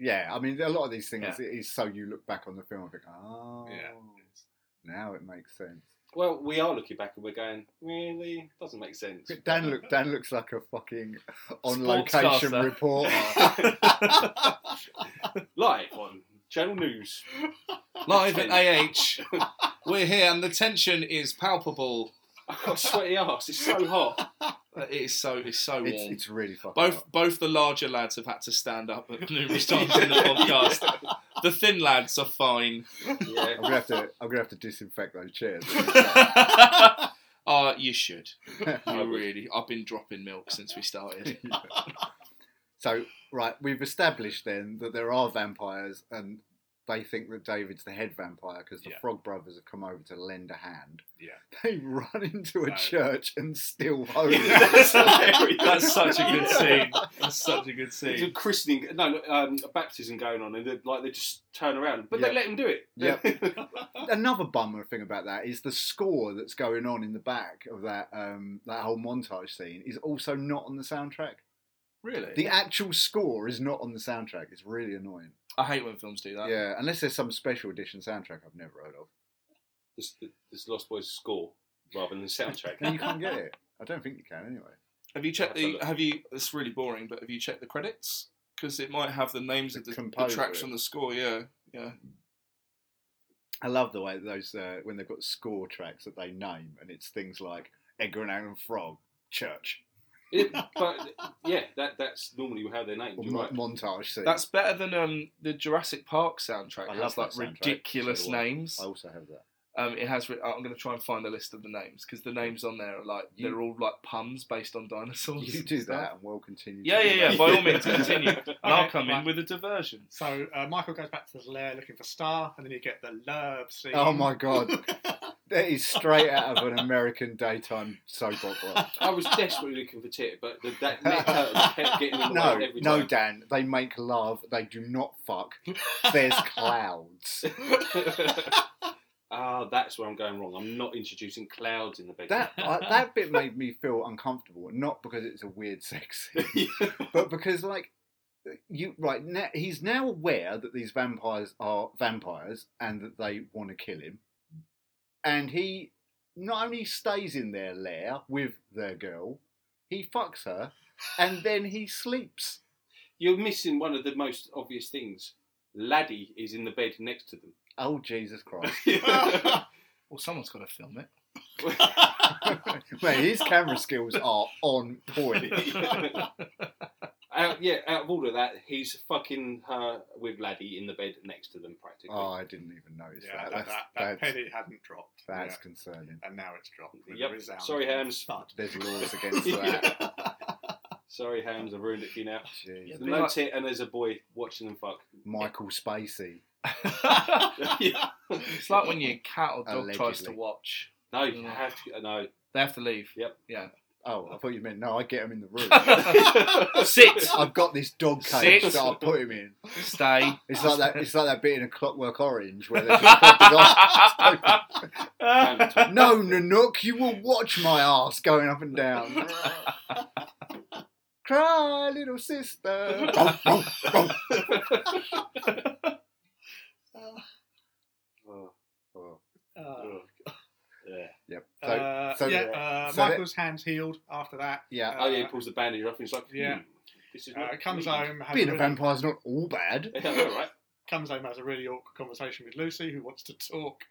A: Yeah, I mean, a lot of these things it is so you look back on the film and think, oh,
D: Yeah.
A: now it makes sense.
C: Well, we are looking back and we're going, really? Doesn't make sense.
A: Dan look, Dan looks like a fucking on location
B: Sportscaster.
A: reporter.
C: Live on Channel News.
B: Live at AH, we're here and the tension is palpable.
C: I've got sweaty ass. It's so hot.
B: It is so it's so warm.
A: It's, it's really fucking.
B: both
A: up.
B: both the larger lads have had to stand up at numerous times in the podcast. The thin lads are fine.
C: Yeah.
A: I'm gonna have to. I'm gonna have to disinfect those chairs.
B: Uh, you should.
A: I
B: You really. I've been dropping milk since we started.
A: So, right, we've established then that there are vampires, and they think that David's the head vampire because the
D: Yeah.
A: Frog Brothers have come over to lend a hand.
D: Yeah.
A: They run into a
D: No.
A: church and steal holy.
B: That's hilarious. That's such a good scene. That's such a good
C: There's a
B: scene.
C: christening, no, no, um, a baptism going on, and they're, like they just turn around, but
A: Yeah.
C: they let him do it.
A: Yeah. Another bummer thing about that is the score that's going on in the back of that um, that whole montage scene is also not on the soundtrack.
B: Really?
A: The actual score is not on the soundtrack. It's really annoying.
B: I hate when films do that.
A: Yeah, unless there's some special edition soundtrack I've never heard of,
C: this, this Lost Boys score rather than the soundtrack.
A: then you can't get it. I don't think you can anyway.
B: Have you checked
C: I'll have a
B: the?
C: look.
B: Have you? It's really boring, but have you checked the credits? Because it might have the names
A: The
B: of the, the
A: composer.
B: tracks on the score. Yeah, yeah.
A: I love the way those uh, when they've got score tracks that they name, and it's things like Edgar and Allan Frog, Church,
C: It- but yeah, that that's normally how they're named.
A: or
C: You're
A: mo-
C: right.
A: montage scene.
B: That's better than um the Jurassic Park soundtrack.
A: I
B: It
A: love
B: has like
A: that soundtrack.
B: ridiculous
A: So do I.
B: names.
A: I also have that.
B: Um, it has. Re- I'm going to try and find a list of the names because the names on there are like
A: You-
B: they're all like puns based on dinosaurs.
A: You
B: and
A: do
B: stuff.
A: that, and we'll continue.
B: Yeah,
A: to do
B: yeah, yeah.
A: that.
B: By all means, continue, and I'll
D: Okay,
B: come
D: right.
B: in with a diversion.
D: So uh, Michael goes back to the lair looking for Star, and then you get the love scene.
A: Oh my god, that is straight out of an American daytime soap opera.
C: I was desperately looking for tit, but the, that neck curtain kept getting in the
A: No,
C: way every
A: no,
C: time.
A: Dan. They make love. They do not fuck. There's clouds.
C: Ah, that's where I'm going wrong. I'm not introducing clouds in the bedroom.
A: That I that bit made me feel uncomfortable, not because it's a weird sex scene, but because like you right now he's now aware that these vampires are vampires and that they want to kill him and he not only stays in their lair with their girl he fucks her and then he sleeps
C: You're missing one of the most obvious things. Laddie is in the bed next to them.
A: oh jesus christ
B: Well, someone's got to film it.
A: Mate, his camera skills are on point
C: out, yeah, out of all of that, he's fucking her with Laddie in the bed next to them practically.
A: oh i didn't even notice
D: Yeah,
A: that
D: that, that,
A: that's
D: that,
A: that's, that's,
D: penny hadn't dropped. Yeah.
A: concerning
D: and now it's dropped. with a
C: Yep.
D: resounding
C: Sorry, Hams.
D: thud.
A: there's laws against that
C: Sorry, Hams, I've ruined it for you now.
A: Jeez.
B: Yeah,
C: There's no tit and there's a boy watching them fuck.
A: michael spacey
B: it's like when your cat or dog tries to
A: Allegedly.
B: watch,
C: No, you have to. No,
B: they have to leave.
C: Yep.
B: Yeah.
A: Oh, I thought you meant no. I get him in the room.
C: Oh,
B: Sit,
A: I've got this dog cage
B: Six.
A: that I put him in.
B: stay.
A: It's like that. It's like that bit in A Clockwork Orange where they just got his ass open. No, Nanook, you will watch my ass going up and down. Cry, little sister. Bonk, bonk, bonk. Oh.
D: Uh,
F: Yeah.
A: Yep. So,
D: uh,
A: so-
D: yeah, uh,
A: so that-
D: Michael's hands healed after that.
B: uh,
A: yeah.
C: Oh yeah, he pulls the bandage off and he's like, hmm,
D: Yeah.
C: this is
D: Uh,
C: not
D: comes
C: me.
D: home, has
A: Being a
D: really-
A: vampire's not all bad.
C: Yeah, all right.
D: comes home, has a really awkward conversation with Lucy, who wants to talk,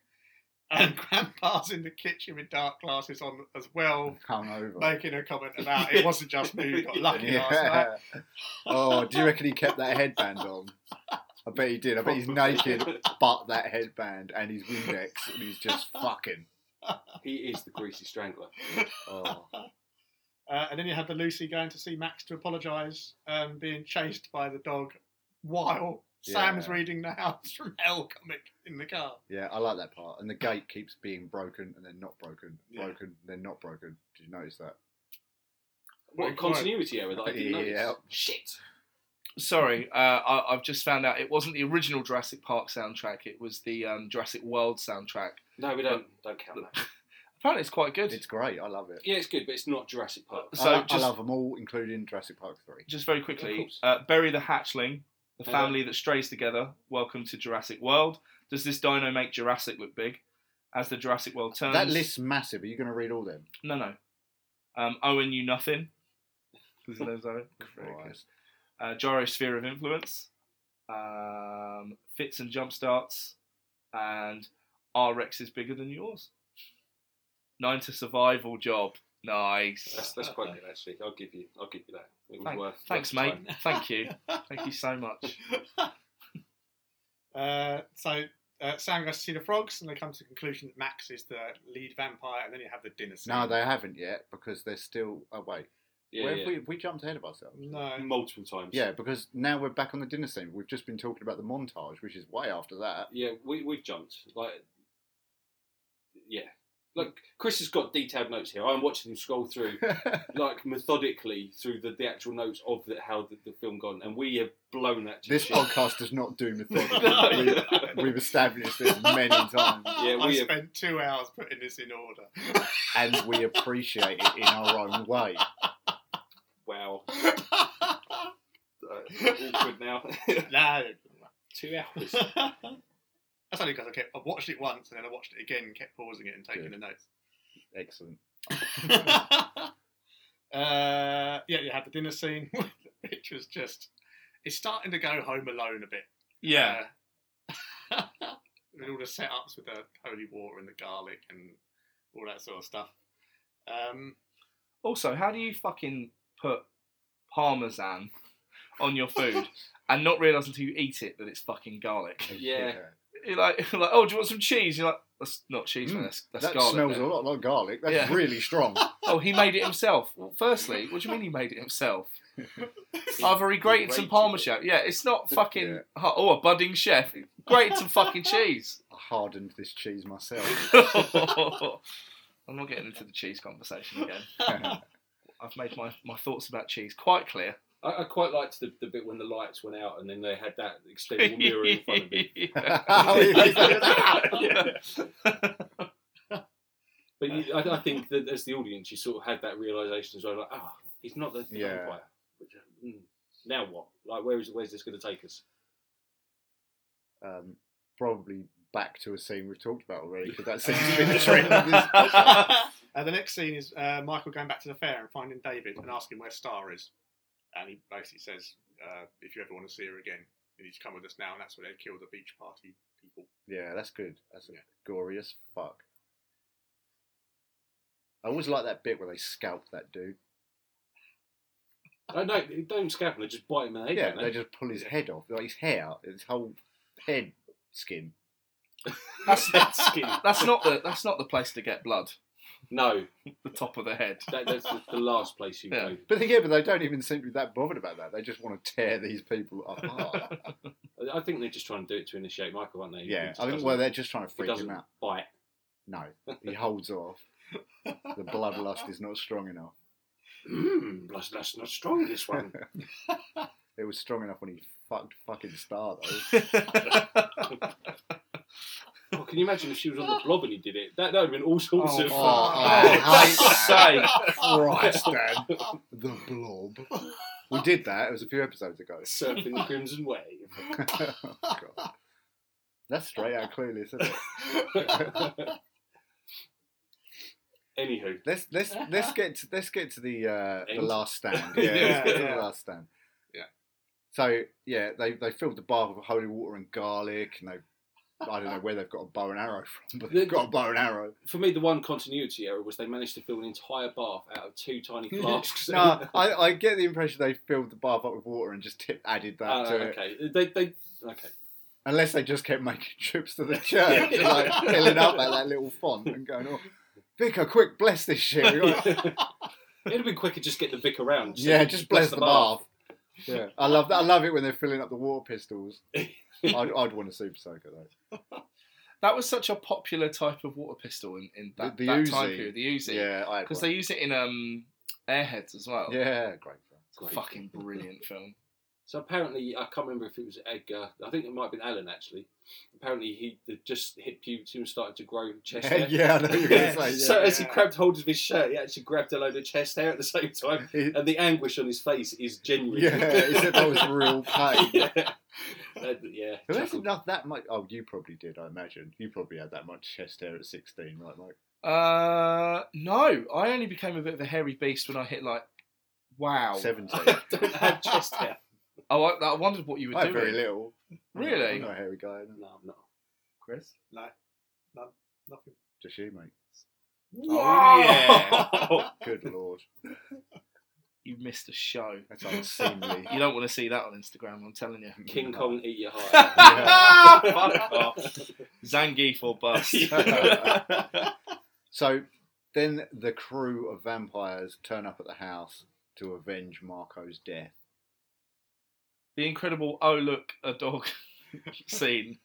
D: and Grandpa's in the kitchen with dark glasses on as
B: Oh,
D: well,
A: Hungover.
D: making a comment about it wasn't just me who got lucky last night.
A: Yeah. Oh, do you reckon he kept that headband on? I bet he did. I bet he's naked, but that headband and his Windex, and he's just fucking.
C: He is the greasy strangler.
A: Oh.
D: Uh, and then you have the Lucy going to see Max to apologise, um, being chased by the dog, while Sam's
A: Yeah.
D: reading the House from Hell comic in the car.
A: Yeah, I like that part. And the gate keeps being broken and then not broken,
D: Yeah.
A: broken, then not broken. Did you notice that?
C: What a
D: Right.
C: continuity error that I didn't notice.
A: Yeah.
C: Shit.
B: Sorry, uh, I, I've just found out it wasn't the original Jurassic Park soundtrack. It was the um, Jurassic World soundtrack.
C: No, we don't don't count that.
B: Apparently, it's quite good.
A: It's great. I love it.
C: Yeah, it's good, but it's not Jurassic Park.
A: I
B: So
A: lo- I,
B: just-
A: love them all, including Jurassic Park 3.
B: just very
C: Of
B: quickly,
C: course. Uh-huh.
B: uh, bury the hatchling, the
C: Yeah.
B: family that strays together. Welcome to Jurassic World. Does this dino make Jurassic look big? As the Jurassic World turns,
A: That list's massive. Are you going to read all them?
B: No, no. Um, Owen, you nothing. There's no Owen. Very good.
A: Christ.
B: Uh, gyrosphere of influence, um, fits and jump starts, and our Rex is bigger than yours. Nine to survival job.
C: That's,
B: Nice.
C: that's quite good actually. I'll give you I'll give you that. It was
B: Thank-
C: worth
B: Thanks,
C: worth the
B: mate.
C: time.
B: Thank you. Thank you so much.
D: Uh, so uh, Sam goes to see the frogs, and they come to the conclusion that Max is the lead vampire, and then you have the dinner scene.
A: No, they haven't yet because they're still. Oh, wait.
C: Yeah,
A: Where
C: yeah.
A: Have we, we jumped ahead of ourselves.
D: No.
C: multiple times.
A: Yeah, because now we're back on the dinner scene. We've just been talking about the montage, which is way after that.
C: Yeah, we we've jumped. Like Yeah. Look, Chris has got detailed notes here. I'm watching him scroll through like methodically through the, the actual notes of the, how the, the film gone, and we have blown that. To
A: this
C: shit.
A: podcast does not do methodical.
C: No.
A: we, we've established this many times,
C: Yeah,
D: I
C: we have-
D: spent two hours putting this in order.
A: and we appreciate it in our own way.
C: wow, uh, awkward now.
D: no.
C: Two hours.
D: That's only because I kept I watched it once and then I watched it again and kept pausing it and taking the notes.
A: Excellent.
D: uh, yeah, you had the dinner scene, which was just it's starting to go home alone a bit.
B: Yeah.
D: Uh, with all the setups with the holy water and the garlic and all that sort of stuff. Um,
B: Also, how do you fucking put parmesan on your food and not realise until you eat it that it's fucking garlic?
C: Yeah.
B: You're like, you're like, oh, do you want some cheese? You're like, that's not cheese,
A: Mm,
B: man. That's, that's
A: that
B: garlic.
A: smells
B: man."
A: a lot like garlic. That's
B: Yeah.
A: really strong.
B: Oh, he made it himself. Well, firstly, what do you mean he made it himself? I've already grated some
C: Grated
B: parmesan. Yeah, it's not fucking.
A: Yeah.
B: Oh, a budding chef. Grated some fucking cheese.
A: I hardened this cheese myself.
B: I'm not getting into the cheese conversation again. I've made my, my thoughts about cheese quite clear.
C: I, I quite liked the, the bit when the lights went out, and then they had that extendable mirror in front of him. But you, I, I think that as the audience, you sort of had that realization as well. Like, oh, he's not the
A: Yeah.
C: vampire. Which, uh, mm, Now what? Like, where is where's this going to take us?
A: um, probably back to a scene we've talked about already because that seems to be the trend of this podcast.
D: uh, the next scene is uh, Michael going back to the fair and finding David and asking where Star is, and he basically says, uh, "If you ever want to see her again, you need to come with us now." And that's where they kill the beach party people.
A: Yeah, that's good. That's
D: Yeah.
A: gory as fuck. I always like that bit where they scalp that dude.
C: I don't know. Don't scalp him. They just bite him in the head.
A: yeah,
C: don't
A: they just pull his head off, like his hair, his whole head skin.
B: That's,
C: That skin.
B: that's not the that's not the place to get blood.
C: No,
B: The top of the head.
C: that, that's the, the last place you
B: Yeah.
C: go.
A: But they- yeah, but they don't even seem to be that bothered about that. They just want to tear these people apart.
C: I I think they're just trying to do it to initiate Michael, aren't they? He
A: yeah,
C: just
A: I think
C: doesn't-
A: well they're just trying to
C: he
A: freak
C: doesn't
A: him out.
C: bite.
A: No, he holds off. The bloodlust is not strong enough.
C: Mmm, that's, that's not strong, this one.
A: It was strong enough when he fucked fucking Star though.
C: oh, can you imagine if she was on the blob and he did it? That, that would have been all sorts
A: Oh,
C: of.
A: I hate that.
B: Say,
A: Christ, Dan. The blob. We did that. It was a few episodes ago.
C: Surfing the Crimson Wave.
A: Oh, God. That's straight out clueless, isn't it?
C: Anywho,
A: Let's let's let's get to, let's get to the uh, the
C: End.
A: last stand.
C: Yeah,
A: Yeah, let's get to
D: yeah.
A: the last stand.
B: Yeah.
A: So yeah, they they filled the bath with holy water and garlic, and they I don't know where they've got a bow and arrow from, but they've got a bow and arrow.
C: for me, the one continuity error was they managed to fill an entire bath out of two tiny flasks.
A: No, I, I get the impression they filled the bath up with water and just tip, added that
C: Uh,
A: to it.
C: okay. They, they, okay.
A: Unless they just kept making trips to the church,
C: Yeah.
A: like filling up like that little font and going, "Oh, vicar, quick, bless this shit." We got-
C: It'd have been quicker just get the Vic around.
A: yeah, just bless the bath. Yeah, I love that. I love it when they're filling up the water pistols. I'd, I'd want a super soaker though.
B: that was such a popular type of water pistol in, in that,
A: The- the
B: that time
A: Uzi.
B: period, the Uzi.
A: Yeah, I had
B: Because
A: one.
B: they use it in um, Airheads as well.
A: yeah, great. film.
B: It's a fucking brilliant film.
C: So apparently, I can't remember if it was Edgar. I think it might have been Alan actually. Apparently, he had just hit puberty and started to grow chest
A: Yeah,
C: hair.
A: yeah, I know what you're gonna say. Yeah.
C: so as he
D: Yeah.
C: grabbed hold of his shirt, he actually grabbed a load of chest hair at the same time,
A: It-
C: and the anguish on his face is genuine.
A: yeah, he said that was real pain.
C: yeah. That- yeah.
A: Who has
C: Chuckled.
A: enough that much? Oh, you probably did, I imagine. You probably had that much chest hair at 16, right, Mike?
B: Uh, no, I only became a bit of a hairy beast when I hit like, wow.
A: 17.
C: I don't have chest hair.
B: Oh, I, I wondered what you were
A: I had
B: doing.
A: very little.
B: Really?
A: I'm not a hairy guy.
C: No, I'm not.
B: Chris.
D: No, no, nothing.
A: Just you, mate.
D: Oh,
C: yeah.
A: Good lord.
B: You missed a show.
A: That's unseemly.
B: You don't want to see that on Instagram. I'm telling you.
C: King Kong, eat your heart.
B: Fuck off. Zangief or bust.
A: so then the crew of vampires turn up at the house to avenge Marco's death.
B: the incredible oh look a dog scene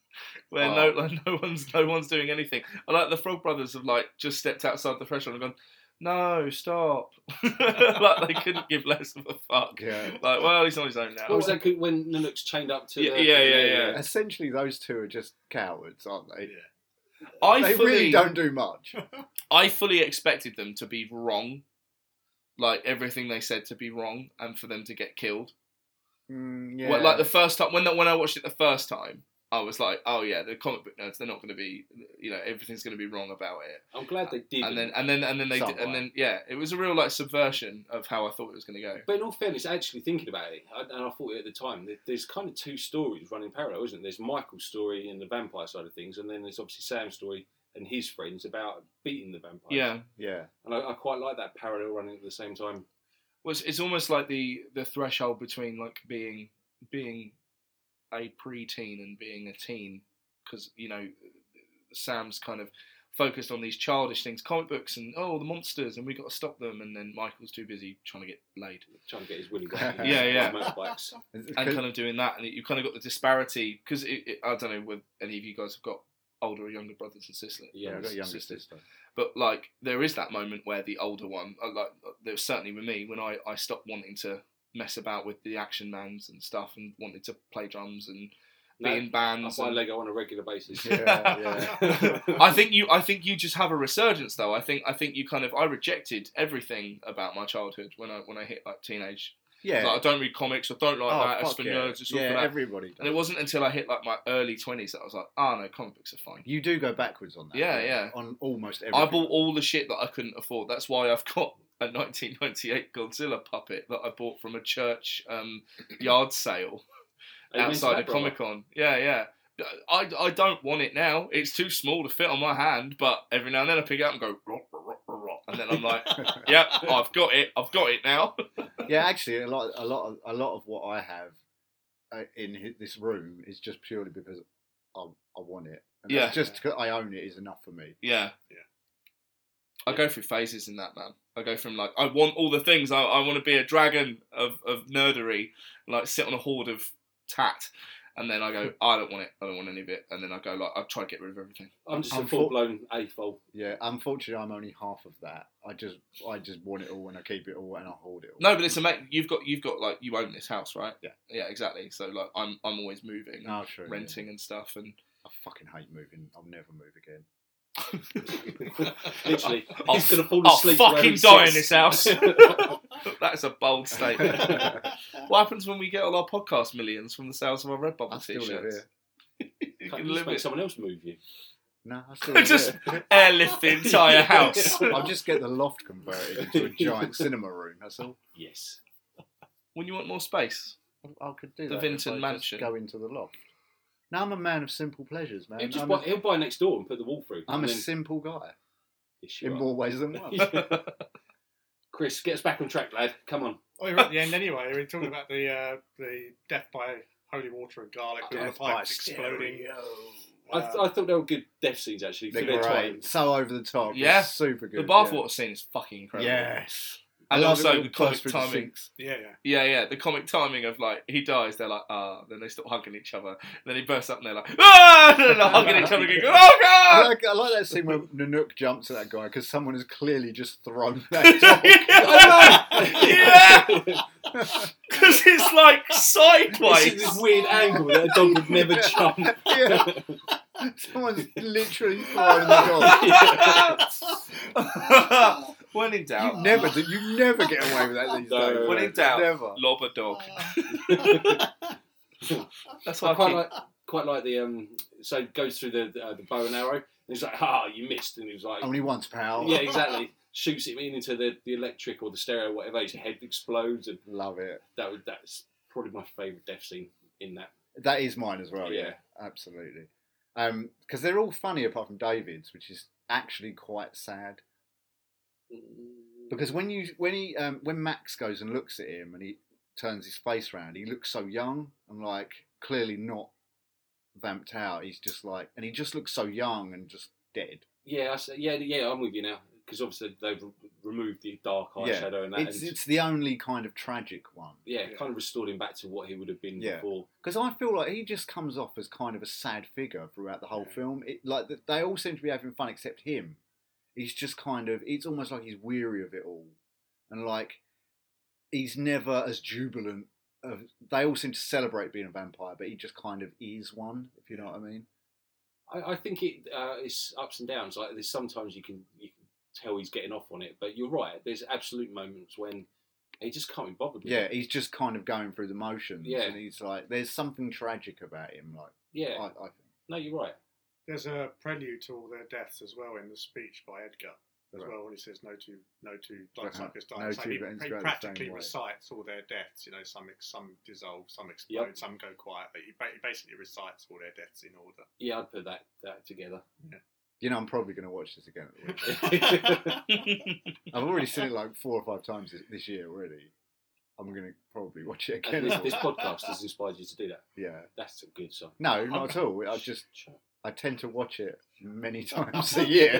B: where
A: Oh.
B: no like, no one's no one's doing anything. I like the Frog Brothers have like just stepped outside the threshold and gone, no, stop. like they couldn't give less of a fuck.
A: Yeah.
B: Like, well, he's on his own now.
C: What was that good when Nanook's chained up to
B: Yeah,
C: the,
B: yeah, yeah, yeah.
A: Essentially, those two are just cowards, aren't they?
B: I
A: they
B: fully,
A: really don't do much.
B: I fully expected them to be wrong, like everything they said to be wrong, and for them to get killed.
A: Mm, yeah.
B: Well, like the first time when the, when I watched it the first time, I was like, oh yeah, the comic book nerds, they're not going to be, you know, everything's going to be wrong about it.
C: I'm glad they did.
B: and then and then and then they did,
A: Somewhat.
B: and then yeah, it was a real like subversion of how I thought it was going to go.
C: But in all fairness, actually thinking about it, I- and I thought it at the time, there- there's kind of two stories running parallel, isn't there? There's Michael's story and the vampire side of things, and then there's obviously Sam's story and his friends about beating the vampire.
B: Yeah,
A: yeah.
C: And I, I quite like that parallel running at the same time.
B: was it's almost like the the threshold between like being being a preteen and being a teen because you know Sam's kind of focused on these childish things, comic books and oh the monsters and we got to stop them, and then Michael's too busy trying to get laid
C: Trying to get his willy back.
B: Yeah, yeah.
C: Motorbikes.
B: and kind of doing that, and you kind of got the disparity because I don't know whether any of you guys have got older or younger brothers and sisters.
A: yeah, I've got a younger
B: sisters.
A: sister.
B: But like, there is that moment where the older one, uh, like, there was certainly with me when I I stopped wanting to mess about with the action mans and stuff, and wanted to play drums and
C: No,
B: be in
C: I
B: bands.
C: buy
B: and-
C: Lego on a regular basis.
A: Yeah, yeah.
B: I think you I think you just have a resurgence though. I think I think you kind of I rejected everything about my childhood when I when I hit like teenage.
A: Yeah.
B: Like, I don't read comics. I don't like
A: Oh,
B: that. It's
A: fuck
B: for
A: yeah.
B: nerds. It's all
A: yeah,
B: for that.
A: everybody does.
B: and it wasn't until I hit like my early twenties that I was like, ah no, comic books are fine.
A: You do go backwards on that.
B: Yeah, yeah.
A: On almost everything.
B: I bought all the shit that I couldn't afford. That's why I've got a 1998 Godzilla puppet that I bought from a church um, yard sale
C: Are you into
B: outside
C: that,
B: of
C: brother?
B: Comic Con. Yeah, yeah. I, I don't want it now. It's too small to fit on my hand, but every now and then I pick it up and go, rot, rot, rot, rot, rot. and then I'm like, yep, I've got it. I've got it now.
A: yeah, actually, a lot, a lot, of, a lot of what I have uh, in hi- this room is just purely because I, I want it. And that's just 'cause I own it is enough for me.
B: Yeah.
D: Yeah.
B: I go through phases in that man. I go from like I want all the things. I, I want to be a dragon of, of nerdery, like sit on a horde of tat, and then I go, I don't want it. I don't want any of it. And then I go like, I try to get rid of everything.
C: I'm just a
A: I'm
C: full blown AFOL.
A: Yeah, unfortunately, I'm only half of that. I just, I just want it all, and I keep it all, and I hold it all.
B: No, but it's a mate. You've got you've got like you own this house, right?
A: Yeah. Oh,
B: Yeah, exactly. So like I'm I'm always moving,
A: no, true. yeah.
B: renting and stuff, and
A: I fucking hate moving. I'll never move again.
C: Literally,
B: I'll
C: he's gonna fall
B: I'll
C: asleep. where
B: fucking
C: he
B: die in
C: sits.
B: this house. That's a bold statement. what happens when we get all our podcast millions from the sales of our
A: I
B: Redbubble
A: still live
B: t-shirts?
A: here.
B: You
C: Can't
B: can
C: you just
B: live
C: make
B: it.
C: someone else move you.
A: No, I still live
B: Just-
A: here.
B: Airlift the entire house.
A: I'll just get the loft converted into a giant cinema room. That's all.
C: Yes.
B: when you want more space,
A: I could do
B: The
A: that. if I
B: Vinton
A: just
B: Mansion.
A: Go into the loft. Now I'm a man of simple pleasures, man.
C: He'll just
A: I'm,
C: buy,
A: a,
C: he'll buy next door and put the wall through.
A: I'm a
C: and then-
A: simple guy
C: Yes, you
A: in
C: are.
A: more ways than one.
C: Chris, get us back on track, lad. Come on.
D: Oh, we're at the end anyway. We're talking about the uh, the death by holy water and garlic with all the
A: Death by
D: pipes exploding. Uh,
C: I, th- I thought they were good death scenes actually.
A: They're
C: for their time.
A: great. So over the top.
B: Yeah.
A: Yeah. Super good.
B: the bathwater scene is fucking incredible.
A: Yes.
B: And
A: I love it
B: also
A: when
B: the
A: it flies
B: comic
A: through the
B: timing.
A: sinks.
D: yeah, yeah.
B: Yeah, yeah. The comic timing of like he dies, they're like ah, then they stop hugging each other. then he bursts up and they're like ah, and they're hugging each other again. Oh
A: I
B: god!
A: like, I like that scene where Nanook jumps at that guy because someone has clearly just thrown that dog. Oh,
B: yeah, because it's like
C: It's in
B: sideways.
C: this weird angle that a dog would never jump.
A: yeah. Someone's literally thrown the dog.
B: when in doubt,
A: You never, do- you never get away with that these
C: No.
A: days.
B: When in doubt.
A: Never.
B: lob a dog.
D: Oh.
B: That's why
C: I
B: I
C: quite
B: keep.
C: like, quite like the um. So he goes through the uh, the bow and arrow, and he's like, "Ah, you missed," and he was like,
A: Only once, pal.
C: "Yeah, exactly." Shoots him in into the, the electric or the stereo, whatever. His head explodes, and
A: Love it.
C: that would that's probably my favourite death scene in that.
A: That is mine as well. Yeah,
C: Yeah.
A: absolutely. Because they're all funny apart from David's, which is actually quite sad. Because when you when he um, when Max goes and looks at him and he turns his face round, he looks so young and like clearly not vamped out. He's just like, and he just looks so young and just dead.
C: Yeah, I s yeah, yeah. I'm with you now because obviously they've re- removed the dark eye
A: Yeah.
C: shadow and that.
A: It's
C: and,
A: it's the only kind of tragic one.
C: yeah,
D: Yeah.
C: kind of restored him back to what he would have been
A: Yeah.
C: before.
A: Because I feel like he just comes off as kind of a sad figure throughout the whole
D: Yeah.
A: film. It, like th- they all seem to be having fun except him. He's just kind of. It's almost like he's weary of it all, and like he's never as jubilant. Of, they all seem to celebrate being a vampire, but he just kind of is one. If you know what I mean.
C: I, I think it uh, it's ups and downs. Like there's sometimes you can you can tell he's getting off on it, but you're right. There's absolute moments when he just can't be bothered. With
A: Yeah,
C: it.
A: he's just kind of going through the motions,
C: Yeah.
A: and he's like, there's something tragic about him. Like,
C: yeah.
A: I, I think.
C: no, you're right.
D: There's a prelude to all their deaths as well in the speech by Edgar as
A: Right.
D: well when he says no two no two like
A: Uh-huh.
D: suckers die
A: No
D: the same."
A: two
D: He-
A: veins
D: he,
A: go the same
D: practically
A: way.
D: recites all their deaths you know some ex- some dissolve some explode
C: Yep.
D: some go quiet but he, ba- he basically recites all their deaths in order
C: Yeah, I'd put that that together.
A: You know, I'm probably going to watch this again. at the weekend. I've already seen it like four or five times this- this year already. I'm going to probably watch it
C: And
A: again.
C: this, this podcast has inspired you to do that.
A: yeah.
C: That's a good sign.
A: No, not at all. I just I tend to watch it many times a year.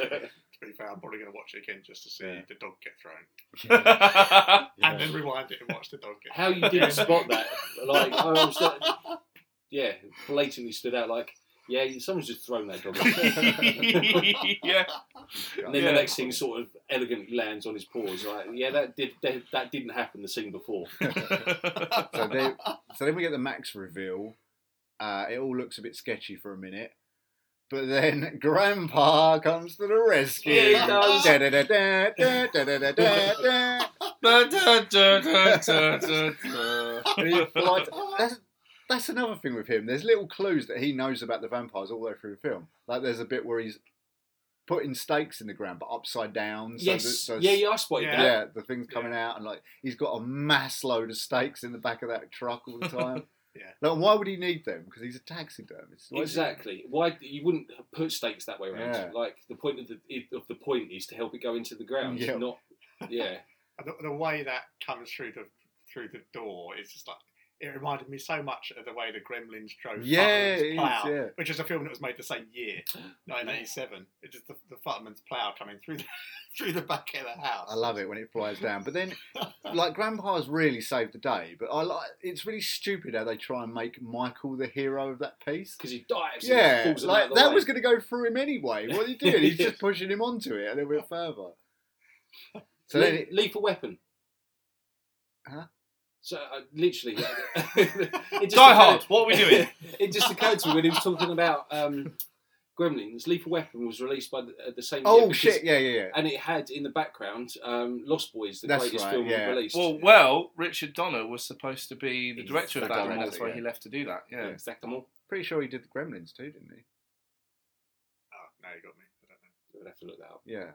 D: to be fair I'm probably going to watch it again just to see
A: Yeah.
D: the dog get thrown
A: Yeah.
D: and then rewind it and watch the dog get
C: How you didn't spot that? Like I was like, yeah, blatantly stood out. Like yeah, someone's just thrown that dog.
B: yeah,
C: And then
B: Yeah.
A: uh,
C: the next thing sort of elegantly lands on his paws. Like, yeah, that did that, that didn't happen the scene before.
A: so, they, so then we get the Max reveal. Uh, it all looks a bit sketchy for a minute. But then Grandpa comes to the rescue.
C: Yeah, he does.
A: Da-da-da-da, da-da-da-da-da.
C: Uh.
A: And he, like, that's, that's another thing with him. There's little clues that he knows about the vampires all the way through the film. Like there's a bit where he's putting stakes in the ground, but upside down. So
C: yes,
A: that- so
C: yeah, yeah, I spotted
D: Yeah.
C: that.
A: yeah, the thing's coming out, and like he's got a mass load of stakes in the back of that truck all the time.
D: Yeah.
A: Like, why would he need them? Because he's a taxidermist. Why does he-
C: Exactly. Why you wouldn't put stakes that way around?
A: Yeah.
C: Like the point of the of the point is to help it go into the ground,
A: Yeah.
C: not yeah.
D: And the, the way that comes through the through the door is just like it reminded me so much of the way the Gremlins drove
A: Yeah,
D: Futterman's
A: it is,
D: plough,
A: yeah.
D: which is a film that was made the same year, 1987. It's just the, the Futterman's plough coming through the, through the back of the house.
A: I love it when it flies down. But then, like, Grandpa's really saved the day. But I like it's really stupid how they try and make Michael the hero of that piece.
C: because he dives. and
A: Yeah,
C: pulls him out
A: like
C: of the
A: that
C: way.
A: was going to go through him anyway. What are you doing? He's just pushing him onto it a little bit further. So
C: Le-
A: then, it,
C: lethal weapon.
A: Huh?
C: So uh, literally, it just
B: Die Hard.
C: occurred-
B: What are we doing?
C: it just occurred to me when he was talking about um, Gremlins. Lethal Weapon was released by the, uh, the same. year
A: oh
C: because-
A: shit, yeah, yeah, yeah.
C: And it had in the background um, Lost Boys, the
A: That's
C: greatest
A: right,
C: film we've
A: yeah.
C: released.
B: Well, well, Richard Donner was supposed to be the
A: He's
B: director of
A: the
B: that,
A: director,
B: and that's why
A: yeah.
B: he left to do that. Yeah.
C: exactly.
A: Pretty sure he did the Gremlins too, didn't he?
D: Oh, now you got me. I don't know.
C: We'll have to look that up.
A: Yeah.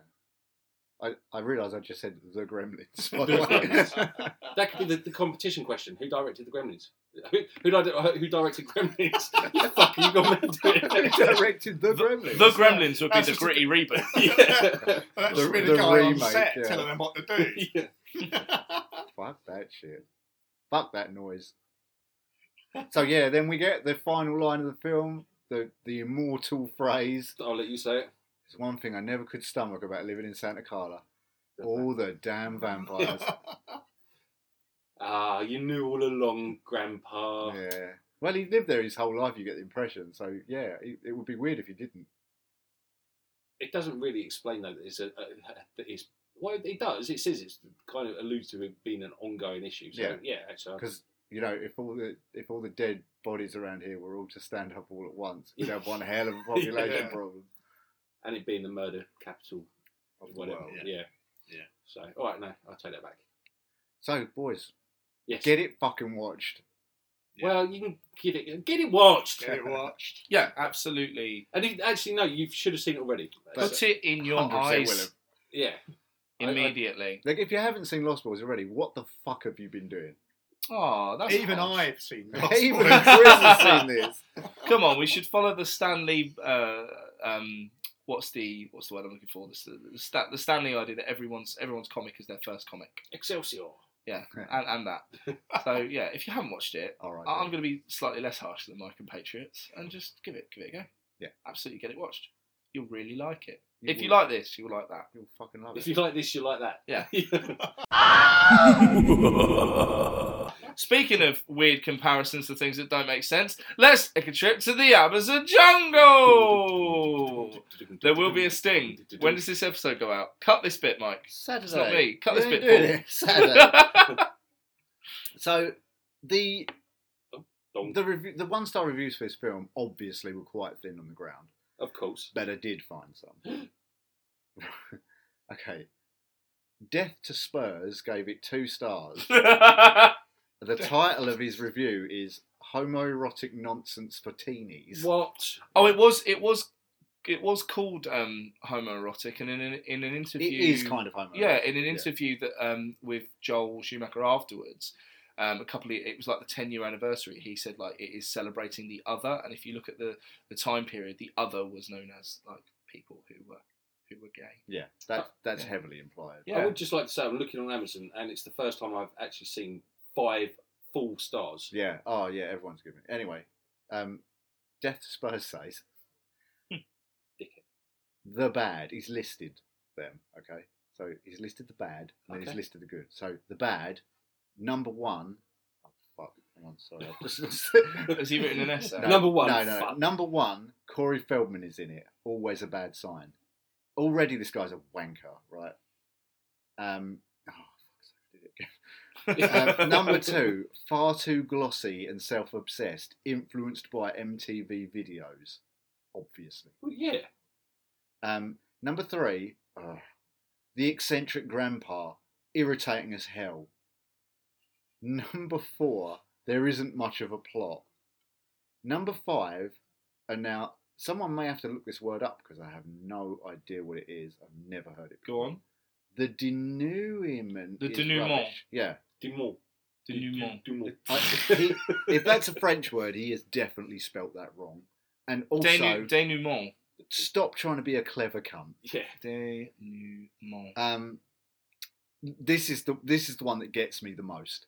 A: I I realised I just said the Gremlins. By the way.
C: That could be the, the competition question: Who directed the Gremlins? Who, who, di- who directed Gremlins? you fucking got me to
A: Who
C: it.
A: directed the Gremlins?
B: The Gremlins would be
D: That's
B: the
D: just a-
B: gritty reboot.
C: Yeah.
D: That
A: The-
D: should be
A: the
D: the guy on
A: remake,
D: set
A: yeah.
D: telling them what to do.
C: yeah.
A: Fuck that shit. Fuck that noise. So yeah, then we get the final line of the film, the the immortal phrase.
C: I'll let you say it.
A: It's one thing I never could stomach about living in Santa Carla. All the damn vampires.
C: Ah, you knew all along, Grandpa.
A: yeah. Well, he lived there his whole life. You get the impression. So yeah, it, it would be weird if he didn't.
C: It doesn't really explain though that it's a, a that it's well it does. It says it's kind of alludes to it being an ongoing issue. So, yeah,
A: Yeah.
C: yeah, actually, I-
A: Because you know, if all the if all the dead bodies around here were all to stand up all at once, we'd have one hell of a population
D: Yeah.
A: problem.
C: and it being the murder capital
A: Of the
C: whatever.
A: world.
C: Yeah. yeah,
D: Yeah.
C: So all right, no, I'll take that back.
A: So boys,
C: Yes.
A: get it fucking watched.
D: Yeah.
C: Well, you can get it get it watched.
D: Get it watched.
B: yeah, absolutely.
C: And if, actually, no, you should have seen it already.
A: But-
C: So,
B: Put it in your
A: 100% will
B: eyes
A: have.
C: yeah, I- I-
B: immediately.
A: Like if you haven't seen Lost Boys already, what the fuck have you been doing?
B: Oh, that's
D: Even
B: harsh.
D: I've seen that.
A: Even Chris has seen this.
B: Come on, we should follow the Stanley. Uh, um, what's the what's the word I'm looking for? The, the, the, Stan- the Stanley idea that everyone's everyone's comic is their first comic,
C: Excelsior.
B: and, and that. So yeah, if you haven't watched it,
A: All right.
B: I-
A: then.
B: I'm going to be slightly less harsh than my compatriots and just give it give it a go.
A: Yeah. absolutely
B: absolutely get it watched. You'll really like it. if you
A: will.
B: like this, you'll like that.
A: you'll fucking love
C: If
A: it.
C: you like this, you like that.
B: Yeah.
C: yeah.
B: Speaking of weird comparisons to things that don't make sense, let's take a trip to the Amazon jungle. There will be a sting. When does this episode go out? Cut this bit, Mike.
A: Saturday.
B: It's not me. Cut
A: You
B: this
A: ain't
B: bit,
A: doing
B: Paul.
A: it. Saturday. so the
C: Dong.
A: the review, the one star reviews for this film obviously were quite thin on the ground,
C: Of course.
A: but I did find some. okay. Death to Spurs gave it two stars. The title of his review is Homoerotic Nonsense for Teenies.
C: What?
B: oh, it was it was it was called um, homoerotic, and in an, in an interview,
A: It is kind of homoerotic.
B: yeah, in an interview that um, with Joel Schumacher afterwards, um, a couple of it was like the ten year anniversary. He said like it is celebrating the other, and if you look at the the time period, the other was known as like people who were who were gay.
A: Yeah, that, that's
B: Uh, Yeah.
A: heavily implied.
C: I
B: Yeah,
C: would just like to say I'm looking on Amazon, and it's the first time I've actually seen five full stars.
A: Yeah. Oh, yeah. Everyone's giving. it. Anyway, um, Death to Spurs says the bad. He's listed them. Okay. So he's listed the bad, and then he's
C: Okay.
A: listed the good. So the bad, number one. Oh fuck! Hang on. Sorry. I've just.
B: has he written an essay?
A: No,
C: Number one,
A: No, no.
C: fuck.
A: Number one. Corey Feldman is in it. Always a bad sign. Already, this guy's a wanker, right? Um. Oh, fuck's sake, I did it again. Uh, number two, far too glossy and self obsessed, influenced by MTV videos, obviously.
C: Well, yeah.
A: Um, number three, ugh, the eccentric grandpa, irritating as hell. Number four, there isn't much of a plot. Number five, and now someone may have to look this word up because I have no idea what it is. I've never heard it.
B: Go on.
A: The denouement.
B: The
A: is
B: denouement.
A: rubbish. Yeah.
C: Dumont.
B: Denouement.
C: Dumont.
A: I, he, if that's a French word, he has definitely spelt that wrong. And also,
B: Denu- denouement.
A: stop trying to be a clever cunt.
C: Yeah.
B: Denouement.
A: Um, this is the this is the one that gets me the most.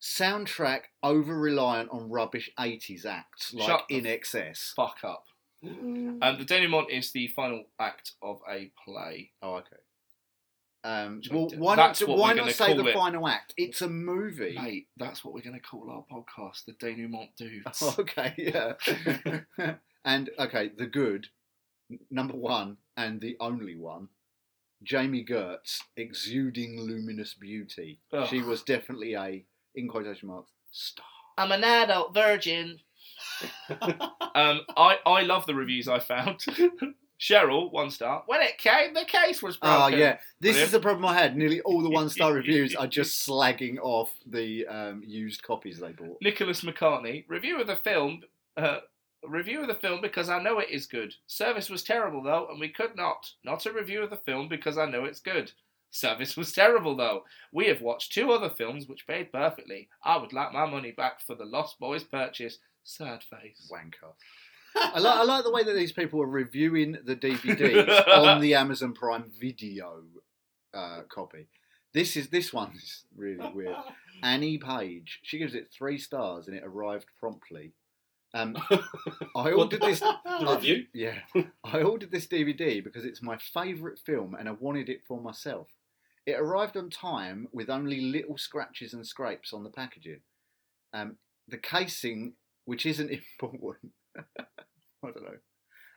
A: soundtrack over reliant on rubbish 80s acts like
B: Shut the
A: In Excess.
B: Fuck up.
A: Mm.
B: Um, the denouement is the final act of a play.
A: Oh, okay. Um,
B: So
A: well,
B: d-
A: why
B: that's
A: not,
B: what
A: why
B: we're
A: not
B: gonna
A: say the
B: call it.
A: final act? It's a movie.
B: Mate, that's what we're going to call our podcast, the denouement dudes.
A: Oh, okay, yeah. and okay, the good n- number one and the only one, Jamie Gertz, exuding luminous beauty.
B: Ugh.
A: She was definitely a in quotation marks star.
B: I'm an adult virgin. um, I, I love the reviews I found. Cheryl, one star. When it came, the case was broken.
A: Oh yeah, this
B: Brilliant.
A: is the problem I had. Nearly all the one star reviews are just slagging off the um, used copies they bought.
B: Nicholas McCartney, review of the film. Uh, review of the film because I know it is good. Service was terrible though, and we could not. Not a review of the film because I know it's good. Service was terrible though. We have watched two other films which paid perfectly. I would like my money back for the Lost Boys purchase. Sad face.
A: Wanker. I like, I like the way that these people are reviewing the DVDs on the Amazon Prime Video uh, copy. This is this one's really weird. Annie Page, she gives it three stars and it arrived promptly. Um, I ordered this.
C: The
A: Ah.
C: review?
A: Yeah, I ordered this DVD because it's my favourite film and I wanted it for myself. It arrived on time with only little scratches and scrapes on the packaging. Um, the casing, which isn't important, I don't know.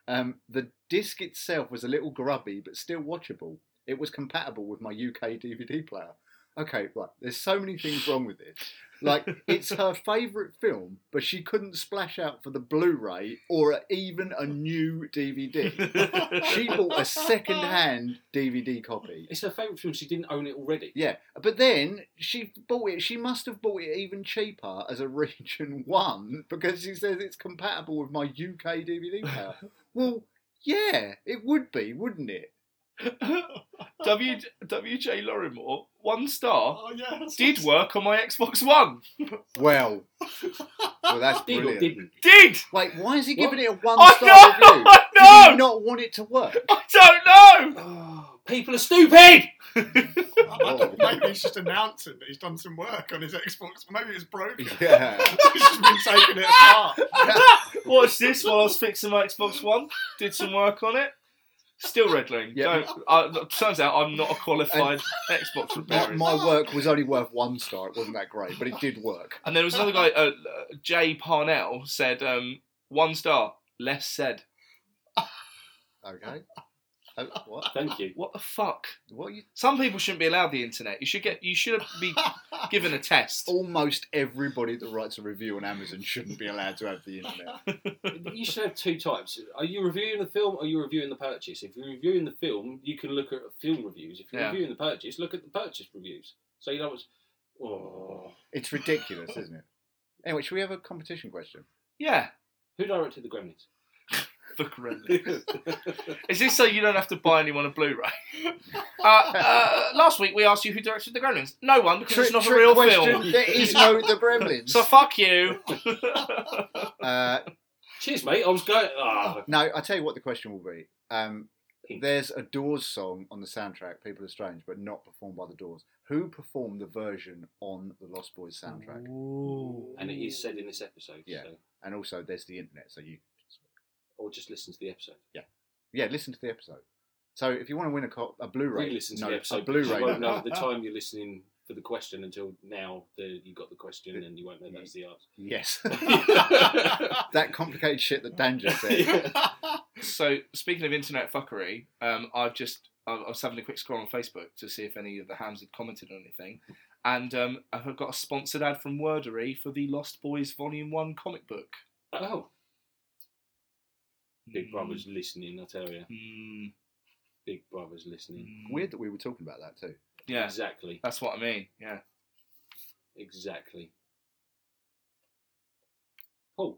A: Um, the disc itself was a little grubby but still watchable. It was compatible with my UK DVD player. Okay, right. There's so many things wrong with this. Like, it's her favourite film, but she couldn't splash out for the Blu ray or a, even a new DVD. She bought a second hand DVD copy.
C: It's her favourite film. She didn't own it already.
A: Yeah, but then she bought it. She must have bought it even cheaper as a Region 1 because she says it's compatible with my UK DVD player. well, yeah, it would be, wouldn't it?
B: w, WJ Lorrimore, one star,
D: Oh yeah, that's
B: did work on my Xbox One.
A: Well, well that's
C: Did or
A: brilliant.
C: didn't?
B: Did! Oh,
A: Wait, why is he
C: What?
A: giving it a one
B: I
A: star
B: know!
A: review?
B: I
A: Did he
B: know!
A: not want it to work?
B: I don't know!
C: Oh, people are stupid!
D: I don't- maybe he's just announcing that he's done some work on his Xbox. Maybe it's broken.
A: Yeah.
D: he's just been taking it apart.
B: Watch this while I was fixing my Xbox One. Did some work on it. Still riddling.
A: Yeah.
B: Don't, I, look, turns out I'm not a qualified Xbox
A: My,
B: repairer.
A: my work was only worth one star. It wasn't that great, but it did work.
B: and there was another guy, uh, uh, Jay Parnell, said um, one star, less said.
A: Okay. Oh, what?
C: Thank you.
B: What the fuck?
A: What? Are you?
B: Some people shouldn't be allowed the internet. You should get. You should be given a test.
A: Almost everybody that writes a review on Amazon shouldn't be allowed to have the internet.
C: You should have two types. Are you reviewing the film or are you reviewing the purchase? If you're reviewing the film, you can look at film reviews. If you're
B: Yeah.
C: reviewing the purchase, look at the purchase reviews. So you know what's. Oh.
A: It's ridiculous, isn't it? Anyway, should we have a competition question?
B: Yeah.
C: Who directed the Gremlins?
B: The Gremlins. Is this so you don't have to buy anyone a Blu-ray? Uh, uh, last week we asked you who directed the Gremlins. No one because it's
A: Trick-
B: not a
A: trick
B: real
A: question.
B: film.
A: There is no The Gremlins.
B: So fuck you.
A: Uh,
C: Cheers, mate. I was going. Ah,
A: no, I tell you what the question will be. Um,
C: Pink.
A: there's a Doors song on the soundtrack, "People Are Strange," but not performed by the Doors. Who performed the version on the Lost Boys soundtrack?
C: and it is said in this episode.
A: Yeah.
C: So,
A: And also, there's the internet, so you
C: or just listen to the episode.
A: yeah, listen to the episode. So if you want to win a co- a Blu-ray,
C: Re-listen to
A: no,
C: the episode.
A: a
C: because You
A: Blu-ray,
C: won't
A: no.
C: know the time you're listening for the question until now that you got the question, and you won't know that's the
A: yes,
C: answer.
A: that complicated shit that Dan just said.
B: So speaking of internet fuckery, um, I've just I I was having a quick scroll on Facebook to see if any of the hams had commented on anything, and um, I've got a sponsored ad from Wordery for the Lost Boys Volume One comic book.
C: oh, Big Brother's
A: Mm.
C: listening. I tell you,
B: Mm,
C: Big Brother's listening.
B: mm,
A: Weird that we were talking about that too.
B: Yeah,
C: Exactly.
B: that's what I mean. Yeah.
C: Exactly. Paul.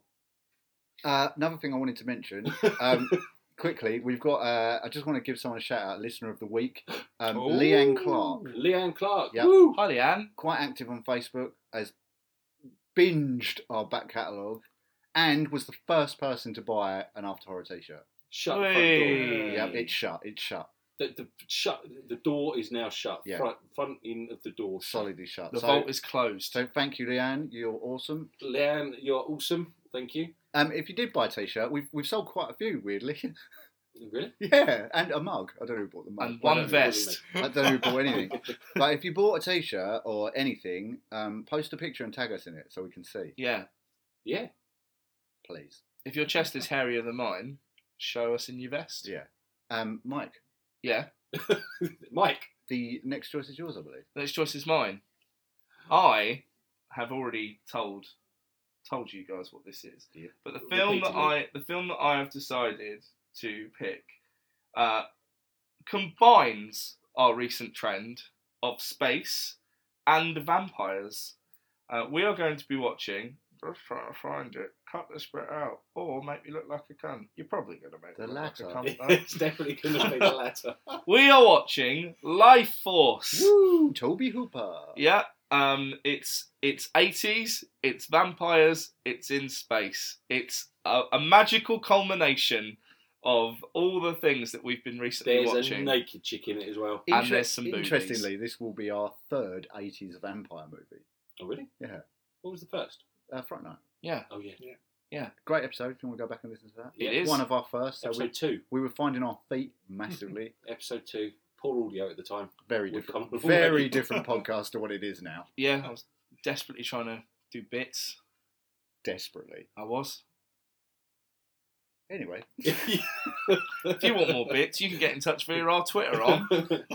A: Uh, another thing I wanted to mention um, quickly, we've got. Uh, I just want to give someone a shout out, listener of the week, um,
B: Ooh.
A: Leanne Clark,
C: Leanne Clark.
A: Yeah.
C: Woo!
B: Hi, Leanne.
A: quite active on Facebook, has binged our back catalogue, and was the first person to buy an After Horror T-shirt.
C: Shut
B: Hey.
C: the front door.
A: Yeah, it's shut. It's shut.
C: The, the shut. The door is now shut.
A: Yeah.
C: Front, front in of the door. shut.
A: solidly shut.
B: The
A: so,
B: vault is closed.
A: so thank you, Leanne. You're awesome.
C: Leanne, you're awesome. Thank you.
A: Um, if you did buy a t-shirt, we've we've sold quite a few weirdly.
C: Really?
A: yeah, and a mug. I don't know who bought the mug.
B: And
A: but I
B: one
A: don't know.
B: vest.
A: I don't know who bought anything. but if you bought a t-shirt or anything, um, post a picture and tag us in it so we can see,
B: Yeah.
C: Yeah.
A: please.
B: If your chest is hairier than mine, show us in your vest.
A: Yeah. Um, Mike,
B: Yeah.
C: Mike.
A: the next choice is yours, I believe.
B: The next choice is mine. I have already told told you guys what this is.
A: Yeah.
B: But the film that
C: Repeatedly.
B: I the film that I have decided to pick uh, combines our recent trend of space and vampires. Uh, we are going to be watching. Just trying to find it. Cut this bit out, or make me look like a cunt. You're probably going to make
A: The
B: me look
A: latter.
B: like a cunt. though.
C: it's definitely going to be the latter.
B: we are watching Life Force.
A: Woo! Toby Hooper.
B: Yeah. Um. It's it's eighties. It's vampires. It's in space. It's a, a magical culmination of all the things that we've been recently
C: There's a
B: watching.
C: naked chick in it as well.
B: And there's some boobies.
A: Interestingly, this will be our third 80s vampire movie.
C: Oh, really?
A: Yeah.
C: What was the first?
A: Uh, Fright Night.
B: yeah.
C: Oh, yeah.
A: Great episode if you want to go back and listen to that.
B: It
A: It's
B: is.
A: one of our first, so
C: episode two.
A: we, we were finding our feet massively.
C: Episode two. Poor audio at the time.
A: Very
C: We've
A: different.
C: come
A: Very
C: already.
A: different podcast to what it is now.
B: Yeah. I was desperately trying to do bits.
A: Desperately.
B: I was.
A: Anyway,
B: If you want more bits, you can get in touch via our Twitter on.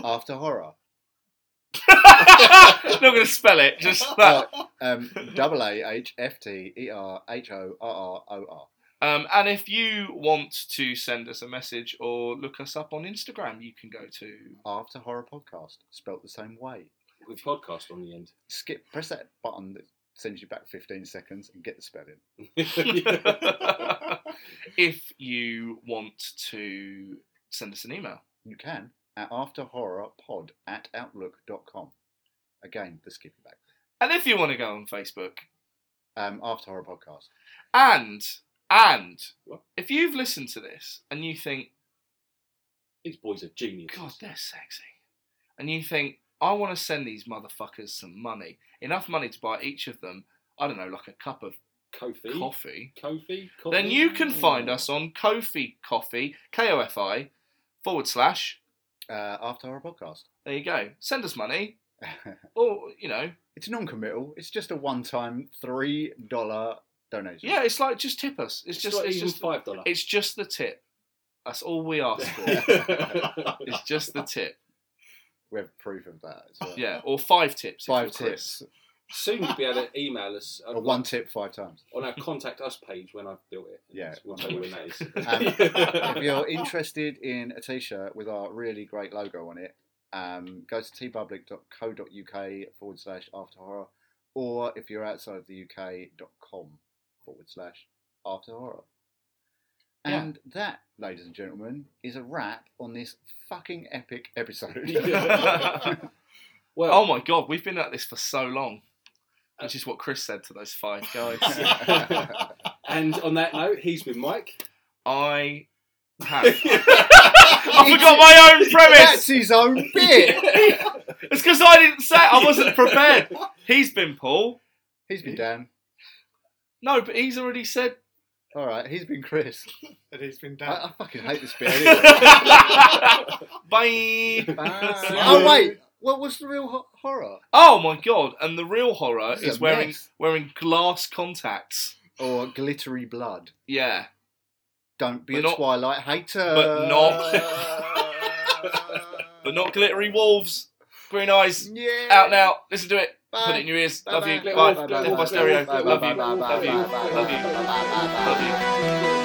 A: after horror.
B: Not going to spell it. Just that.
A: Um, double A H F T E R H O R R O R.
B: Um, and if you want to send us a message or look us up on Instagram, you can go to.
A: After horror podcast, spelt the same way.
C: With podcast on the end.
A: Skip, press that button that sends you back 15 seconds and get the spelling.
B: if you want to send us an email.
A: You can at afterhorrorpod at outlook.com. Again, the skip back.
B: And if you want to go on Facebook.
A: Um, after horror podcast.
B: And, and,
C: What?
B: if you've listened to this and you think,
C: These boys are geniuses.
B: God, they're sexy. And you think, I want to send these motherfuckers some money. Enough money to buy each of them, I don't know, like a cup of
C: Kofi.
B: coffee.
C: Kofi. Kofi.
B: Then you can find us on Kofi Coffee, K O F I, forward slash.
A: Uh, after horror podcast.
B: There you go. Send us money. Or, you know,
A: it's non committal, it's just a one time $3 donation.
B: Yeah, it's like just tip us. It's,
C: It's
B: just
C: not
B: it's
C: even
B: just
C: five dollars.
B: it's just the tip. That's all we ask for. it's just the tip.
A: We have proof of that as well.
B: Yeah, or five tips. if
A: Five
B: you're Chris.
A: tips.
C: Soon you'll be able to email us uh,
A: Or one tip five times.
C: on our contact us page when I've built it.
A: Yeah.
C: We'll tell you when that is.
A: if you're interested in a t-shirt with our really great logo on it, um, go to tpublic.co.uk forward slash after horror, or if you're outside the UK.com forward slash after horror.
B: Yeah.
A: And that, ladies and gentlemen, is a wrap on this fucking epic episode.
C: well,
B: Oh my god, we've been at this for so long. Which is what Chris said to those five guys.
C: and on that note, he's been Mike.
B: I have. I forgot my own premise.
A: That's his own bit.
B: It's because I didn't say it. I wasn't prepared. He's been Paul.
A: He's been Dan.
B: No, but he's already said.
A: All right, he's been Chris.
D: And he's been
A: I,
D: down.
A: I fucking hate this bit. Anyway.
B: Bye.
A: oh wait, what was the real ho- horror?
B: Oh my god! And the real horror
A: This is
B: is,
A: a
B: Uh, wearing
A: mess.
B: wearing glass contacts.
A: Or glittery blood?
B: Yeah,
A: Don't be
B: But
A: a
B: not-
A: Twilight hater.
B: but but not glittery wolves. Green eyes.
A: Yeah.
B: Out now. Listen to it.
A: Bye.
B: Put it in your ears.
A: Bye
B: Love
A: bye.
B: you.
A: Bye
B: Bye.
A: bye.
B: Death by
A: Bye
B: stereo.
A: bye.
B: Love you.
A: Bye bye.
B: Love you.
A: Bye bye.
B: Love you.
A: Bye bye.
B: Love you.